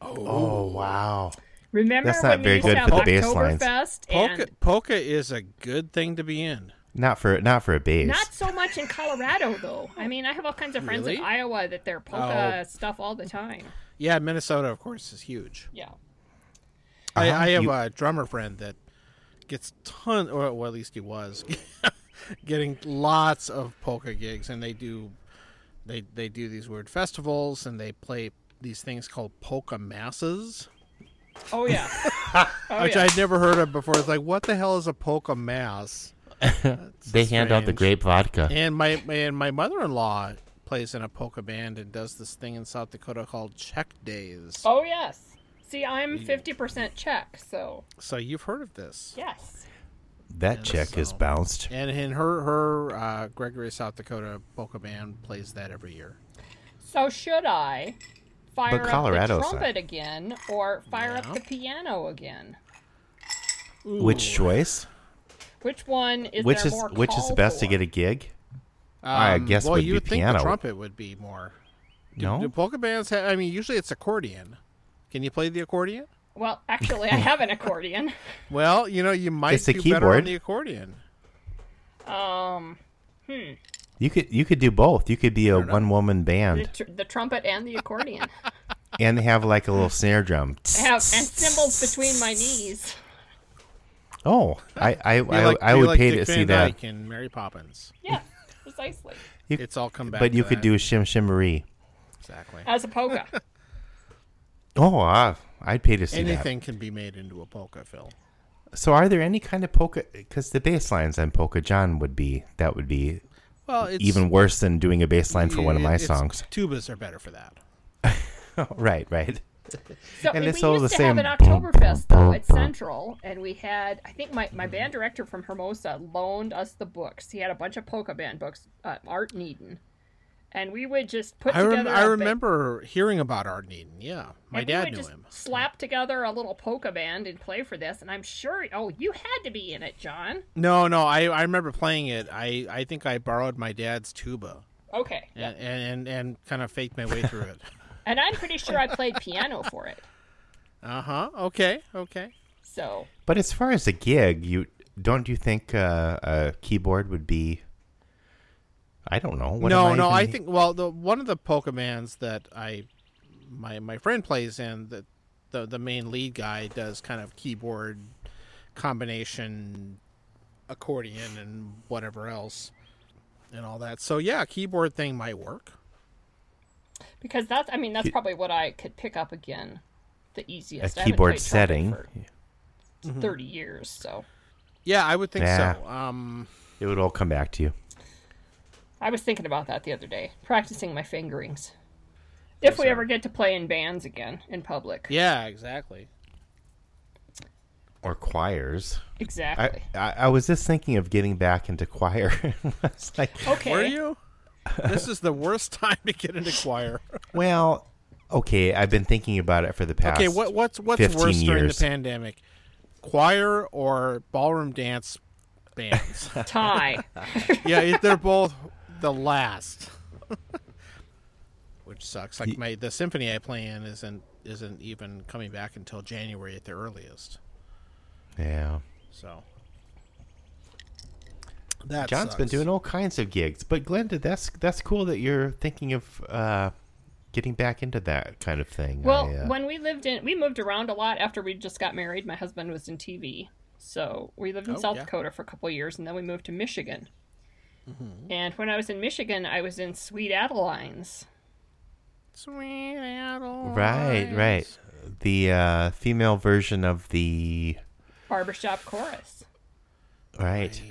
S6: Oh wow.
S2: Remember
S6: That's
S2: when
S6: not very
S2: we used
S6: good
S2: to have
S6: for the bass lines.
S2: Oktoberfest and
S3: Polka, polka is a good thing to be in.
S6: Not for not for a base.
S2: not so much in Colorado though. I mean, I have all kinds of friends
S3: Really?
S2: in Iowa that they're
S6: Oh.
S2: polka stuff all the time.
S3: Yeah, Minnesota, of course, is huge.
S2: Yeah.
S3: I,
S6: Uh-huh.
S3: I have
S6: You-
S3: a drummer friend that gets ton, or well, at least he was getting lots of polka gigs, and they do they they do these weird festivals, and they play these things called polka masses,
S2: Oh yeah. oh,
S3: which
S2: yeah.
S3: I'd never heard of before. It's like, what the hell is a polka mass?
S6: they hand out the
S3: strange.
S6: grape vodka.
S3: And my and my mother in law plays in a polka band and does this thing in South Dakota called Czech Days.
S2: Oh yes. See, I'm 50% Czech, so
S3: So you've heard of this?
S2: yes.
S6: that check is
S3: so-
S6: bounced.
S3: And and her her uh, Gregory, South Dakota polka band plays that every year.
S2: So should I fire up
S6: Colorado's not-
S2: the trumpet again or fire up the piano again?
S6: Which choice?
S2: Which one is
S6: Which
S2: there
S6: is
S2: more
S6: which is the
S2: call
S6: best to
S2: for?
S6: get a gig? I
S3: Um,
S6: guess
S3: well,
S6: would
S3: you
S6: be
S3: would think
S6: piano. Oh?
S3: the trumpet would be more.
S6: no.
S3: Do polka bands? Ha- I mean, usually it's accordion. Can you play the accordion?
S2: Well, actually, I have an accordion.
S3: Well, you know, you might
S6: It's
S3: do
S6: a
S3: better on
S6: keyboard.
S3: the accordion.
S2: Um,
S6: you could you could do both. You could be a one woman
S2: the,
S6: band
S2: tr- the trumpet and the accordion.
S6: and have like a little snare drum.
S2: I have and cymbals between my knees.
S6: Oh, I I, I,
S3: Be like-
S6: I
S3: be
S6: would
S3: like
S6: pay
S3: Dick
S6: to
S3: Van
S6: see that.
S3: Dyke and Mary Poppins.
S2: Yeah, precisely.
S3: It's all come back.
S6: But you
S3: to
S6: could
S3: that.
S6: do a shim shimmery.
S3: exactly.
S2: As a polka.
S6: Oh, ah, I'd pay to see that.
S3: Anything can be made into a polka, Phil.
S6: So, are there any kind of polka? Because the bass lines on Polka John would be that would be
S3: Well, it's
S6: even worse than doing a bass line for one of
S3: it-
S6: my
S3: it's-
S6: songs.
S3: Tubas are better for that.
S6: right, right.
S2: So
S6: And
S2: we
S6: it's
S2: used
S6: all the
S2: to
S6: same.
S2: have an Oktoberfest though at Central, and we had I think my, my band director from Hermosa loaned us the books. He had a bunch of polka band books, uh, Art Needon, and we would just put
S3: I, rem-
S2: together.
S3: I
S2: a ba-
S3: remember hearing about Art Needon. Yeah, my
S2: and we
S3: dad
S2: would
S3: knew
S2: just
S3: him.
S2: Slap together a little polka band and play for this, and I'm sure. Oh, you had to be in it, John.
S3: No, no, I, I remember playing it. I, I think I borrowed my dad's tuba
S2: Okay,
S3: and and, and, and kind of faked my way through it.
S2: and I'm pretty sure I played piano for it.
S3: Uh huh. Okay. Okay.
S2: So
S6: But as far as a gig, you don't you think uh, a keyboard would be I don't know. What
S3: no,
S6: am
S3: no.
S6: even
S3: I
S6: he-
S3: think well, the one of the Pokemans that I my my friend plays and the the, the main lead guy does kind of keyboard combination accordion and whatever else and all that. So yeah, keyboard thing might work.
S2: because that's I mean that's probably what I could pick up again, the
S6: a
S2: easiest. I haven't
S6: keyboard
S2: played Target
S6: setting.
S2: for thirty years, so
S3: Yeah, I would think
S6: Yeah.
S3: so. Um
S6: It would all come back to you.
S2: I was thinking about that the other day, practicing my fingerings. If we ever get to play in bands again in public,
S3: yeah, exactly.
S6: Or choirs. I,
S2: exactly.
S6: I, I was just thinking of getting back into choir. it's like,
S2: okay,
S3: Were you? this is the worst time to get into choir.
S6: well, okay, I've been thinking about it for the past.
S3: Okay, what what's what's
S6: 15
S3: worse during the
S6: years.
S3: pandemic? Choir or ballroom dance bands?
S2: tie.
S3: yeah, it, they're both the last. Which sucks. Like my the symphony I play in isn't isn't even coming back until January at the earliest.
S6: Yeah.
S3: So that
S6: John's
S3: sucks.
S6: been doing all kinds of gigs, but Glenda, that's that's cool that you're thinking of uh, getting back into that kind of thing.
S2: Well,
S6: I, uh,
S2: when we lived in, we moved around a lot after we just got married. My husband was in TV, so we lived in
S3: Oh,
S2: South
S3: yeah.
S2: Dakota for a couple of years, and then we moved to Michigan.
S3: Mm-hmm.
S2: And when I was in Michigan, I was in Sweet Adeline's.
S3: Sweet Adeline.
S6: right, right, the uh, female version of the
S2: barbershop chorus.
S6: right,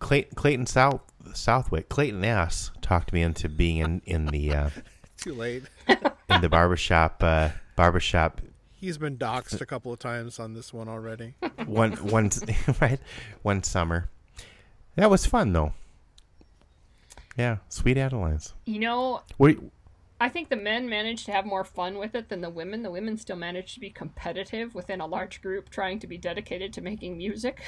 S6: Clay, Clayton South Southwick, Clayton S talked me into being in in the uh,
S3: Too late.
S6: in the barbershop uh, barbershop
S3: He's been doxxed a couple of times on this one already.
S6: one one right one summer. That was fun though. Yeah, sweet Adelines.
S2: You know,
S6: Wait,
S2: I think the men managed to have more fun with it than the women. The women still managed to be competitive within a large group trying to be dedicated to making music.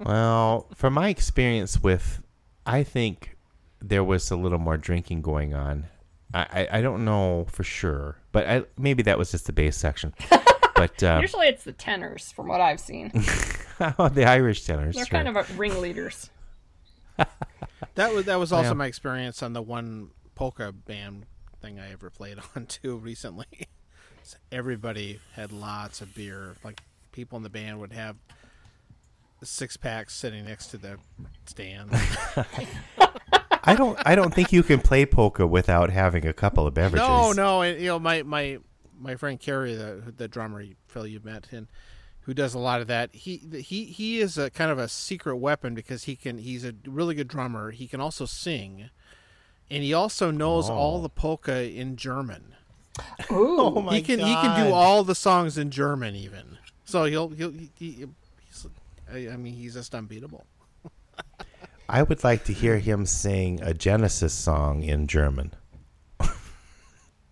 S6: Well, from my experience with, I think there was a little more drinking going on. I, I, I don't know for sure, but I, maybe that was just the bass section. But um,
S2: Usually it's the tenors, from what I've seen.
S6: the Irish tenors,
S2: They're
S6: sure.
S2: kind of a ringleaders.
S3: That was that was also
S6: Yeah.
S3: my experience on the one polka band thing I ever played on too recently. So Everybody had lots of beer. Like people in the band would have six packs sitting next to the stand.
S6: I don't I don't think you can play polka without having a couple of beverages.
S3: no, no, and, you know my my my friend Kerry, the the drummer you- Phil you met, and who does a lot of that. He he he is a kind of a secret weapon because he can he's a really good drummer. He can also sing, and he also knows all the polka in German.
S2: Ooh,
S6: my
S3: he can he can do
S6: God.
S3: all the songs in German even. So he'll he'll he, he, he's, I, I mean he's just unbeatable.
S6: I would like to hear him sing a Genesis song in German.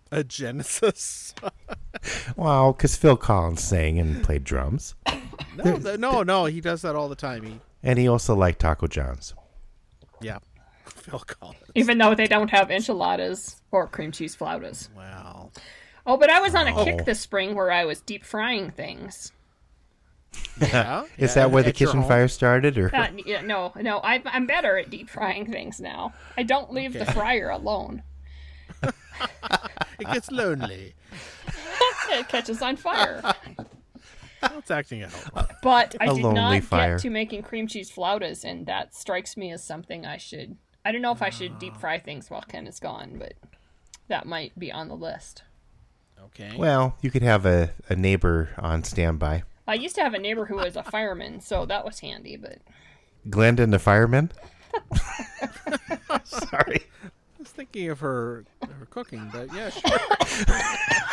S3: A Genesis.
S6: Well, because Phil Collins sang and played drums,
S3: no, th- no, no. He does that all the time. He
S6: and he also liked Taco John's.
S3: yeah. Phil Collins.
S2: even though they don't have enchiladas or cream cheese flautas.
S3: Wow.
S2: Oh, but I was on a
S6: Oh.
S2: kick this spring where I was deep frying things.
S3: Yeah.
S6: Uh, Is
S3: yeah,
S6: that where the
S3: at your
S6: kitchen
S3: home.
S6: fire started, or
S2: Uh, yeah, no, no, I, I'm better at deep frying things now. I don't leave the fryer alone.
S3: It gets lonely.
S2: It catches on fire.
S3: It's acting
S6: Uh,
S3: out.
S2: But I
S6: A
S2: did
S6: lonely
S2: not
S6: fire.
S2: get to making cream cheese flautas, and that strikes me as something I should. I don't know if I should deep fry things while Ken is gone, but that might be on the list.
S3: Okay.
S6: Well, you could have a, a neighbor on standby.
S2: I used to have a neighbor who was a fireman, so that was handy. But
S6: Glendon the fireman? Sorry.
S3: I was thinking of her her cooking, but yeah, sure.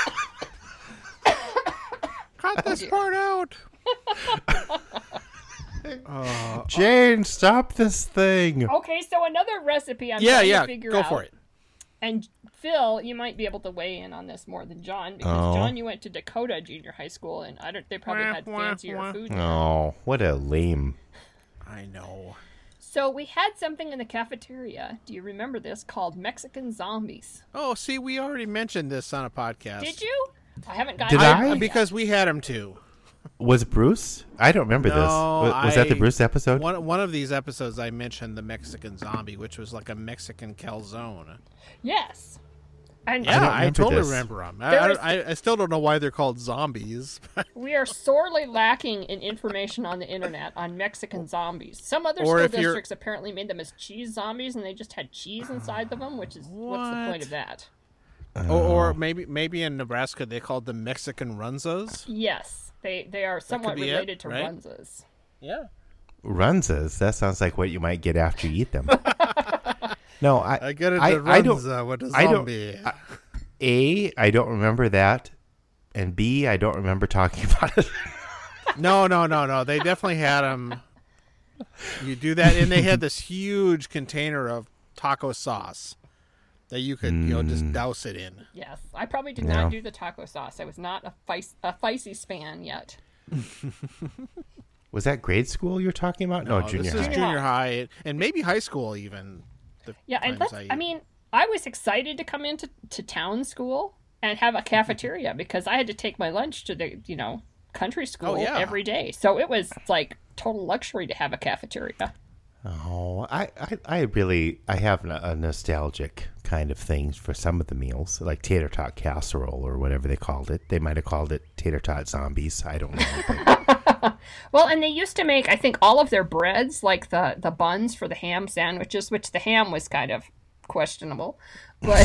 S3: Cut this part out.
S6: Jane, stop this thing.
S2: okay, so another recipe I'm
S3: Yeah,
S2: trying
S3: yeah.
S2: to figure
S3: Go
S2: out.
S3: for it.
S2: And Phil, you might be able to weigh in on this more than John because
S6: Oh.
S2: John, you went to Dakota Junior High School, and I don't. They probably had fancier food.
S6: Oh, what a lame.
S3: I know.
S2: So we had something in the cafeteria. Do you remember this? Called Mexican zombies.
S3: Oh, see, we already mentioned this on a podcast.
S2: Did you? I haven't gotten.
S6: Did
S2: to
S6: I?
S2: them yet.
S3: Because we had him too.
S6: was Bruce? I don't remember this.
S3: No,
S6: Was, was that the
S3: I-
S6: Bruce episode?
S3: One, one of these episodes, I mentioned the Mexican zombie, which was like a Mexican calzone.
S2: Yes. And
S6: don't
S3: Yeah, I,
S6: remember
S3: totally
S6: this.
S3: remember them.
S2: There
S3: I,
S2: was-
S3: I, I still don't know why they're called zombies.
S2: we are sorely lacking in information on the internet on Mexican zombies. Some other
S3: Or
S2: school
S3: if you're-
S2: districts apparently made them as cheese zombies and they just had cheese inside of them, which is what's the
S3: What?
S2: point of that?
S6: Oh.
S3: or, or maybe maybe in Nebraska they called them Mexican runzas.
S2: Yes. They they are somewhat
S3: be it,
S2: related to
S3: right?
S2: runzas.
S3: Yeah.
S6: Runzas. That sounds like what you might get after you eat them. no, I,
S3: I get it.
S6: I,
S3: the uh, runza
S6: I don't.
S3: with a
S6: I don't-
S3: zombie.
S6: I- A, I don't remember that, and B, I don't remember talking about it.
S3: No, no, no, no. They definitely had them. You do that, and they had this huge container of taco sauce that you could, you know,
S6: Mm.
S3: just douse it in.
S2: Yes. I probably did
S6: Yeah.
S2: not do the taco sauce. I was not a feis- a feisty span yet.
S6: Was that grade school you're talking about? No,
S3: Oh,
S6: junior
S3: this is
S6: high.
S3: junior high, and maybe high school even. the
S2: Yeah, and
S3: times
S2: that's I mean, I was excited to come into to town school and have a cafeteria because I had to take my lunch to the, you know, country school
S3: Oh, yeah.
S2: every day. So it was like total luxury to have a cafeteria.
S6: Oh, I, I, I really, I have a a nostalgic kind of thing for some of the meals, like tater tot casserole or whatever they called it. They might have called it tater tot zombies. I don't know. but-
S2: Well, and they used to make I think all of their breads like the the buns for the ham sandwiches, which the ham was kind of questionable, but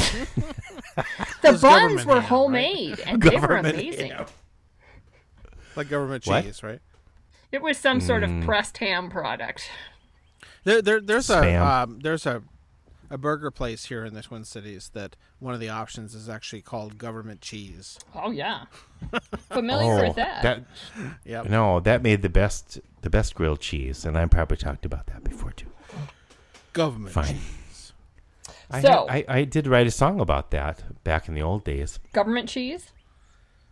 S2: the buns
S3: government
S2: were
S3: ham, right?
S2: homemade and they were
S6: Government
S2: amazing.
S3: like government
S6: What?
S3: cheese, right?
S2: It was some sort of pressed ham product.
S3: There, there there's
S6: Spam.
S3: a um, there's a a burger place here in the Twin Cities that one of the options is actually called government cheese.
S2: Oh yeah, familiar with that.
S3: Yep.
S6: Oh, no, that made the best, the best grilled cheese, and I probably talked about that before too.
S3: Government
S6: Fine.
S3: cheese.
S6: I,
S2: So-
S6: I, I did write a song about that back in the old days.
S2: Government cheese.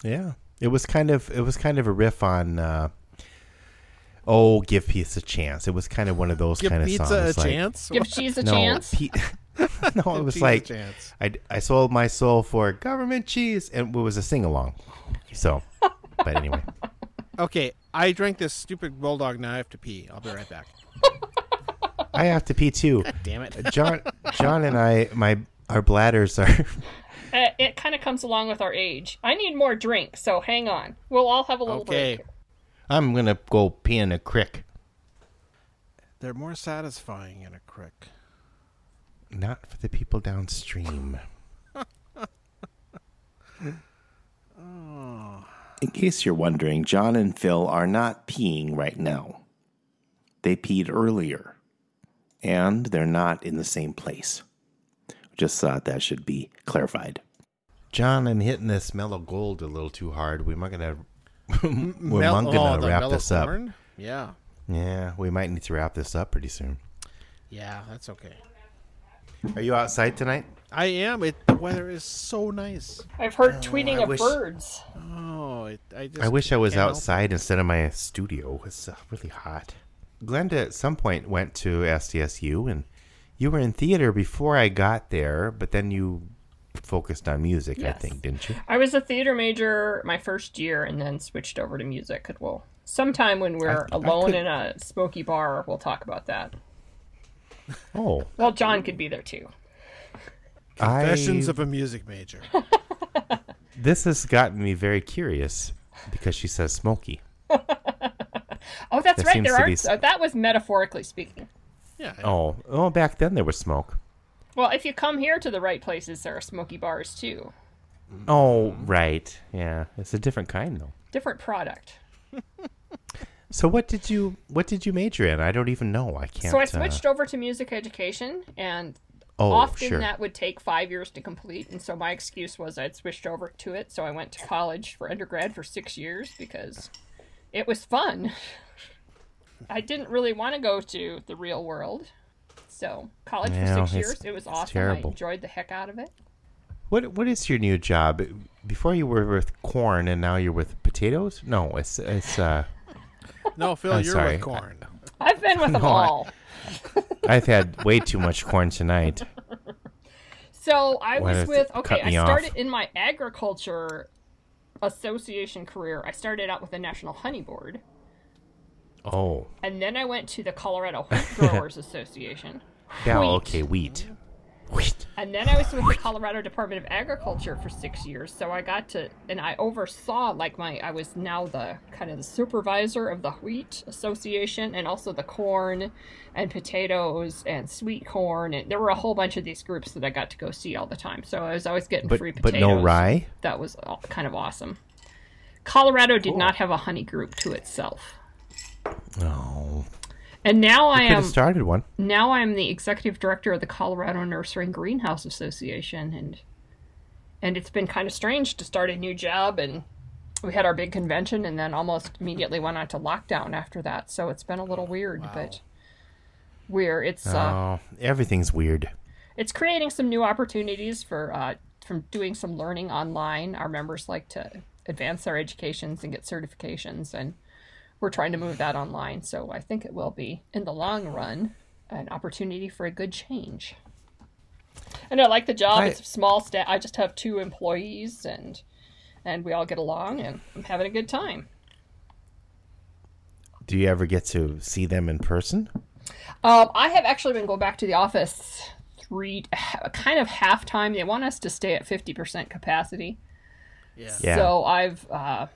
S6: Yeah, it was kind of it was kind of a riff on. Uh, oh, give pizza a chance. It was kind of one of those
S3: Give
S6: kind of
S3: pizza a
S6: songs. like-
S3: chance.
S2: Give cheese a
S6: no,
S2: chance.
S6: Pe- no, it was
S3: cheese a
S6: like
S3: chance.
S6: I, I sold my soul for government cheese, and it was a sing along. So, but anyway,
S3: Okay, I drank this stupid bulldog. Now I have to pee. I'll be right back.
S6: I have to pee too.
S3: Damn it.
S6: John, John, and I, my our bladders are.
S2: Uh, it kind of comes along with our age. I need more drink, so hang on. We'll all have a little
S3: Okay.
S2: break.
S6: I'm gonna go pee in a crick.
S3: They're more satisfying in a crick.
S6: Not for the people downstream.
S7: In case you're wondering, John and Phil are not peeing right now. They peed earlier, and they're not in the same place. Just thought that should be clarified.
S6: John, I'm hitting this mellow gold a little too hard. We're not gonna. We're
S3: Mel-
S6: not
S3: oh,
S6: gonna
S3: the
S6: wrap
S3: mellow
S6: this up.
S3: corn? Yeah.
S6: Yeah, we might need to wrap this up pretty soon.
S3: Yeah, that's okay.
S6: Are you outside tonight?
S3: I am. It the weather is so nice.
S2: I've heard tweeting
S6: Uh, I
S2: of
S6: wish-
S2: birds.
S3: Oh, it, I just
S6: I wish I was
S3: can't help
S6: outside instead of my studio. It's uh, really hot. Glenda at some point went to SDSU, and you were in theater before I got there, but then you focused on music, I
S2: Yes.
S6: think, didn't you?
S2: I was a theater major my first year and then switched over to music. And we'll, sometime when we're
S6: I
S2: alone
S6: could-
S2: in a smoky bar, we'll talk about that.
S6: Oh,
S2: Well, John could be there too.
S6: I.
S3: Confessions of a music major.
S2: Oh,
S6: This has gotten me very curious because she says smoky.
S2: Oh, that's
S6: There
S2: right.
S6: seems
S2: There
S6: to
S2: are.
S6: be s-
S2: uh, that was metaphorically speaking.
S3: Yeah.
S6: Oh, oh, back then there was smoke.
S2: Well, if you come here to the right places, there are smoky bars too.
S6: Oh,
S2: Mm-hmm.
S6: right. Yeah, it's a different kind though.
S2: Different product.
S6: So what did you what did you major in? I don't even know. I can't.
S2: So I
S6: uh,
S2: switched over to music education, and
S6: Oh,
S2: often
S6: sure.
S2: that would take five years to complete. And so my excuse was I'd switched over to it. So I went to college for undergrad for six years because it was fun. I didn't really want to go to the real world. So college
S6: Yeah,
S2: for six
S6: it's-
S2: years, it was
S6: it's
S2: awesome.
S6: terrible.
S2: I enjoyed the heck out of it.
S6: What what is your new job? Before you were with corn, and now you're with potatoes. No, it's it's. Uh,
S3: No, Phil,
S6: I'm
S3: you're
S6: sorry.
S3: with corn.
S2: I've been with them
S6: I-
S2: all.
S6: I've had way too much corn tonight.
S2: So I
S6: Why
S2: was
S6: does
S2: with
S6: it
S2: okay.
S6: cut
S2: I
S6: me off?
S2: started in my agriculture association career, I started out with the National Honey Board,
S6: Oh.
S2: and then I went to the Colorado Wheat Growers Association.
S6: Yeah,
S2: Wheat.
S6: okay, wheat. Wheat.
S2: And then I was with the Colorado Department of Agriculture for six years, so I got to and I oversaw like my I was now the kind of the supervisor of the wheat association and also the corn and potatoes and sweet corn and there were a whole bunch of these groups that I got to go see all the time. So I was always getting
S6: But
S2: free
S6: but
S2: potatoes.
S6: no rye?
S2: That was all- kind of awesome. Colorado did not have a honey group to itself.
S6: No.
S2: And now I
S6: Could
S2: am
S6: have started one.
S2: now I'm the executive director of the Colorado Nursery and Greenhouse Association, and and it's been kind of strange to start a new job. And we had our big convention, and then almost immediately went on to lockdown after that. So it's been a little weird, but we're it's uh,
S6: Oh, everything's weird.
S2: it's creating some new opportunities for uh, from doing some learning online. Our members like to advance their educations and get certifications, and we're trying to move that online. So I think it will be in the long run an opportunity for a good change. And I like the job.
S6: I-
S2: It's a small staff. I just have two employees, and and we all get along, and I'm having a good time.
S6: Do you ever get to see them in person?
S2: Um, I have actually been going back to the office three, kind of half time. They want us to stay at fifty percent capacity.
S3: Yeah.
S6: Yeah.
S2: So I've uh,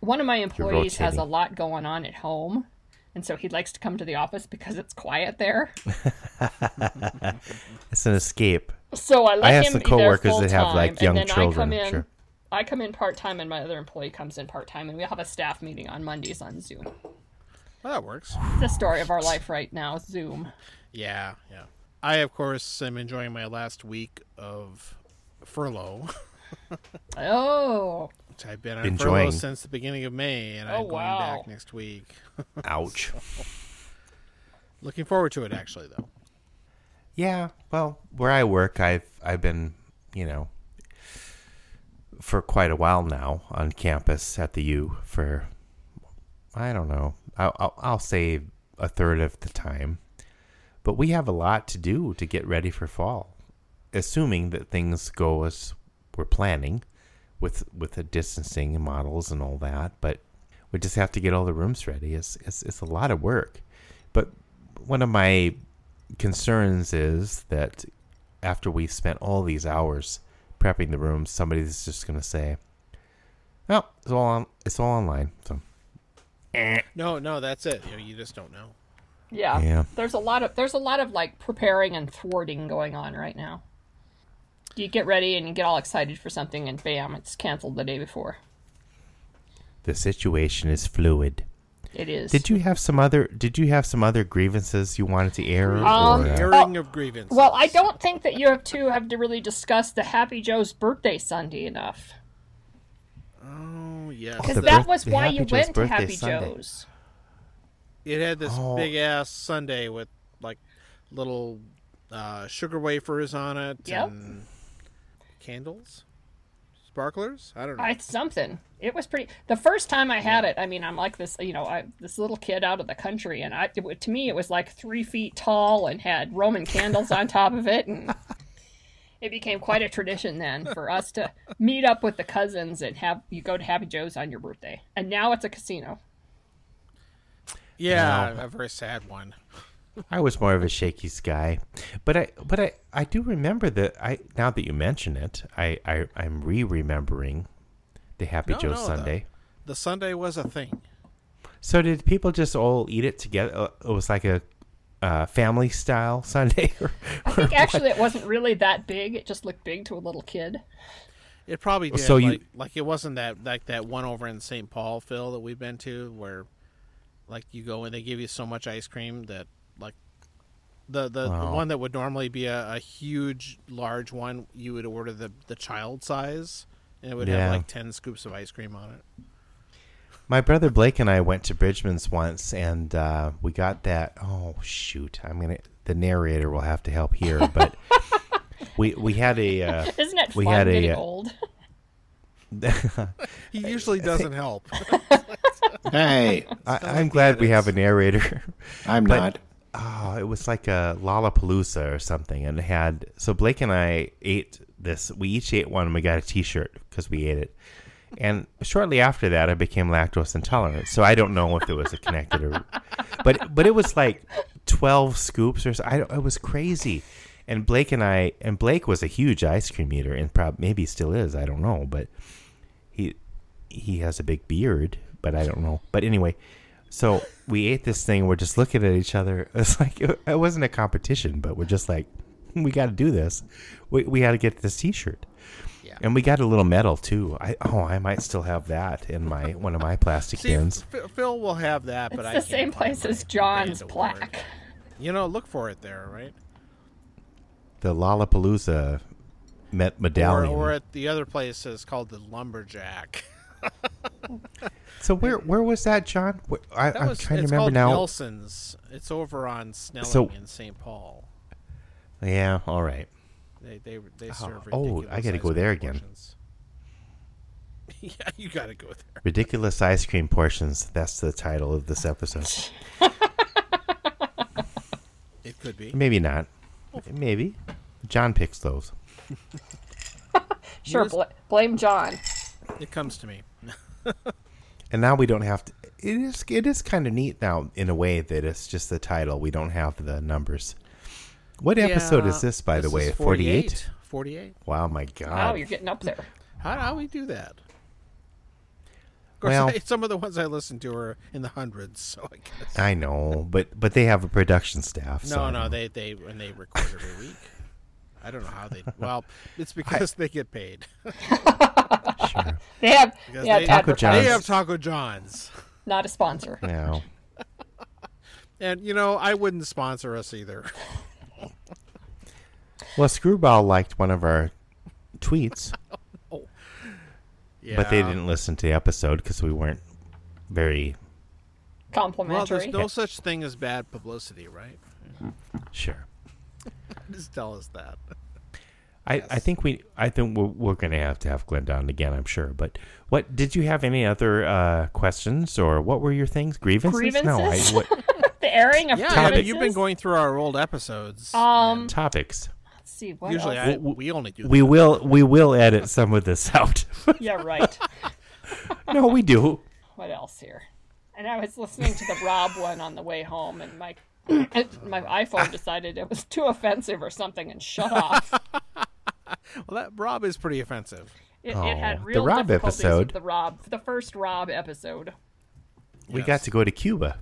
S2: one of my employees has a
S6: rotating.
S2: lot going on at home, and so he likes to come to the office because it's quiet there.
S6: It's an escape.
S2: So I let
S6: I asked
S2: him
S6: the
S2: be there
S6: coworkers that have,
S2: full-time,
S6: like, young
S2: and then
S6: children,
S2: I come in,
S6: sure.
S2: I come in part time, and my other employee comes in part time, and we have a staff meeting on Mondays on Zoom.
S3: Well, that works.
S2: It's the story of our life right now, Zoom.
S3: Yeah, yeah. I of course am enjoying my last week of furlough,
S2: Oh,
S3: which I've been on
S6: Enjoying.
S3: furlough since the beginning of May, and
S2: Oh,
S3: I'm going
S2: wow.
S3: back next week.
S6: Ouch.
S3: Looking forward to it, actually, though.
S6: Yeah. Well, where I work, I've I've been, you know, for quite a while now on campus at the U for I don't know. I'll I'll, I'll say a third of the time. But we have a lot to do to get ready for fall, assuming that things go as we're planning with with the distancing and models and all that, but we just have to get all the rooms ready. It's it's, it's a lot of work. But one of my concerns is that after we've spent all these hours prepping the room, somebody's just going to say, "Oh, it's all on, it's all online." So
S3: No, no, that's it. You, know, you just don't know.
S2: yeah.
S6: Yeah.
S2: There's a lot of there's a lot of like preparing and thwarting going on right now. You get ready and you get all excited for something, and bam, it's canceled the day before.
S6: the situation is fluid.
S2: It is.
S6: Did you have some other? Did you have some other grievances you wanted to air?
S2: Um,
S6: or, uh,
S3: Airing of grievances.
S2: Well, I don't think that you have two have to really discuss the Happy Joe's birthday Sunday enough.
S3: Oh yes,
S6: Oh,
S2: Because
S6: The
S2: that
S6: birth-
S2: was
S6: the
S2: why
S6: Happy
S2: you
S6: Joe's
S2: went to
S6: birthday
S2: Happy
S6: Sunday.
S2: Joe's.
S3: it had this
S6: Oh.
S3: big ass Sunday with like little uh, sugar wafers on it
S2: Yep.
S3: and candles, sparklers. I don't know.
S2: I, Uh, it's something. It was pretty. The first time I had it, I mean, I'm like this, you know, I, this little kid out of the country, and I, it, wa- to me, it was like three feet tall and had Roman candles on top of it, and it became quite a tradition then for us to meet up with the cousins and have you go to Happy Joe's on your birthday. And now it's a casino.
S3: yeah, a very sad one.
S6: I was more of a Shakey's guy, but I but I, I do remember that I now that you mention it, I I I'm re remembering the Happy
S3: No,
S6: Joe
S3: no, the-
S6: Sunday.
S3: The Sunday was a thing.
S6: So did people just all eat it together? Uh, It was like a uh, family style Sunday. or-
S2: I think actually it wasn't really that big. It just looked big to a little kid.
S3: It probably did.
S6: So you-
S3: like, like it wasn't that like that one over in St. Paul, Phil, that we've been to, where like you go and they give you so much ice cream that like the the, the
S6: Wow.
S3: one that would normally be a, a huge large one, you would order the the child size, and it would
S6: Yeah.
S3: have like ten scoops of ice cream on it.
S6: My brother Blake and I went to Bridgman's once, and uh, we got that. Oh shoot! I'm gonna. The narrator will have to help here, but we we had a. Uh,
S2: Isn't it fun
S6: We had a,
S2: getting
S6: uh,
S2: old?
S3: He usually doesn't help.
S1: Hey,
S6: I, I'm glad we have a narrator.
S1: I'm
S6: But-
S1: not.
S6: Oh, it was like a Lollapalooza or something, and it had so Blake and I ate this. We each ate one, and we got a T-shirt because we ate it, and shortly after that, I became lactose intolerant. So I don't know if it was a connected or, but but it was like twelve scoops or so. I, it was crazy. And Blake and I, and Blake was a huge ice cream eater, and prob- maybe still is. I don't know, but he he has a big beard, but I don't know. But anyway, so we ate this thing. We're just looking at each other. It's like it, it wasn't a competition, but we're just like, we got to do this. We we got to get this T-shirt.
S3: Yeah.
S6: And we got a little medal too. I oh, I might still have that in my one of my plastic
S3: See,
S6: bins.
S3: Ph- Phil will have that, but
S2: It's
S3: I
S2: the
S3: can't find
S2: same place
S3: my
S2: as John's
S3: band award.
S2: plaque.
S3: You know, look for it there, right?
S6: The Lollapalooza met
S3: Or,
S6: medallion.
S3: or at the other place is called the lumberjack.
S6: so where where was that, John? Where, I,
S3: That
S6: I'm
S3: was
S6: trying to
S3: it's
S6: remember
S3: called
S6: now.
S3: Nelson's. It's over on Snelling
S6: So-
S3: in St. Paul.
S6: Yeah. All right.
S3: They they they serve.
S6: oh,
S3: ridiculous
S6: I gotta
S3: ice
S6: go there
S3: cream
S6: again.
S3: portions. yeah, you gotta go there.
S6: Ridiculous ice cream portions. That's the title of this episode.
S3: It could be.
S6: Maybe not. Maybe. John picks those.
S2: Sure,
S3: Yours-
S2: bl- blame John.
S3: It comes to me.
S6: And now we don't have to. It is it is kind of neat now in a way that it's just the title. We don't have the numbers. What episode is this, by the way? Forty eight.
S3: 48.
S6: Wow, my
S2: Wow,
S6: God.
S2: Oh, you're getting up there.
S3: How do we do that? Of course,
S6: Well-
S3: some of the ones I listen to are in the hundreds, so I guess.
S6: I know, but but they have a production staff. so
S3: No,
S6: I
S3: no,
S6: don't-
S3: they they when they record every week. I don't know how they. Well, it's because they get paid.
S6: sure.
S2: They have,
S3: Because
S2: they have
S3: they-
S6: Taco John's.
S3: They
S2: advertisers,
S3: have Taco John's,
S2: not a sponsor.
S6: No.
S3: and you know I wouldn't sponsor us either.
S6: Well, Screwball liked one of our tweets,
S3: Yeah.
S6: but they didn't listen to the episode because we weren't very
S3: Well,
S2: Complimentary.
S3: there's no such thing as bad publicity, right?
S6: sure.
S3: Just tell us that.
S6: I, I think we I think we're, we're going to have to have Glenn down again, I'm sure. But what did you have any other uh, questions or what were your things grievances? No, I,
S2: Grievances?
S6: what
S2: the airing of
S3: Yeah, I
S2: grievances?
S3: mean, you've been going through our old episodes.
S2: Um,
S6: topics?
S2: let's see what
S3: Usually,
S2: else?
S3: I, we only do.
S6: We will we will edit some of this out.
S2: yeah, right.
S6: no, we do.
S2: what else here? And I was listening to the Rob one on the way home, and my my iPhone decided it was too offensive or something and shut off.
S3: Well, that Rob is pretty offensive.
S2: It,
S6: Oh,
S2: it had
S6: the
S2: real
S6: Rob
S2: difficulties with
S6: episode.
S2: The Rob, the first Rob episode.
S6: We got to go to Cuba.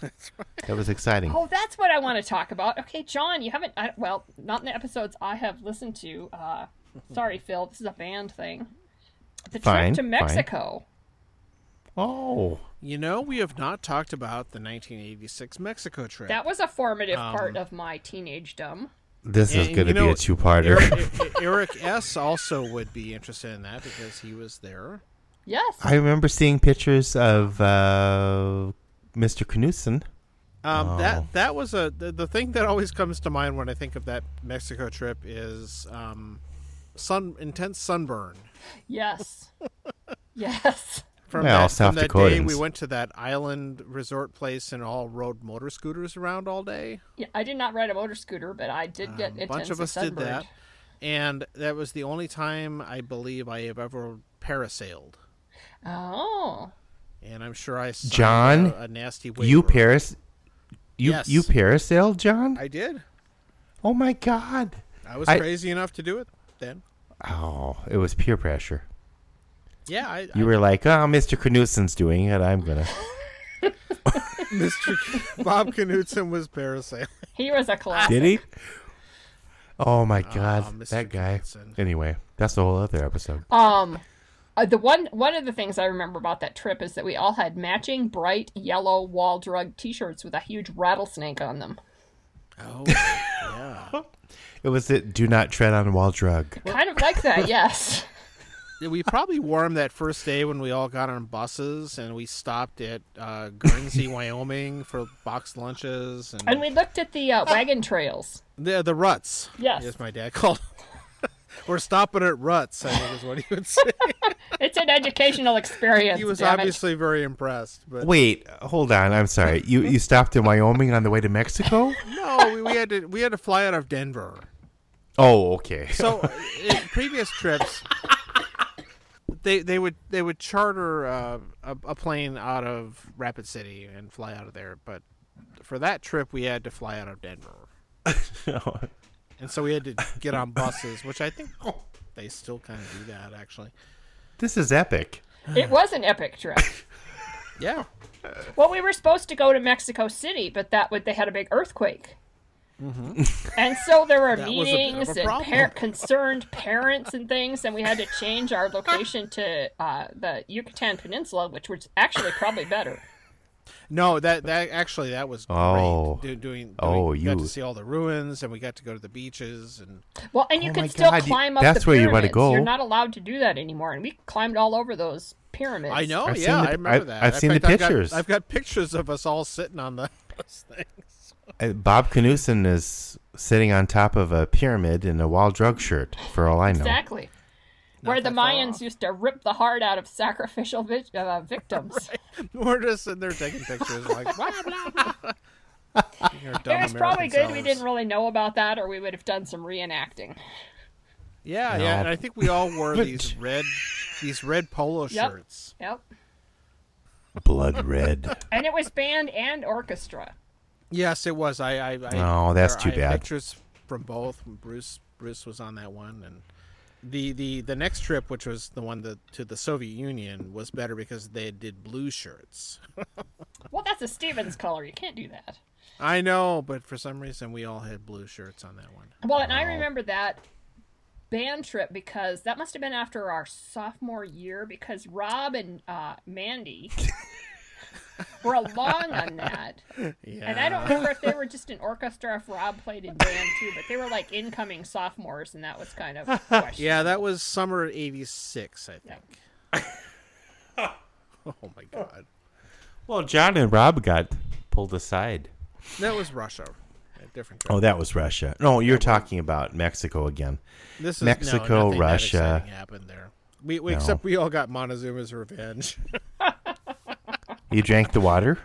S6: that was exciting.
S2: Oh, that's what I want to talk about. Okay, John, you haven't. I, well, not in the episodes I have listened to. Uh, sorry, Phil, this is a band thing. The trip
S6: Fine,
S2: to
S6: fine.
S2: Mexico.
S6: Oh,
S3: You know, we have not talked about the 1986 Mexico trip.
S2: That was a formative
S3: Um,
S2: part of my teenage dumb.
S6: this is
S3: And
S6: going to
S3: you
S6: be
S3: know,
S6: a two-parter.
S3: Eric, E- E- Eric S. also would be interested in that because he was there.
S2: Yes.
S6: I remember seeing pictures of uh, Mr. Knudsen.
S3: Um,
S6: Oh.
S3: That that was a the, the thing that always comes to mind when I think of that Mexico trip is um, sun intense sunburn.
S2: Yes. yes.
S3: From
S6: Well,
S3: that,
S6: South
S3: from that day
S6: Dakotans.
S3: we went to that island resort place and all rode motor scooters around all day.
S2: Yeah, I did not ride a motor scooter, but I did get
S3: Um, a bunch of us did
S2: sunburned.
S3: that, and that was the only time I believe I have ever parasailed.
S2: Oh,
S3: And I'm sure I signed
S6: John,
S3: a, a nasty waiver.
S6: You Paris, you
S3: Yes.
S6: you parasailed, John?
S3: I did.
S6: oh my God!
S3: I was
S6: I-
S3: crazy enough to do it then.
S6: Oh, it was peer pressure.
S3: Yeah, I,
S6: You were like, oh, Mr. Knudsen's doing it. I'm going to.
S3: I- Mr. Bob Knutson was parasailing.
S2: he was a classic.
S6: Did he? Oh, my God.
S3: Mr.
S6: that guy.
S3: Ah, Knudsen.
S6: Anyway, that's the whole other episode.
S2: Um, uh, the one one of the things I remember about that trip is that we all had matching bright yellow wall drug T-shirts with a huge rattlesnake on them.
S3: Oh, yeah.
S6: It was the Do Not Tread on Wall drug.
S2: Kind of like that, yes.
S3: Yeah, We probably wore him that first day when we all got on buses and we stopped at uh, Guernsey, Wyoming for box lunches and,
S2: And we looked at the uh, wagon trails.
S3: the the ruts.
S2: Yes.
S3: as my dad called. them. we're stopping at ruts. I think is what he would say.
S2: It's an educational experience.
S3: He was
S2: damn it.
S3: obviously very impressed, but
S6: Wait, hold on. I'm sorry. You you stopped in Wyoming on the way to Mexico?
S3: no, we, we had to we had to fly out of Denver. uh,
S6: Oh, okay.
S3: So in previous trips, they they would they would charter uh, a, a plane out of Rapid City and fly out of there. But for that trip, we had to fly out of Denver, and so we had to get on buses, which I think they still kind of do that actually.
S6: This is epic.
S2: It was an epic trip.
S3: Yeah,
S2: Well, we were supposed to go to Mexico City, but that would they had a big earthquake. and so there were
S3: Mm-hmm. That was a bit of
S2: meetings
S3: a
S2: and
S3: problem.
S2: par- concerned parents and things, and we had to change our location to uh, the Yucatan Peninsula, which was actually probably better.
S3: no, that that actually that was
S6: Oh.
S3: great. Do, doing, doing
S6: Oh,
S3: we got
S6: you-
S3: to see all the ruins, and we got to go to the beaches, and
S2: Well, and you
S6: Oh my
S2: could still
S6: God, you-
S2: climb up.
S6: that's
S2: the
S6: where you wanna
S2: pyramids.
S6: go.
S2: You're not allowed to do that anymore, and we climbed all over those pyramids.
S3: I know,
S6: I've
S3: yeah,
S6: seen the-
S3: I remember
S6: I've-
S3: that.
S6: I've
S3: In
S6: seen the
S3: fact, I've got-
S6: pictures.
S3: I've got, pictures of us all sitting on the those things.
S6: Uh, Bob Knudsen is sitting on top of a pyramid in a Wild Drug shirt, for all I know.
S2: exactly. Where the
S3: that far
S2: Mayans
S3: off.
S2: used to rip the heart out of sacrificial vi- uh, victims.
S3: We're just sitting there taking pictures, like blah blah. blah. You're dumb
S2: It was probably good
S3: American
S2: we
S3: sellers.
S2: didn't really know about that, or we would have done some reenacting.
S3: Yeah,
S6: No.
S3: yeah, and I think we all wore these red, these red polo
S2: Yep.
S3: shirts.
S2: Yep.
S6: Blood red.
S2: And it was band and orchestra.
S3: Yes, it was. I, I, I
S6: Oh, that's
S3: there-
S6: too
S3: I had
S6: bad.
S3: Pictures from both. Bruce, Bruce was on that one, and the the the next trip, which was the one that, to the Soviet Union, was better because they did blue shirts.
S2: Well, that's a Stevens color. You can't do that.
S3: I know, but for some reason, we all had blue shirts on that one.
S2: Well, and I remember that band trip because that must have been after our sophomore year because Rob and uh, Mandy were along on that.
S3: Yeah,
S2: And I don't remember if they were just an orchestra, or if Rob played in band too, but they were like incoming sophomores, and that was kind of questionable.
S3: Yeah, that was summer '86, I think. oh my god,
S8: Well, John and Rob got pulled aside.
S3: that was Russia. A different. Trip.
S6: Oh, that was Russia. No, you're talking about Mexico again.
S3: This is
S6: Mexico,
S3: no, nothing that
S6: Russia.
S3: exciting happened there. We, we except we all got Montezuma's revenge.
S6: You drank the water?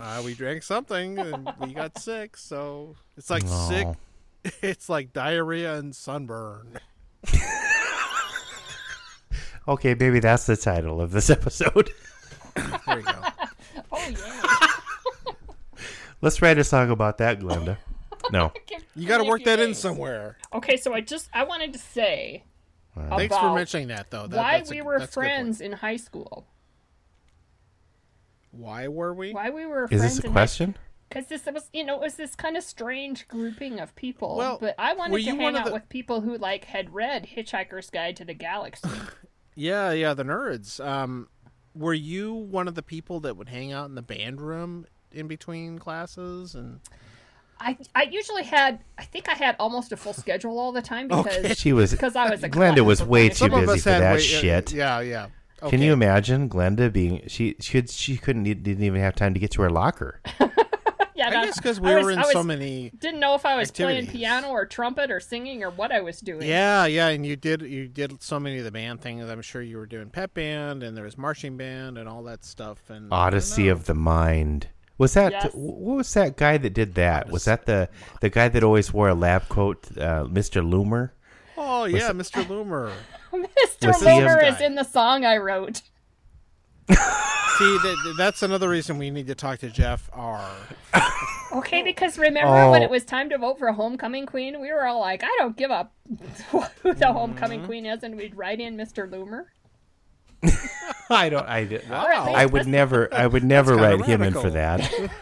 S3: Uh, we drank something and we got sick, so it's like sick.
S6: Oh.
S3: It's like diarrhea and sunburn.
S6: Okay, maybe that's the title of this episode.
S3: There you go.
S2: Oh, yeah.
S6: Let's write a song about that, Glenda. No.
S2: Give-
S3: You got to
S2: give me a
S3: work
S2: few
S3: that in
S2: days.
S3: somewhere.
S2: Okay, so I just I wanted to say
S3: Thanks for
S2: about
S3: mentioning that, though. That,
S2: why
S3: that's a-
S2: we were
S3: that's a good point.
S2: friends in high school.
S3: Why were we?
S2: Why we were
S6: Is
S2: friends
S6: this a question?
S2: Because this was you know it was this kind of strange grouping of people.
S3: Well,
S2: but I
S3: were
S2: wanted to
S3: you
S2: hang
S3: one of
S2: out
S3: the-
S2: with people who like had read Hitchhiker's Guide to the Galaxy.
S3: Yeah, yeah, the nerds. Um, were you one of the people that would hang out in the band room in between classes and?
S2: I I usually had I think I had almost a full schedule all the time because
S6: She was.
S2: because I was a
S6: Glenda was
S2: class
S6: way uh,
S2: clown.
S6: too busy for that
S3: way- uh,
S6: shit.
S3: Yeah, yeah. Okay.
S6: Can you imagine Glenda being she she had- she couldn't e-, didn't even have time to get to her locker.
S2: Yeah,
S3: I
S2: that-
S3: guess because
S2: I
S3: we
S2: was-
S3: were in
S2: I was-
S3: so many.
S2: Didn't know if I was playing
S3: activities.
S2: piano or trumpet or singing or what I was doing.
S3: Yeah, yeah, and you did you did so many of the band things. I'm sure you were doing pep band and there was marching band and all that stuff. And
S6: Odyssey of the Mind. Was that
S2: Yes.
S6: wh- what was that guy that did that? Was that the the guy that always wore a lab coat, uh, Mr. Loomer?
S3: oh yeah, Mr. Loomer.
S2: Mr.
S6: Was he a-
S2: Lover is in the song I wrote.
S3: See, that, that's another reason we need to talk to Jeff R.
S2: Okay, because remember
S6: Oh.
S2: when it was time to vote for homecoming queen, we were all like, "I don't give up who the
S6: Mm-hmm.
S2: homecoming queen is," and we'd write in Mr. Loomer.
S6: I don't. I did.
S2: Wow.
S6: I would never. I would never
S3: kinda
S6: write him in for that.
S3: radical.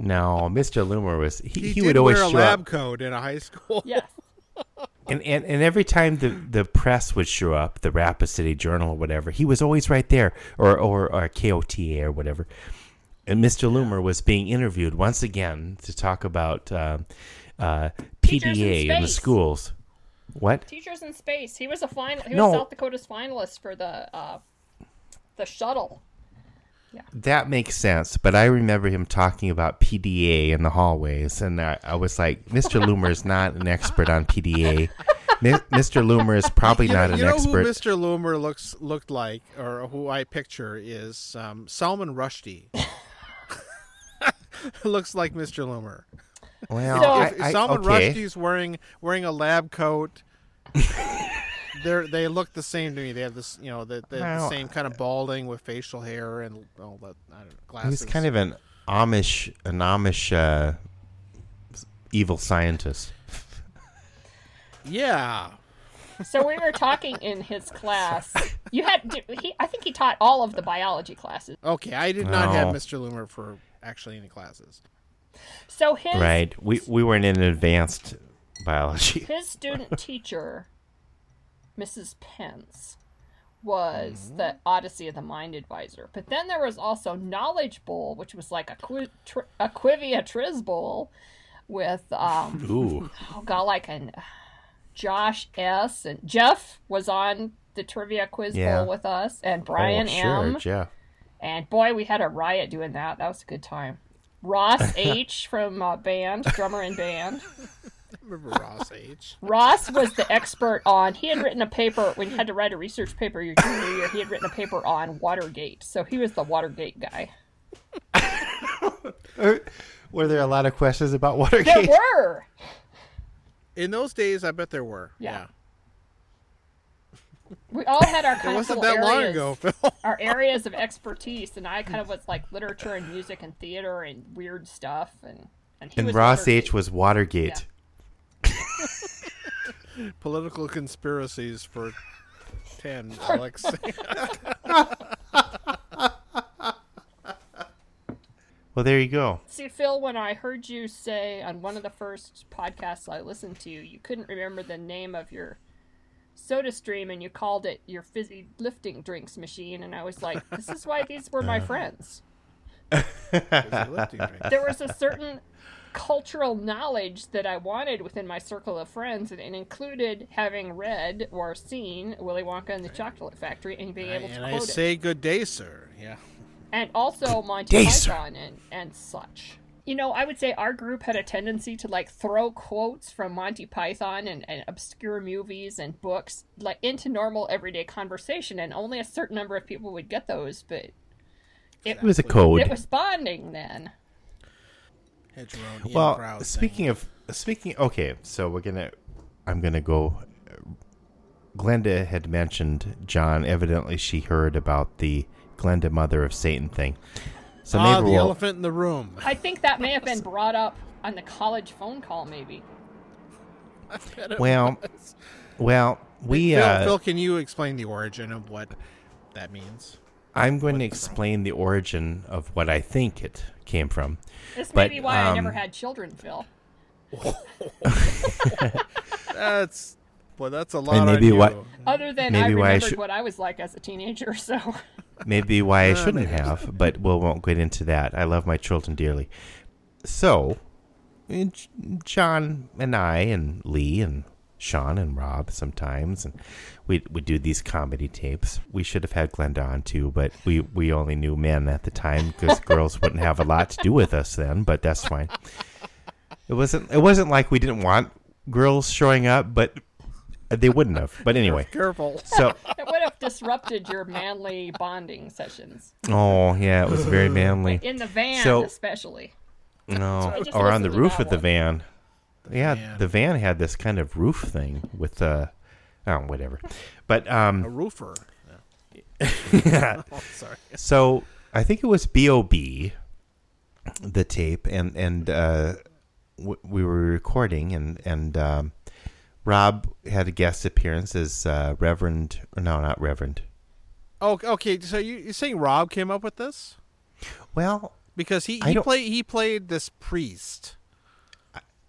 S6: No, Mr. Loomer was he. He,
S3: did
S6: would always
S3: wear a
S6: show
S3: lab
S6: up,
S3: coat in a high school.
S2: Yes.
S6: and, and and every time the the press would show up, the Rapid City Journal or whatever, he was always right there, or or, or KOTA or whatever. And Mr. Loomer was being interviewed once again to talk about uh, uh,
S2: Teachers in
S6: PDA in the
S2: space.
S6: schools. What?
S2: Teachers in Space. He was a final. He
S6: No.
S2: was South Dakota's finalist for the uh, the shuttle.
S6: That makes sense, but I remember him talking about PDA in the hallways, and I, I was like, Mr. Loomer is not an expert on PDA. Mi- Mr. Loomer is probably
S3: You
S6: not
S3: know,
S6: an
S3: you know
S6: expert.
S3: who Mr. Loomer looks looked like, or who I picture is um, Salman Rushdie. looks like Mr. Loomer.
S6: well,
S2: So-
S6: I,
S3: If
S6: I,
S3: Salman
S6: okay.
S3: Rushdie's wearing wearing a lab coat. they're they look the same to me. They have this, you know, the, the,
S9: Well,
S3: the same kind of balding with facial hair and all that I don't know,
S9: He
S3: glasses.
S9: was kind of an Amish, an Amish uh, s- evil scientist.
S3: yeah.
S2: So we were talking in his class. You had d- he? I think he taught all of the biology classes.
S3: Okay, I did not have
S9: No.
S3: Mr. Loomer for actually any classes.
S2: So his
S9: Right. We we weren't in advanced biology.
S2: his student teacher, Mrs. Pence, was
S6: Mm-hmm.
S2: the Odyssey of the Mind advisor. But then there was also Knowledge Bowl, which was like a, qui- tr- a Quivia Triz Bowl with, um,
S6: Ooh.
S2: oh God, like an Josh S. and Jeff was on the Trivia Quiz
S9: Yeah.
S2: Bowl with us, and Brian
S6: oh, sure,
S2: M.
S6: Yeah.
S2: And boy, we had a riot doing that. That was a good time. Ross H. from uh, band, drummer in band.
S3: Remember Ross H.
S2: Ross was the expert on. He had written a paper when you had to write a research paper your junior year. He had written a paper on Watergate, so he was the Watergate guy.
S6: Were there a lot of questions about
S2: There
S6: Watergate?
S2: were.
S3: In those days, I bet there were.
S2: Yeah. We all had our
S3: It
S2: kind of
S3: wasn't
S2: little
S3: that long
S2: areas,
S3: ago, Phil.
S2: our areas of expertise, and I kind of was like literature and music and theater and weird stuff, and and, he
S6: and
S2: was
S6: Ross
S2: Watergate.
S6: H was Watergate.
S3: Political conspiracies for 10, Alex.
S6: Well, there you go.
S2: See, Phil, when I heard you say on one of the first podcasts I listened to, you couldn't remember the name of your soda stream and you called it your fizzy lifting drinks machine. And I was like, this is why these were my friends. There was a certain cultural knowledge that I wanted within my circle of friends, and it included having read or seen Willy Wonka and the Chocolate Factory and being able to
S3: and I
S2: quote it.
S3: say good day, sir. Yeah.
S2: and also Monty
S6: day, sir.
S2: Python and, and such. You know, I would say our group had a tendency to like throw quotes from Monty Python and, and obscure movies and books like into normal everyday conversation, and only a certain number of people would get those. But
S6: It was a code.
S2: it was bonding then.
S3: Had your own in
S6: well,
S3: crowd thing.
S6: speaking of speaking, okay, so we're gonna, I'm gonna go. uh, Glenda had mentioned John. Evidently, she heard about the Glenda mother of Satan thing. So
S3: Ah,
S6: maybe
S3: the
S6: we'll,
S3: elephant in the room.
S2: I think that may have been brought up on the college phone call, maybe.
S6: well, well, we.
S3: Phil,
S6: uh,
S3: Phil, can you explain the origin of what that means?
S6: I'm going to explain the origin of what I think it came from.
S2: This may
S6: But,
S2: be why I never
S6: um,
S2: had children, Phil.
S3: That's well, that's a lot.
S6: maybe
S3: on
S6: what-
S3: you.
S2: Other than I
S6: Maybe why I
S2: remembered
S6: should-
S2: what I was like as a teenager, so
S6: maybe why I shouldn't have, but we won't get into that. I love my children dearly. So, eh, J- John and I and Lee and Sean and Rob sometimes, and we we do these comedy tapes. We should have had Glenda on too, but we we only knew men at the time because girls wouldn't have a lot to do with us then. But that's fine. It wasn't it wasn't like we didn't want girls showing up, but they wouldn't have. But anyway,
S3: Careful.
S6: so
S2: it would have disrupted your manly bonding sessions.
S6: oh yeah, it was very manly.
S2: in the van
S6: So-
S2: especially
S6: No,
S2: just
S6: or on the
S2: listened to
S6: roof
S2: that
S6: of the
S2: one.
S6: van. yeah,
S3: van.
S6: the van had this kind of roof thing with uh, oh, whatever. But
S3: A
S6: um,
S3: roofer. Oh, sorry.
S6: so I think it was Bob the tape, and and uh, w- we were recording, and and um, Rob had a guest appearance as uh, Reverend. No, not Reverend.
S3: Oh, okay. So you you saying Rob came up with this
S6: Well,
S3: because he
S6: I
S3: he
S6: don't-
S3: played he played this priest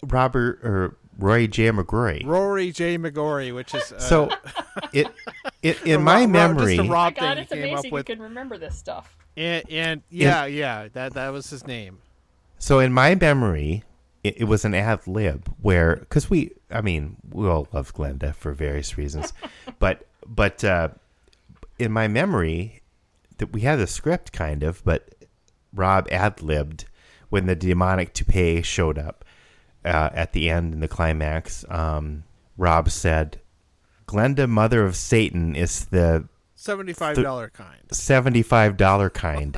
S6: Robert or Roy J. McGrory.
S3: Rory J. McGorry, which is uh,
S6: so it it in
S3: Rob-
S6: my
S3: Rob-
S6: memory.
S3: Just a Rob
S2: god
S3: thing
S2: it's
S3: he came up
S2: amazing
S3: with,
S2: you can remember this stuff
S3: and, and yeah, yeah, that that was his name.
S6: So in my memory, it, it was an ad lib where because we, I mean, we all love Glenda for various reasons, but but uh, in my memory, that we had a script kind of, but Rob ad libbed when the demonic toupee showed up uh, at the end in the climax. Um, Rob said, "Glenda, mother of Satan, is the
S3: Seventy-five dollar kind.
S6: seventy-five dollar kind.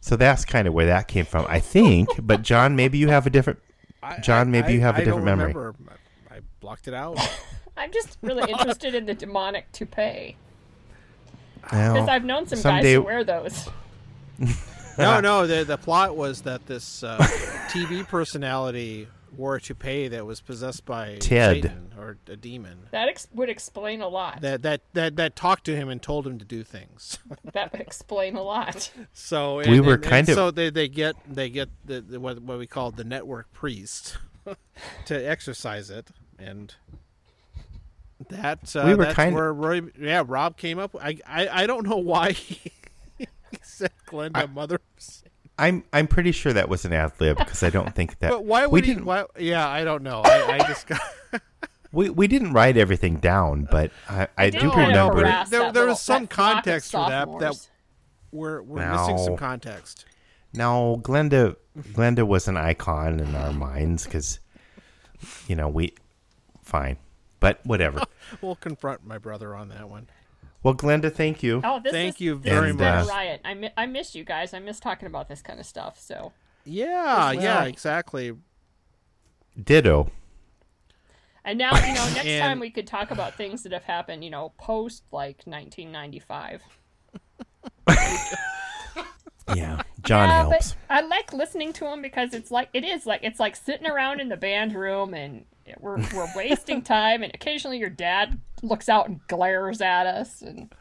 S6: so that's kind of where that came from, I think. But John, maybe you have a different.
S3: I-
S6: John,
S3: I-
S6: maybe you have
S3: I-
S6: a different
S3: I don't
S6: memory.
S3: Remember. I I blocked it out.
S10: I'm just really interested in the demonic toupee
S3: Oh.
S10: because
S6: Well,
S10: I've known some
S6: someday-
S10: guys who wear those.
S3: No, no. The the plot was that this uh, TV personality wore a toupee that was possessed by
S6: Ted.
S3: Satan or a demon
S10: That ex- would explain a lot.
S3: that, that that that talked to him and told him to do things.
S10: that would explain a lot.
S3: So
S6: We
S3: and-
S6: were
S3: and- and
S6: kind of-
S3: so they, they get they get the, the what what we call the network priest to exercise it and that uh,
S6: We were
S3: that's
S6: kind of-
S3: where Roy, yeah Rob came up I I, I don't know why he, he said Glenda mother of Satan.
S6: I'm I'm pretty sure that was an ad lib because I don't think that.
S3: but why
S6: we
S3: would he
S6: didn't
S3: why, yeah I don't know I, I just got
S6: we, we didn't write everything down, but I, I do
S10: didn't wanna
S6: remember.
S10: harass
S3: There-
S10: that
S3: there was
S10: little-
S3: some
S10: that flock of
S3: context for that- that-
S10: sophomores.
S3: we're we're missing some
S6: No.
S3: context
S6: No, Glenda Glenda was an icon in our minds because, you know, we fine, but whatever.
S3: we'll confront my brother on that one
S6: Well, Glenda, thank you.
S10: Oh, this
S3: Thank
S10: is,
S3: you
S10: this
S3: very
S10: has been a
S6: much.
S10: riot. I, mi- I miss you guys. I miss talking about this kind of stuff. So
S3: yeah yeah
S6: well.
S3: exactly
S6: Ditto.
S10: and now you know next
S3: And-
S10: time we could talk about things that have happened. You know, post like 1995.
S6: Yeah, John
S10: Yeah,
S6: helps.
S10: Uh, But I like listening to them because it's like it is like it's like sitting around in the band room and we're we're wasting time and occasionally your dad looks out and glares at us and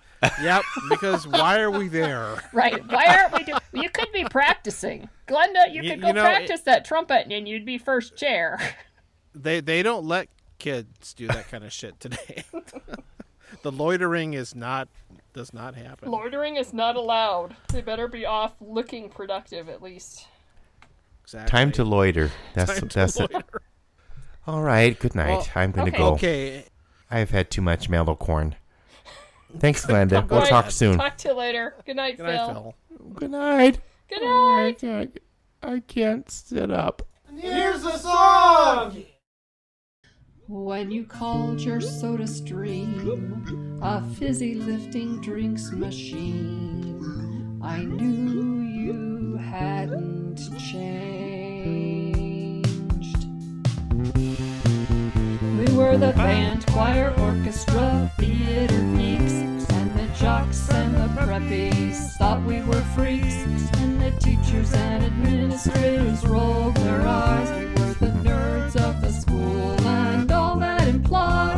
S3: yep because why are we there.
S10: right why aren't we doing you could be practicing glenda you
S3: Y-
S10: could
S3: you
S10: go
S3: know, it-
S10: practice that trumpet and you'd be first chair
S3: they they don't let kids do that kind of shit today. the loitering is not does not happen.
S10: loitering is not allowed they better be off looking productive at least
S3: Exactly.
S6: Time to loiter. That's
S3: Time to
S6: that's it.
S3: loiter.
S6: All right. Good night.
S3: Well,
S6: I'm gonna
S10: okay.
S6: go.
S3: Okay.
S6: I've had too much mellow corn. Thanks, Glenda. we'll
S10: Right,
S6: talk soon.
S10: talk to you later good night,
S3: Good
S10: phil.
S3: night, Phil.
S6: Good night.
S10: good night
S6: I, I can't sit up.
S2: When you called your soda stream a fizzy lifting drinks machine, I knew you hadn't changed. We were the band, choir, orchestra, theater geeks, and the jocks and the preppies thought we were freaks, and the teachers and administrators rolled their eyes. We were the nerds of the school, and all that implies.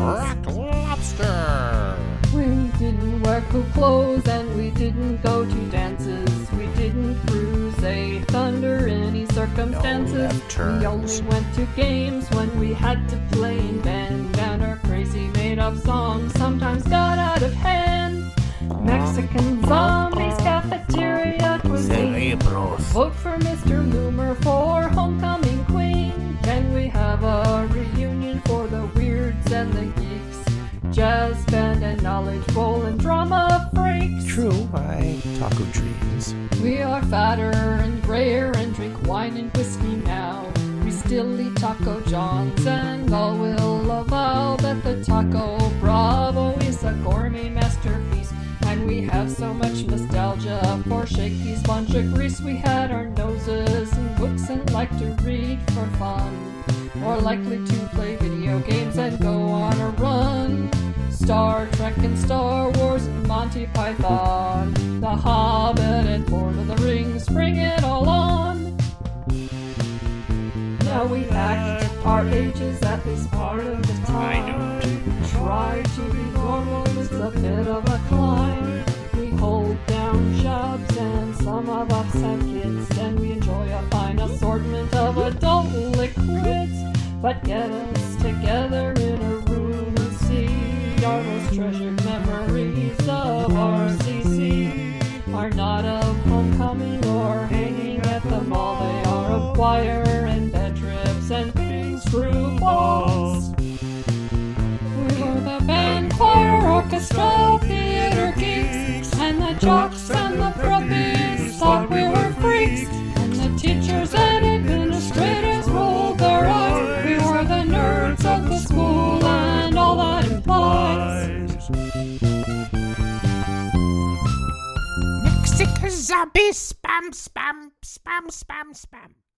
S2: We didn't wear cool clothes and we didn't go to dances. We didn't crusade thunder any circumstances. we only went to games when we had to play in band. And our crazy made up songs sometimes got out of hand. Mexican zombies, cafeteria cuisine. Vote for Mr. Loomer for homecoming queen. Can we have a reunion for the weirds and the geeks? Jazz band and knowledge bowl and drama freaks.
S11: True, I taco dreams.
S2: We are fatter and grayer and drink wine and whiskey now. We still eat Taco John's and all will avow that the Taco Bravo is a gourmet masterpiece. And we have so much nostalgia for Shakey's Bunch of Grease. We had our noses and books and liked to read for fun. Or likely to play video games and go on a run. Star Trek and Star Wars and Monty Python. The Hobbit and Lord of the Rings, bring it all on. Now we act our ages at least part of the time. Try to be normal, it's a bit of a climb. We hold down jobs and some of us have kids, and we enjoy a fine assortment of adult liquids. But get us together in a room and see our most treasured memories of RCC are not of homecoming or hanging at the mall. They are of choir and bed trips and being through balls. We were the band, choir, orchestra, theater geeks, and the jocks and the preppies thought we were freaks. And the teachers and administrators rolled their eyes. We were the nerds of the school and all that implies.
S12: Mexican zombie spam, spam, spam, spam, spam.